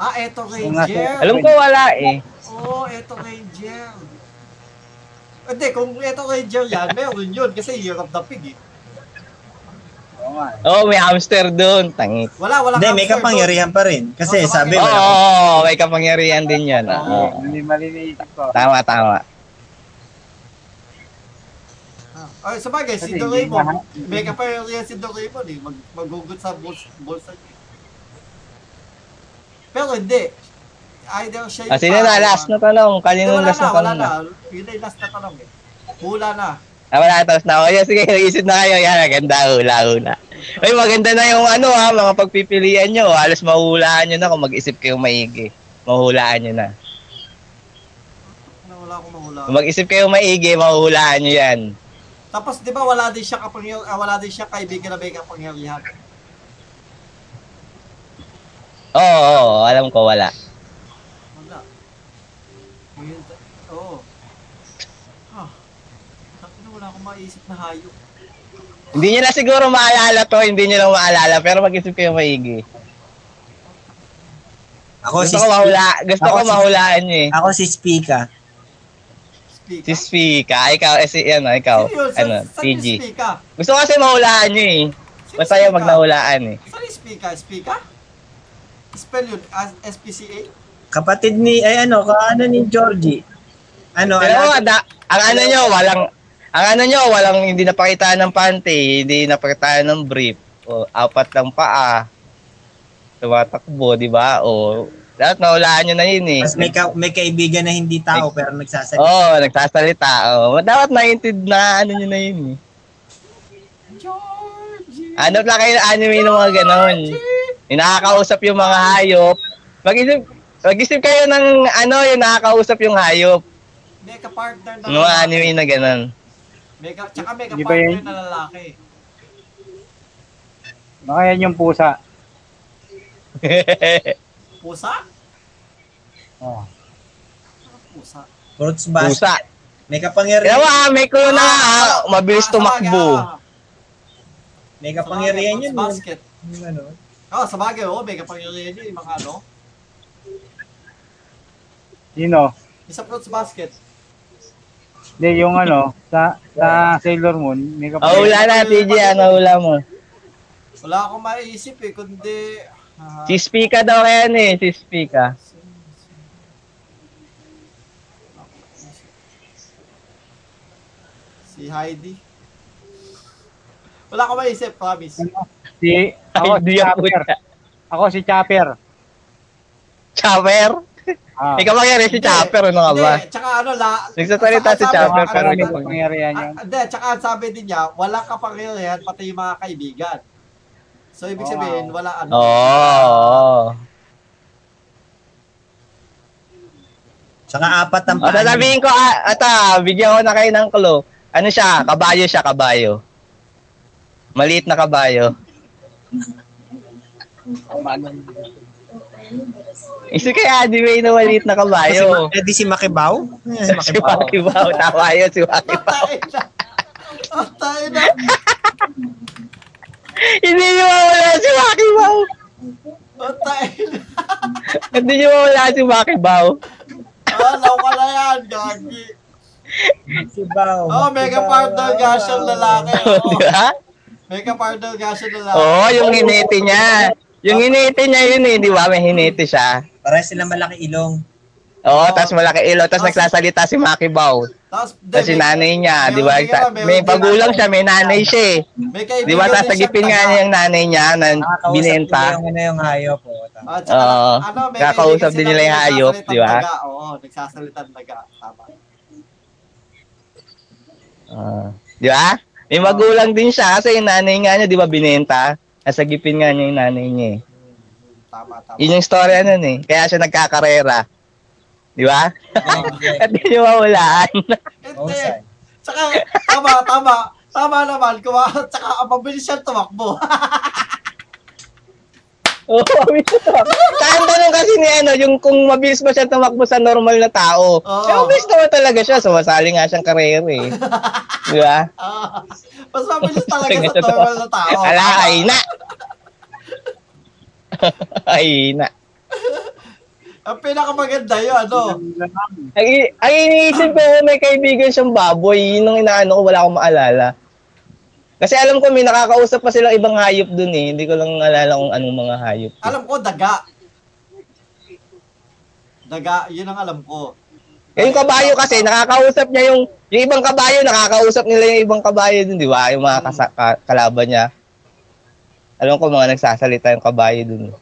A: Ah, eto
G: nga, sir.
A: Ranger.
N: eh. Alam ko wala eh.
A: Oo, oh, eto Ranger. Hindi, kung eto Ranger yan, meron yun. Kasi Year of the Pig eh.
N: Oo, oh, may hamster doon. Tangit.
A: Wala, wala.
E: Hindi, may kapangyarihan pa rin. Kasi sabi
N: Oo,
E: wala.
N: oh, may kapangyarihan din yan. Oo.
D: Mali, mali na isip ko.
N: Tama, tama.
A: Ah. Ay, sabagay, si
D: Kasi
A: Doraemon.
D: hindi na-
A: May kapangyarihan si Doraemon eh. Mag magugot sa bols bolsa niya. Pero hindi. Either siya
N: Ah, sino na? Last na tanong. Kanino
A: wala
N: last
A: na,
N: na
A: wala
N: tanong
A: na.
N: na?
A: Yun na yung last na tanong eh. Hula na.
N: Ah, wala, tapos na ako. Yeah, sige, nag-isip na kayo. Yan, maganda, hula, hula. Ay, maganda na yung ano ha, mga pagpipilian nyo. Halos mahulaan nyo na kung mag-isip kayong maigi. Mahulaan nyo na.
A: Ano, Wala akong mahula.
N: Kung mag-isip kayong maigi, mahulaan nyo yan.
A: Tapos 'di ba wala din siya kapangyarihan, ah, wala din siya kaibigan na may kapangyarihan.
N: Oo, oo, alam ko, wala.
A: Wala. Yun, ta- oo. Ah. Takina wala akong maiisip na hayop.
N: Hindi nyo na siguro maalala to, hindi nyo lang maalala, pero mag-isip kayong maigi.
E: Ako
N: gusto
E: si
N: ko
E: Spi-
N: mahula, gusto
E: ako
N: ko
E: si-
N: mahulaan nyo eh.
E: Ako si Spika.
A: Speak.
N: Si Spika, ikaw, eh, si, ano, ikaw,
A: Seryoso,
N: ano,
A: saan yung
N: PG.
A: speak ah?
N: Gusto ko kasi mahulaan nyo eh.
A: Sino
N: Masaya
A: speak, ah?
N: magnahulaan eh.
A: Saan yung speak ah? Speak ah? Spell yun, as SPCA?
E: Kapatid ni, ay ano, kaano ni Georgie. Ano,
N: Pero
E: ano,
N: ano, da, ang ano nyo, walang, ang ano nyo, walang hindi napakita ng panty, hindi napakita ng brief. O, apat lang paa. Tumatakbo, di ba? O, lahat nahulaan nyo na yun eh.
E: mas may, ka, may kaibigan na hindi tao pero nagsasalita.
N: Oo, oh, nagsasalita. Oh. Dapat naintid na ano nyo na yun eh.
A: Georgie!
N: Ano lang kayo ng anime ng mga ganon. Yung nakakausap yung mga hayop. Mag-isip, mag-isip kayo ng ano, yung nakakausap yung hayop.
A: May kapartner na
N: Yung mga anime na ganon. <laughs>
A: May ka, tsaka may
D: Di ba yun?
A: kapartner na lalaki.
D: Baka yan yung pusa.
A: Pusa?
D: Oh.
A: Pusa.
E: Fruits basket.
N: Pusa.
E: May kapangyarihan.
N: Kaya may ko na, ah,
A: Ah,
N: mabilis
A: ah, sabagay,
N: tumakbo.
A: ah.
E: May kapangyarihan
A: Sabagay,
E: yun.
A: fruits Basket.
E: Yung Ano,
A: Oo, sa bagay, oo, may kapangyarihan yun, yung mga ano.
D: Sino?
A: Yung sa fruits basket.
D: Hindi, yung ano, sa sa Sailor Moon, may
N: Ah,
D: kapatid.
N: hula na, TJ, ano hula mo?
A: Wala akong maiisip eh, kundi... ah,
N: Si Spika daw yan eh, si Spika.
A: Si Heidi. Wala akong maiisip, promise.
D: Si, ako si
N: Idea po
D: Chopper.
N: siya.
D: Ako si Chopper.
N: Chopper?
D: Ah.
N: Ikaw ba yan eh, si Chopper, ano ka ba?
A: Hindi, tsaka ano la...
N: Nagsasalita
A: tsaka
N: si
A: sabi-
N: Chopper,
A: ano,
N: pero
A: ano,
N: hindi
D: Ano pangyarihan
A: ah,
D: yan?
A: Hindi, tsaka sabi din niya, wala kapangyarihan pati yung mga kaibigan. So, ibig
D: Oo.
A: sabihin, wala ano.
N: Oo. Oh.
E: Tsaka apat ang
N: O, sasabihin ko, ah, ata, bigyan ko na kayo ng clue. Ano siya? Kabayo siya, kabayo. Maliit na kabayo. Isa kaya, di ba, na maliit na
E: Kasi ma-
N: kabayo?
E: eh, di si Makibaw? Eh,
N: <laughs> Si
E: Si Makibaw.
N: Wakibaw, tama yun, si
A: <laughs>
N: Wakibaw.
A: Patay na. Patay na.
N: Hindi niyo mawala si Wakibaw.
A: Patay na.
N: Hindi niyo mawala si Wakibaw.
A: Alaw ka na yan, Gagi.
E: <laughs> Makibaw.
A: Oh, mega partner gasol lalaki.
N: <laughs>
A: Oh,
N: di ba?
A: mega partner gasol lalaki.
N: Oo, Oh, yung hinete niya. Yung hinete niya yun eh, di ba? May hinete siya.
E: Pareho sila malaki ilong.
N: Oo,
A: Oo.
N: tapas malaki ilo, tapos nagsasalita si Makibaw.
A: Tapos,
N: Tapos si nanay niya,
A: meron
N: di ba?
A: din yan, meron
N: May
A: din
N: pagulang siya, may nanay siya eh.
A: May
N: Di ba?
A: kaibigan
N: Tapos
A: din siyang
N: nagipin nga
A: taga.
N: niya yung nanay niya na
E: Nakakausap nila
N: binenta.
E: Ah, Yung, ano, yung hayop. Oh, tama.
A: Ah, tsaka,
N: Oo.
A: ano, may kaibigan
N: Kakausap din
A: silang
N: nila yung hayop, di ba?
A: nagsasalitang taga. Oo, nagsasalitan taga. Tama.
N: Ah, di ba? May magulang din siya kasi yung nanay nga niya, di ba, binenta. Nasagipin nga niya yung nanay niya eh.
A: Tama, tama.
N: Yun yung story ano eh. Kaya siya nagkakarera. Di ba?
A: Oo.
N: At yun yung mawalaan. <laughs>
A: Hindi.
E: Husay.
A: Tsaka, tama, tama. Tama naman. Kuma, tsaka, ang mabilis siya tumakbo.
N: Oo, mabilis na tumakbo. Saan tanong kasi ni ano, yung kung mabilis ba siya tumakbo sa normal na tao.
A: Oo.
N: Eh, mabilis naman talaga siya. Sumasali nga siyang karera eh. Di ba?
A: Ah, mas mabilis talaga
N: Sige,
A: sa normal na tao.
N: Ala, ay na. <laughs> ay na.
A: Ang pinakamaganda yun, ano?
N: Ay, ay iniisip ko kung may kaibigan siyang baboy. Yun ang inaano ko, wala akong maalala. Kasi alam ko may nakakausap pa silang ibang hayop dun eh. Hindi ko lang alala kung anong mga hayop.
A: Alam ko, daga. Daga, yun ang alam ko.
N: Eh, Yung kabayo kasi, nakakausap niya yung, yung ibang kabayo, nakakausap nila yung ibang kabayo dun, di ba? Yung mga kasa- ka- kalaban niya. Alam ko mga nagsasalita yung kabayo dun. eh.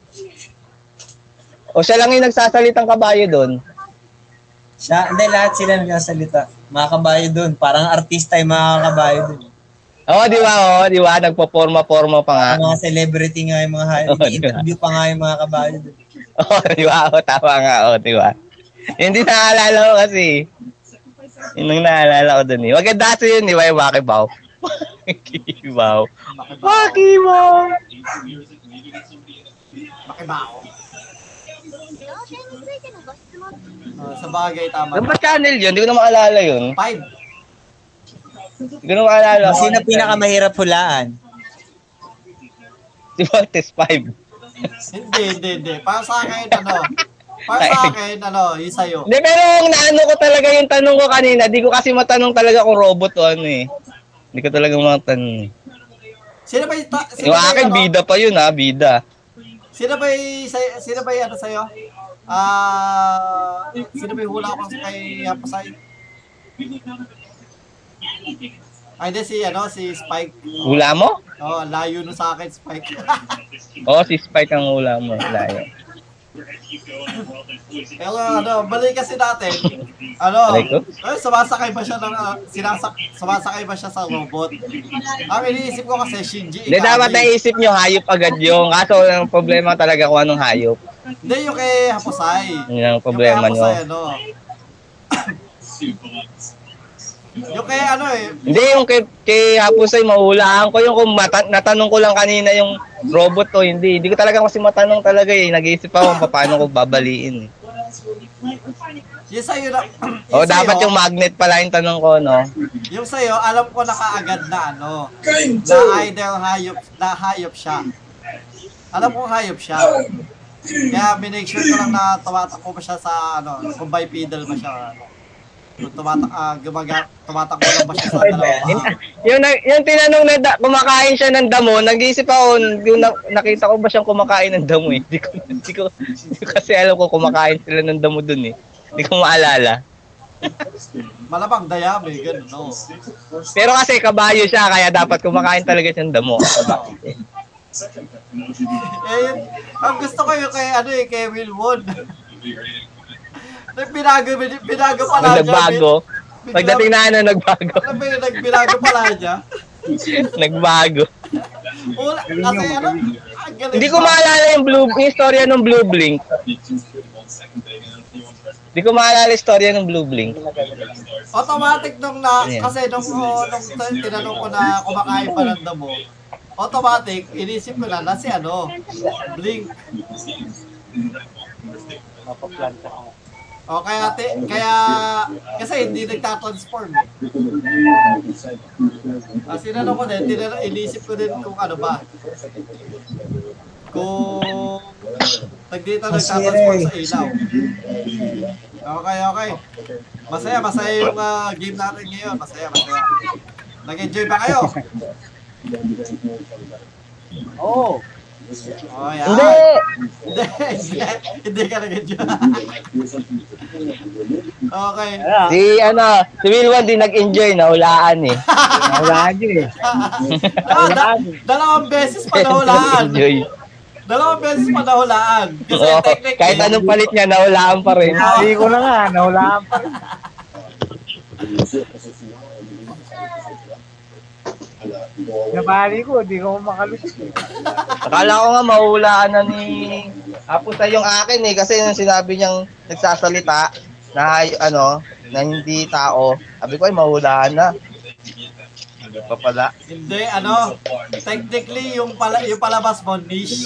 N: O siya lang yung nagsasalitang kabayo dun.
E: Siya, hindi lahat sila nagsasalita. Mga kabayo dun. Parang artista yung mga kabayo dun.
N: Oo, di ba? Oo, di ba? Nagpo-forma-forma pa nga.
E: Mga celebrity nga yung mga
N: <laughs>
E: hayop.
N: Oo, di ba?
E: Interview pa nga yung mga kabayo dun.
N: <laughs> Oo, di ba? Oo, tama nga. Oo, di ba? Hindi naaalala ko kasi. Yun ang naaalala ko dun eh. Maganda kasi yun, di ba? Yung Wakibaw. <laughs> Wakibaw. Wakibaw!
A: Makibao. Ah, sa bagay, tama.
N: Ano ba channel yun? Hindi ko na maalala yun.
A: Five.
N: Hindi ko na maalala.
E: Sino pinakamahirap hulaan?
N: Si Voltes 5.
A: Hindi, hindi, hindi. Para sa akin, ano, para sa akin, ano, yung sa'yo.
N: Hindi, pero ang naano ko talaga yung tanong ko kanina, di ko kasi matanong talaga kung robot o ano eh. Hindi ko talaga matanong eh.
A: Sino ba yung, ta- sino
N: Yung
A: ba yung,
N: akin,
A: ano,
N: bida pa yun ha, bida.
A: sino ba yung, sa'yo- sino ba yung, ano, sa'yo? Ah, sino ba yung hula ko kay Hapasay? Ay, hindi, si, ano, si Spike.
N: Hula mo?
A: Oh, layo nun sa akin, Spike. <laughs>
N: Oo, si Spike ang hula mo. Layo.
A: Pero ano, balik kasi natin. Ano,
N: Aray ko?
A: eh, sumasakay ba siya ng, ah, sinasak, sumasakay ba siya sa robot? Ang iniisip ko kasi, Shinji
N: Hindi, dapat naisip nyo, hayop agad yung. Kaso, ang problema talaga kung anong hayop.
A: Hindi, yung kay Haposay.
N: Yun ang problema
A: yung kay Haposay,
N: nyo.
A: ano. yung kay ano eh,
N: Hindi, yung kay, kay Hapusay, mahulaan ko yung kung mata- natanong ko lang kanina yung robot to, hindi. Hindi ko talaga kasi matanong talaga eh. Nag-iisip ako kung paano ko babaliin eh.
A: yung sa'yo na, <coughs> sa'yo,
N: O, Oh, dapat yung magnet pala yung tanong ko, no?
A: yung sa'yo, alam ko na kaagad na ano, na either hayop, na hayop siya. Alam ko hayop siya. Kaya minake sure ko lang na tumatakbo pa siya sa ano, kung bipedal ba siya. or Ano. Kung tumata, ah, gumaga, tumatakbo lang ba siya sa dalawa. paa.
N: Yung, na- yung tinanong na da- kumakain siya ng damo, nag-iisip ako, yung na- nakita ko ba siyang kumakain ng damo eh. Hindi ko, hindi ko, hindi ko kasi alam ko kumakain sila ng damo dun eh. Hindi ko maalala.
A: Malamang dayami, ganun, no?
N: Pero kasi kabayo siya, kaya dapat kumakain talaga siya ng damo.
A: Eh, yun, ang gusto ko yung kay, ano eh, kay Will Won. Nagpinago, pinago pala niya.
N: Nung nagbago, pagdating na ano,
A: <laughs>
N: nagbago.
A: Alam mo yun, nagpinago pala niya.
N: nagbago.
A: Una, kasi ano, ang galing
N: Hindi ko
A: pa.
N: maalala yung blue, yung istorya ng Blue Blink. Hindi ko maalala yung istorya ng Blue Blink.
A: Automatic nung na,
N: Ayan.
A: kasi nung, oh, nung tin- tinanong ko na kumakain pa ng damo, automatic, inisip ko na na si ano, Blink. O kaya, ti- kaya, kasi hindi nagtatransform eh. Tapos Ah, tinanong ko din, tinanong, inisip ko din kung ano ba. Kung nagdito nagtatransform sa ilaw. Okay, okay. Masaya, masaya yung ah, game natin ngayon. Masaya, masaya. Nag-enjoy ba kayo?
D: Oo.
A: Oh, yan.
N: Hindi!
A: Hindi, hindi, hindi ka nag-enjoy. okay. Ah,
D: Wala.
N: Si ano, si Wilwan din nag-enjoy na hulaan eh.
D: Wala yun eh.
A: Ah, da- dalawang beses pa nahulaan.
N: Nag-enjoy.
A: Dalawang beses pa nahulaan. Kasi
N: Oo.
A: technically,
N: kahit anong palit niya, nahulaan pa rin.
D: Hindi ko na nga, nahulaan pa. Nabali ko, hindi ko makalusot.
N: Akala ko nga mahulaan na ni Apusa yung akin eh kasi yung sinabi niyang nagsasalita na hay- ano, na hindi tao. Sabi ko ay mahulaan na. Ano pa pala?
A: Hindi, ano, technically yung pala yung palabas mo niche.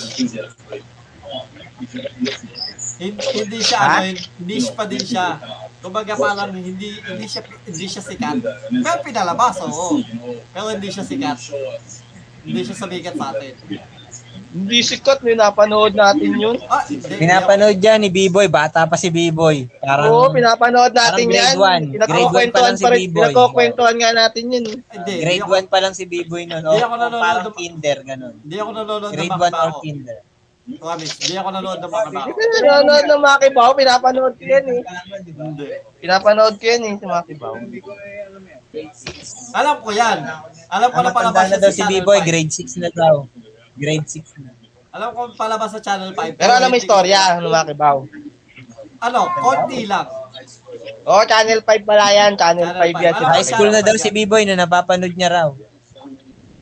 A: Hindi, hindi siya
N: Ha?
A: ano, niche pa din siya. Kumbaga parang hindi hindi siya hindi siya sikat. Pero pinalabas, oo. Pero hindi siya sikat. Hindi siya sumikat sa atin.
N: Hindi sikat, may napanood natin yun.
A: Ah,
E: Pinapanood yan ni B-Boy. Bata pa si B-Boy. Parang,
N: Oo, pinapanood natin
E: parang
N: yan.
E: grade one.
N: Pinagkukwentuhan
E: Grade one pa lang si
N: pa rin.
E: B-boy.
N: Pinagkukwentuhan nga natin yun. eh.
A: Hindi,
E: grade
A: hindi
E: 1 pa lang si B-Boy nun. Oh,
A: Hindi ako nanonood
E: parang
A: ng-
E: kinder, ganun.
A: Hindi ako nanonood ng
E: Grade 1 or
A: Makibao.
E: kinder.
A: Promise, hindi ako nanonood ng Makibao.
N: Hindi ko nanonood ng Maki Bao, pinapanood ko yan eh.
A: Hindi.
N: Pinapanood ko yan eh sa Maki Bao.
A: Alam ko yan. Alam ko
E: Ang
A: na palabas
E: matanda Ano, na
A: yan
E: daw
A: sa
E: si
A: Channel
E: B-Boy,
A: 5.
E: grade 6 na daw. Grade 6 na.
A: Alam ko palabas sa Channel 5.
N: Pero alam mo yung istorya ng Maki Bao.
A: Ano, konti lang.
N: Oo, Channel 5 pala yan. Channel
A: Channel
N: 5 yan.
A: five.
E: High school na daw si B-Boy na napapanood niya raw.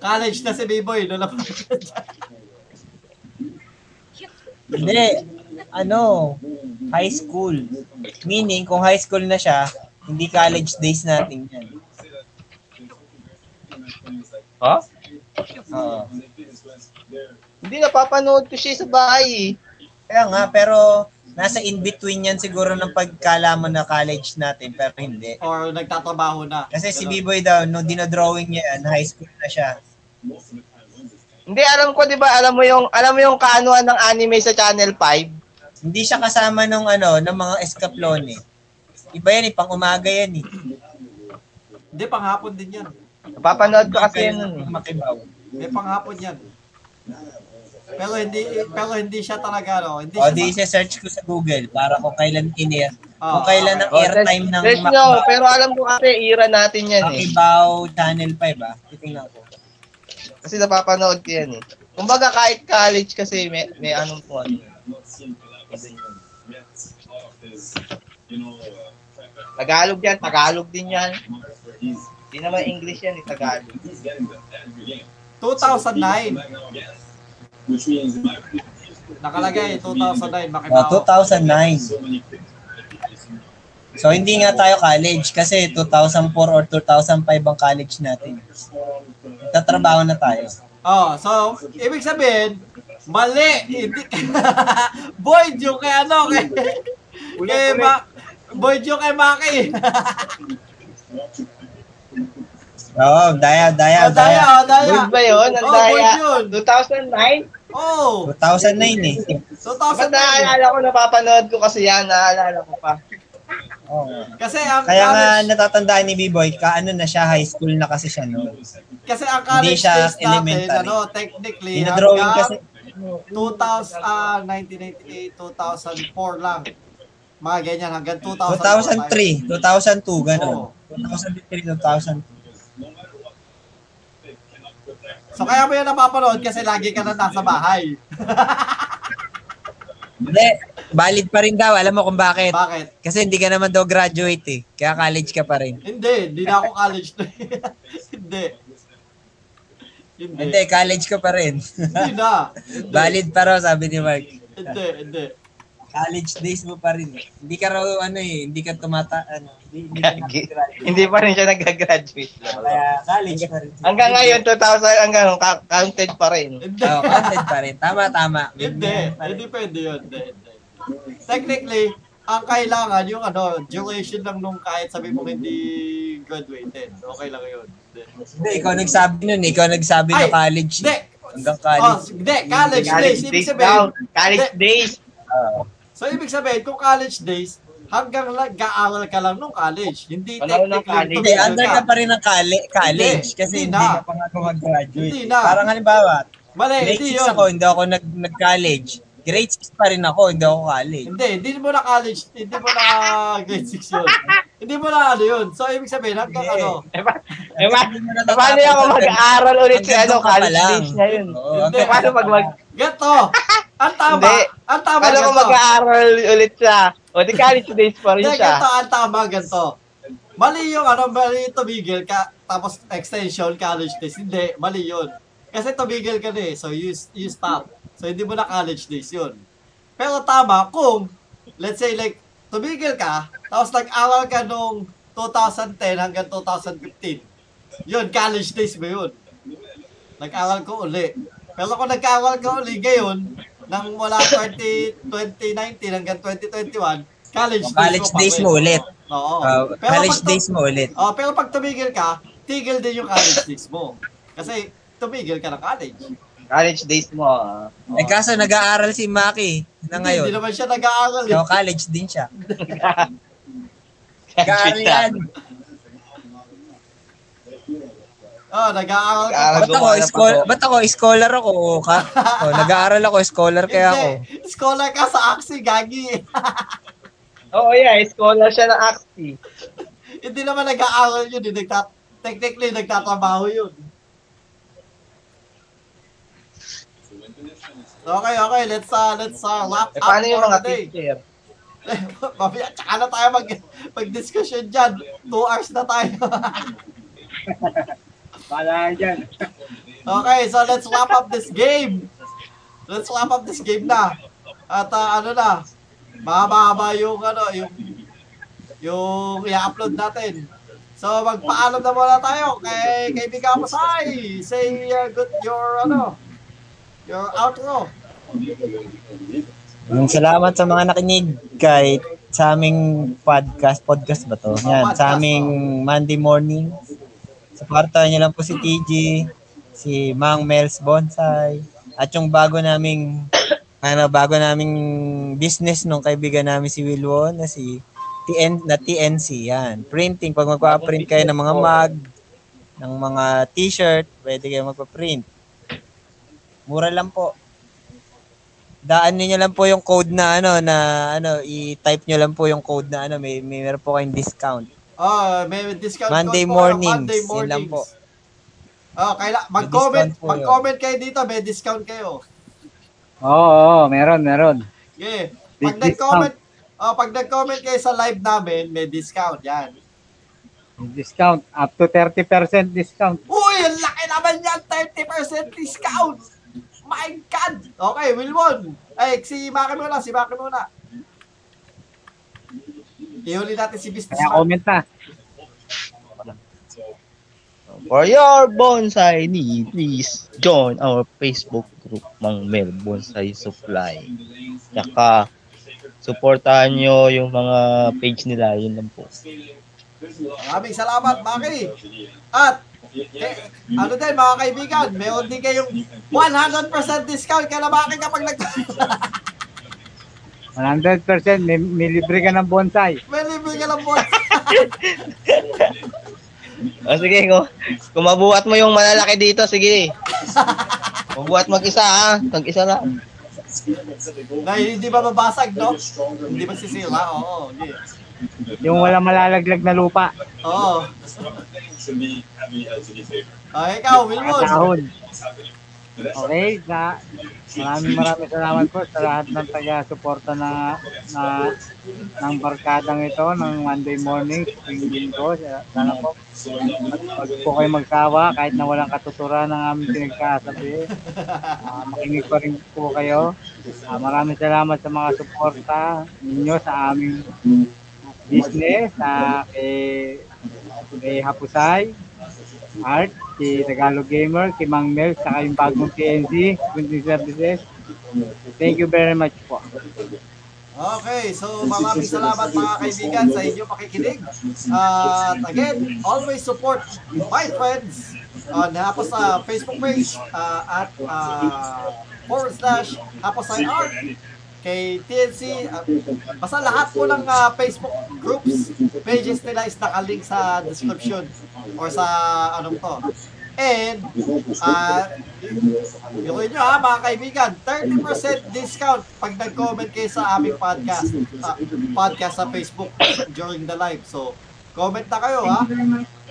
A: College na si B-Boy. No, napapanood.
E: Hindi. Ano? High school. Meaning, kung high school na siya, hindi college days natin yan.
N: Ha?
E: Oo.
N: Hindi, napapanood ko siya sa bahay eh.
E: Kaya nga, pero nasa in-between yan siguro ng pagkalaman na college natin, pero hindi.
A: <laughs> Or nagtatrabaho na.
E: Kasi si
A: Ganun.
E: B-Boy daw, no, dinodrawing niya yan, high school na siya.
N: Hindi, alam ko, di ba, alam mo yung, alam mo yung kaanuhan ng anime sa Channel 5?
E: Hindi siya kasama nung ano, ng mga escaplone. Iba yan eh, pang umaga yan eh.
A: Hindi, panghapon din yan.
N: Napapanood ko kasi yun. nun, eh.
E: Makibaw.
A: May panghapon yan. Pero hindi pero hindi siya talaga no. Hindi
E: O
A: siya.
E: Oh, di search ko sa Google para kung kailan in-air.
A: Oo.
E: Kung kailan ang
N: Oh,
E: airtime ng
N: Let's
E: Makibaw.
N: go, pero alam ko kasi ira natin yan eh.
E: Makibaw Channel 5 ah. Titingnan ko.
N: Kasi napapanood ko yan eh. Kumbaga kahit college kasi may, may anong po ano. Tagalog yan, Tagalog din yan. Hindi naman English yan eh, Tagalog.
A: 2009. Nakalagay 2009
E: Oh,
A: Makibao.
E: 2009. So hindi nga tayo college kasi 2004 or 2005 ang college natin. Tatrabaho na tayo.
A: Oh, so ibig sabihin mali hindi <laughs> Boyd yung kay ano kay kay Ma Boyd yung kay Maki. <laughs>
E: Oo, daya, daya,
A: Oh, daya, oh,
E: daya.
A: daya.
N: Boyd ba yun? Ang
A: Oh, Boyd
N: daya.
A: yun.
N: 2009?
A: Oh,
E: 2009 eh.
A: 2009.
N: Ba't naaalala ko, napapanood ko kasi yan, naaalala ko pa.
A: Oh.
E: Oo.
A: Kasi ang
E: Kaya nga
A: college,
E: natatandaan ni B-Boy, kaano na siya, high school na kasi siya noon.
A: kasi ang college
E: siya
A: days natin,
E: elementary.
A: ano, technically,
E: Dinodrawing kasi,
A: hanggang 2000, ah, 1998, 2004 lang. Mga ganyan, hanggang 2003.
E: 2003, 2002,
A: Oo.
E: ganun. 2003, 2002.
A: So kaya mo yan napapanood kasi lagi ka na nasa bahay.
E: Hindi, valid pa rin daw, alam mo kung bakit.
A: Bakit?
E: Kasi hindi ka naman daw graduate eh, kaya college ka pa rin.
A: Hindi, hindi na ako college na. <laughs> hindi. Hindi.
E: Hindi, college ka pa rin. <laughs>
A: Hindi na. Hindi.
E: valid pa raw, sabi ni Mark.
A: Hindi, hindi.
E: College days mo pa rin. eh. Hindi ka raw, ano eh, hindi ka tumata, ano, hindi, hindi ka
N: Gagi.
E: nakagraduate.
N: Hindi pa rin siya nag-graduate.
E: Kaya college pa rin.
N: Hanggang ngayon, 2000, hanggang ngayon, ka- counted pa rin.
A: Hindi.
E: Oo, college pa rin. Tama, tama.
A: Hindi, hindi pwede yun. Hindi, hindi. Technically, ang kailangan yung ano, duration lang nung kahit sabi mong hindi graduated. Okay lang yun. Hindi.
E: Hindi, ikaw nagsabi nun, eh. ikaw nagsabi
A: Ay,
E: na college. eh.
A: Hindi.
E: Hanggang
A: Oh,
E: college.
A: hindi, college days.
N: College
A: Ibig
N: days
A: sabihin,
N: daw. College days.
A: so ibig sabihin, kung college days, hanggang nag-aaral ka lang nung college. Hindi
N: Wala lang
A: technically
N: college.
E: Hindi,
A: tumigil
E: under
A: ka.
E: ka pa rin ng kale- college.
A: Hindi,
E: Kasi
A: hindi
E: hindi,
A: na.
E: ka pa nga gumag-graduate.
A: Hindi na.
E: Parang halimbawa,
A: Mali,
E: grade
A: hindi
E: 6
A: yun.
E: ako, hindi ako nag- nag-college. Grade 6 pa rin ako, hindi ako college.
A: Hindi, hindi mo na college, hindi mo na grade 6 yun. hindi mo na ano yun. So ibig sabihin, hanggang
E: Hindi.
A: ano,
N: Eh, pa- eh, pa-
E: Hindi mo na
N: eh, paano
E: natapos
N: ako
E: ang-
N: mag-aaral ulit
E: Hanggang
N: sa ano,
E: doon ka pa
N: college
E: lang.
N: days ngayon?
E: Oo,
A: Hindi,
E: hanggang-
N: Paano pag mag
A: Gato! Ang tama!
N: Hindi.
A: Ang tama
N: Paano
A: ganito.
N: kung mag-aaral ulit siya? O di college days pa rin
A: Hindi, ganito,
N: siya.
A: ang tama, ganito. Mali yung ano, mali yung tumigil ka, tapos extension, college days. Hindi, mali yun. Kasi tumigil ka na eh, so you, you stop. So hindi mo na college days yun. Pero tama kung, let's say like, tumigil ka, tapos nag-aral ka nung 2010 hanggang 2015. Yun, college days mo yun. Nag-aral ko uli. Pero kung nag-aral ka uli ngayon, nang mula 20, 2019 hanggang 2021, college,
E: Oh, college days
A: pa
E: mo
A: rin.
E: ulit.
A: Oo.
E: Uh,
A: Pero
E: college
A: pag tu-
E: days mo ulit.
A: Oh, pero pag tumigil ka, tigil din yung college days mo. Kasi tumigil ka ng college.
N: College days mo. ah.
E: Eh kaso nag-aaral si Maki na
N: Hindi,
E: ngayon.
N: hindi
A: naman siya nag-aaral. eh.
E: No, college din <laughs> siya. nag-aaral yan.
A: Oh, nag-aaral ka.
E: Ba't ako, scholar, ba't ako, scholar ako, o
A: <laughs>
E: ka? O, nag-aaral ako, scholar kaya ako.
A: Hindi, scholar ka sa Axie, gagi.
C: Oo, yeah, scholar siya ng Axie.
A: Hindi naman nag-aaral yun. eh. Nagta- technically, nagtatrabaho yun. Okay, okay. Let's uh, let's uh, wrap
C: Eh,
A: up
C: paano yung
A: for
C: mga
A: today.
C: teacher?
A: <laughs> Mamaya, tsaka na tayo mag, mag-discussion dyan. Two hours na
C: <laughs>
A: tayo.
D: Wala dyan.
A: okay, so let's wrap up this game. Let's wrap up this game na. At uh, ano na, mahaba-haba yung ano, yung yung i-upload natin. So magpaalam na muna tayo kay kaibigan mo Sai. Say uh, good your ano, your outro.
E: Yung salamat sa mga nakinig kahit sa aming podcast, podcast ba to? Yan, sa aming Monday morning. Supportahan niyo lang po si TG, si Mang Mels Bonsai, at yung bago naming ano, bago naming business nung kaibigan namin si Wilwon na si TN na TNC yan. Printing pag magpa-print kayo ng mga mug, ng mga t-shirt, pwede kayo magpa-print. Mura lang po daan niyo lang po yung code na ano na ano i-type niyo lang po yung code na ano may may meron po kayong discount.
A: Oh, may discount code
E: Monday
A: po, ano,
E: mornings,
A: Monday
E: yun lang
A: mornings. Oh, kaila mag-comment,
D: discount po yun.
A: mag-comment kayo dito, may discount kayo.
D: Oo, oh, meron, meron.
A: Yeah.
D: May
A: Pag nag-comment, oh, pag nag-comment kayo sa live namin, may discount 'yan.
D: Discount. Up to 30% discount.
A: Uy, ang laki naman yan, 30% discount. My God! Okay, Wilmon. Ay, si Maki muna, si Maki muna. Ihuli natin si Business
D: Kaya comment na.
N: For your bonsai need, please join our Facebook group Mang Mel Bonsai Supply. Tsaka, supportahan nyo yung mga page nila. Yun lang po.
A: Maraming salamat, Maki. At, eh, ano din, mga kaibigan, meron din kayong 100% discount kaya na Maki kapag nag... <laughs>
D: 100% may, may libre ka ng bonsai.
A: May libre ka lang po.
N: O sige, kung, kung mabuhat mo yung malalaki dito, sige. Mabuhat mag-isa ha. Mag-isa lang.
A: Na hindi ba mabasag, no? Hindi ba sisira? Oo, hindi.
D: Yung wala malalaglag na lupa.
A: Oo. Ah, ikaw, Wilmon.
D: Katahon. Okay, sa maraming maraming salamat po sa lahat ng taga-suporta na, na ng barkadang ito ng Monday morning tuwing linggo. Sana po wag po kayo magsawa kahit na walang katuturan ng aming pinagkasabi. Ah, makinig pa rin po kayo. Ah, maraming salamat sa mga suporta ninyo sa aming business na kay, kay Hapusay, Art, kay Tagalog Gamer, kay Mang Mel, saka yung bagong TNC, Community Services. Thank you very much po.
A: Okay, so maraming salamat mga kaibigan sa inyong pakikinig. At again, always support my friends on Hapos sa Facebook page uh, at uh, forward slash Hapos ay Art kay TNC. at basta lahat po ng uh, Facebook groups, pages nila is nakalink sa description or sa anong to. And Ah, Yung inyo ha, mga kaibigan, 30% discount pag nag-comment kayo sa aming podcast. sa- podcast sa Facebook during the live. So, comment na kayo ha.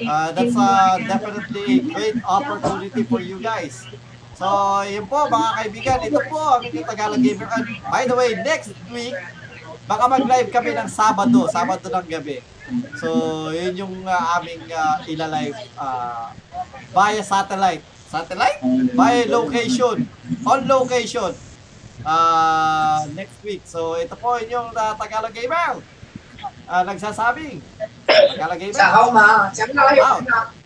A: Ah, that's ah, definitely a great opportunity for you guys. So, yun po mga kaibigan, ito po ang inyong Tagalog Gamer. And by the way, next week, baka mag-live kami ng Sabado, Sabado ng gabi. So, yun yung ah, aming ah, ilalive ah, via satellite. Satellite? Via location. On location. Ah, next week. So, ito po inyong ah, Tagalog Gamer. Ah, nagsasabing. Tagalog Gamer.
H: Sa home, ha? Siyempre ah. na kayo.
A: Out.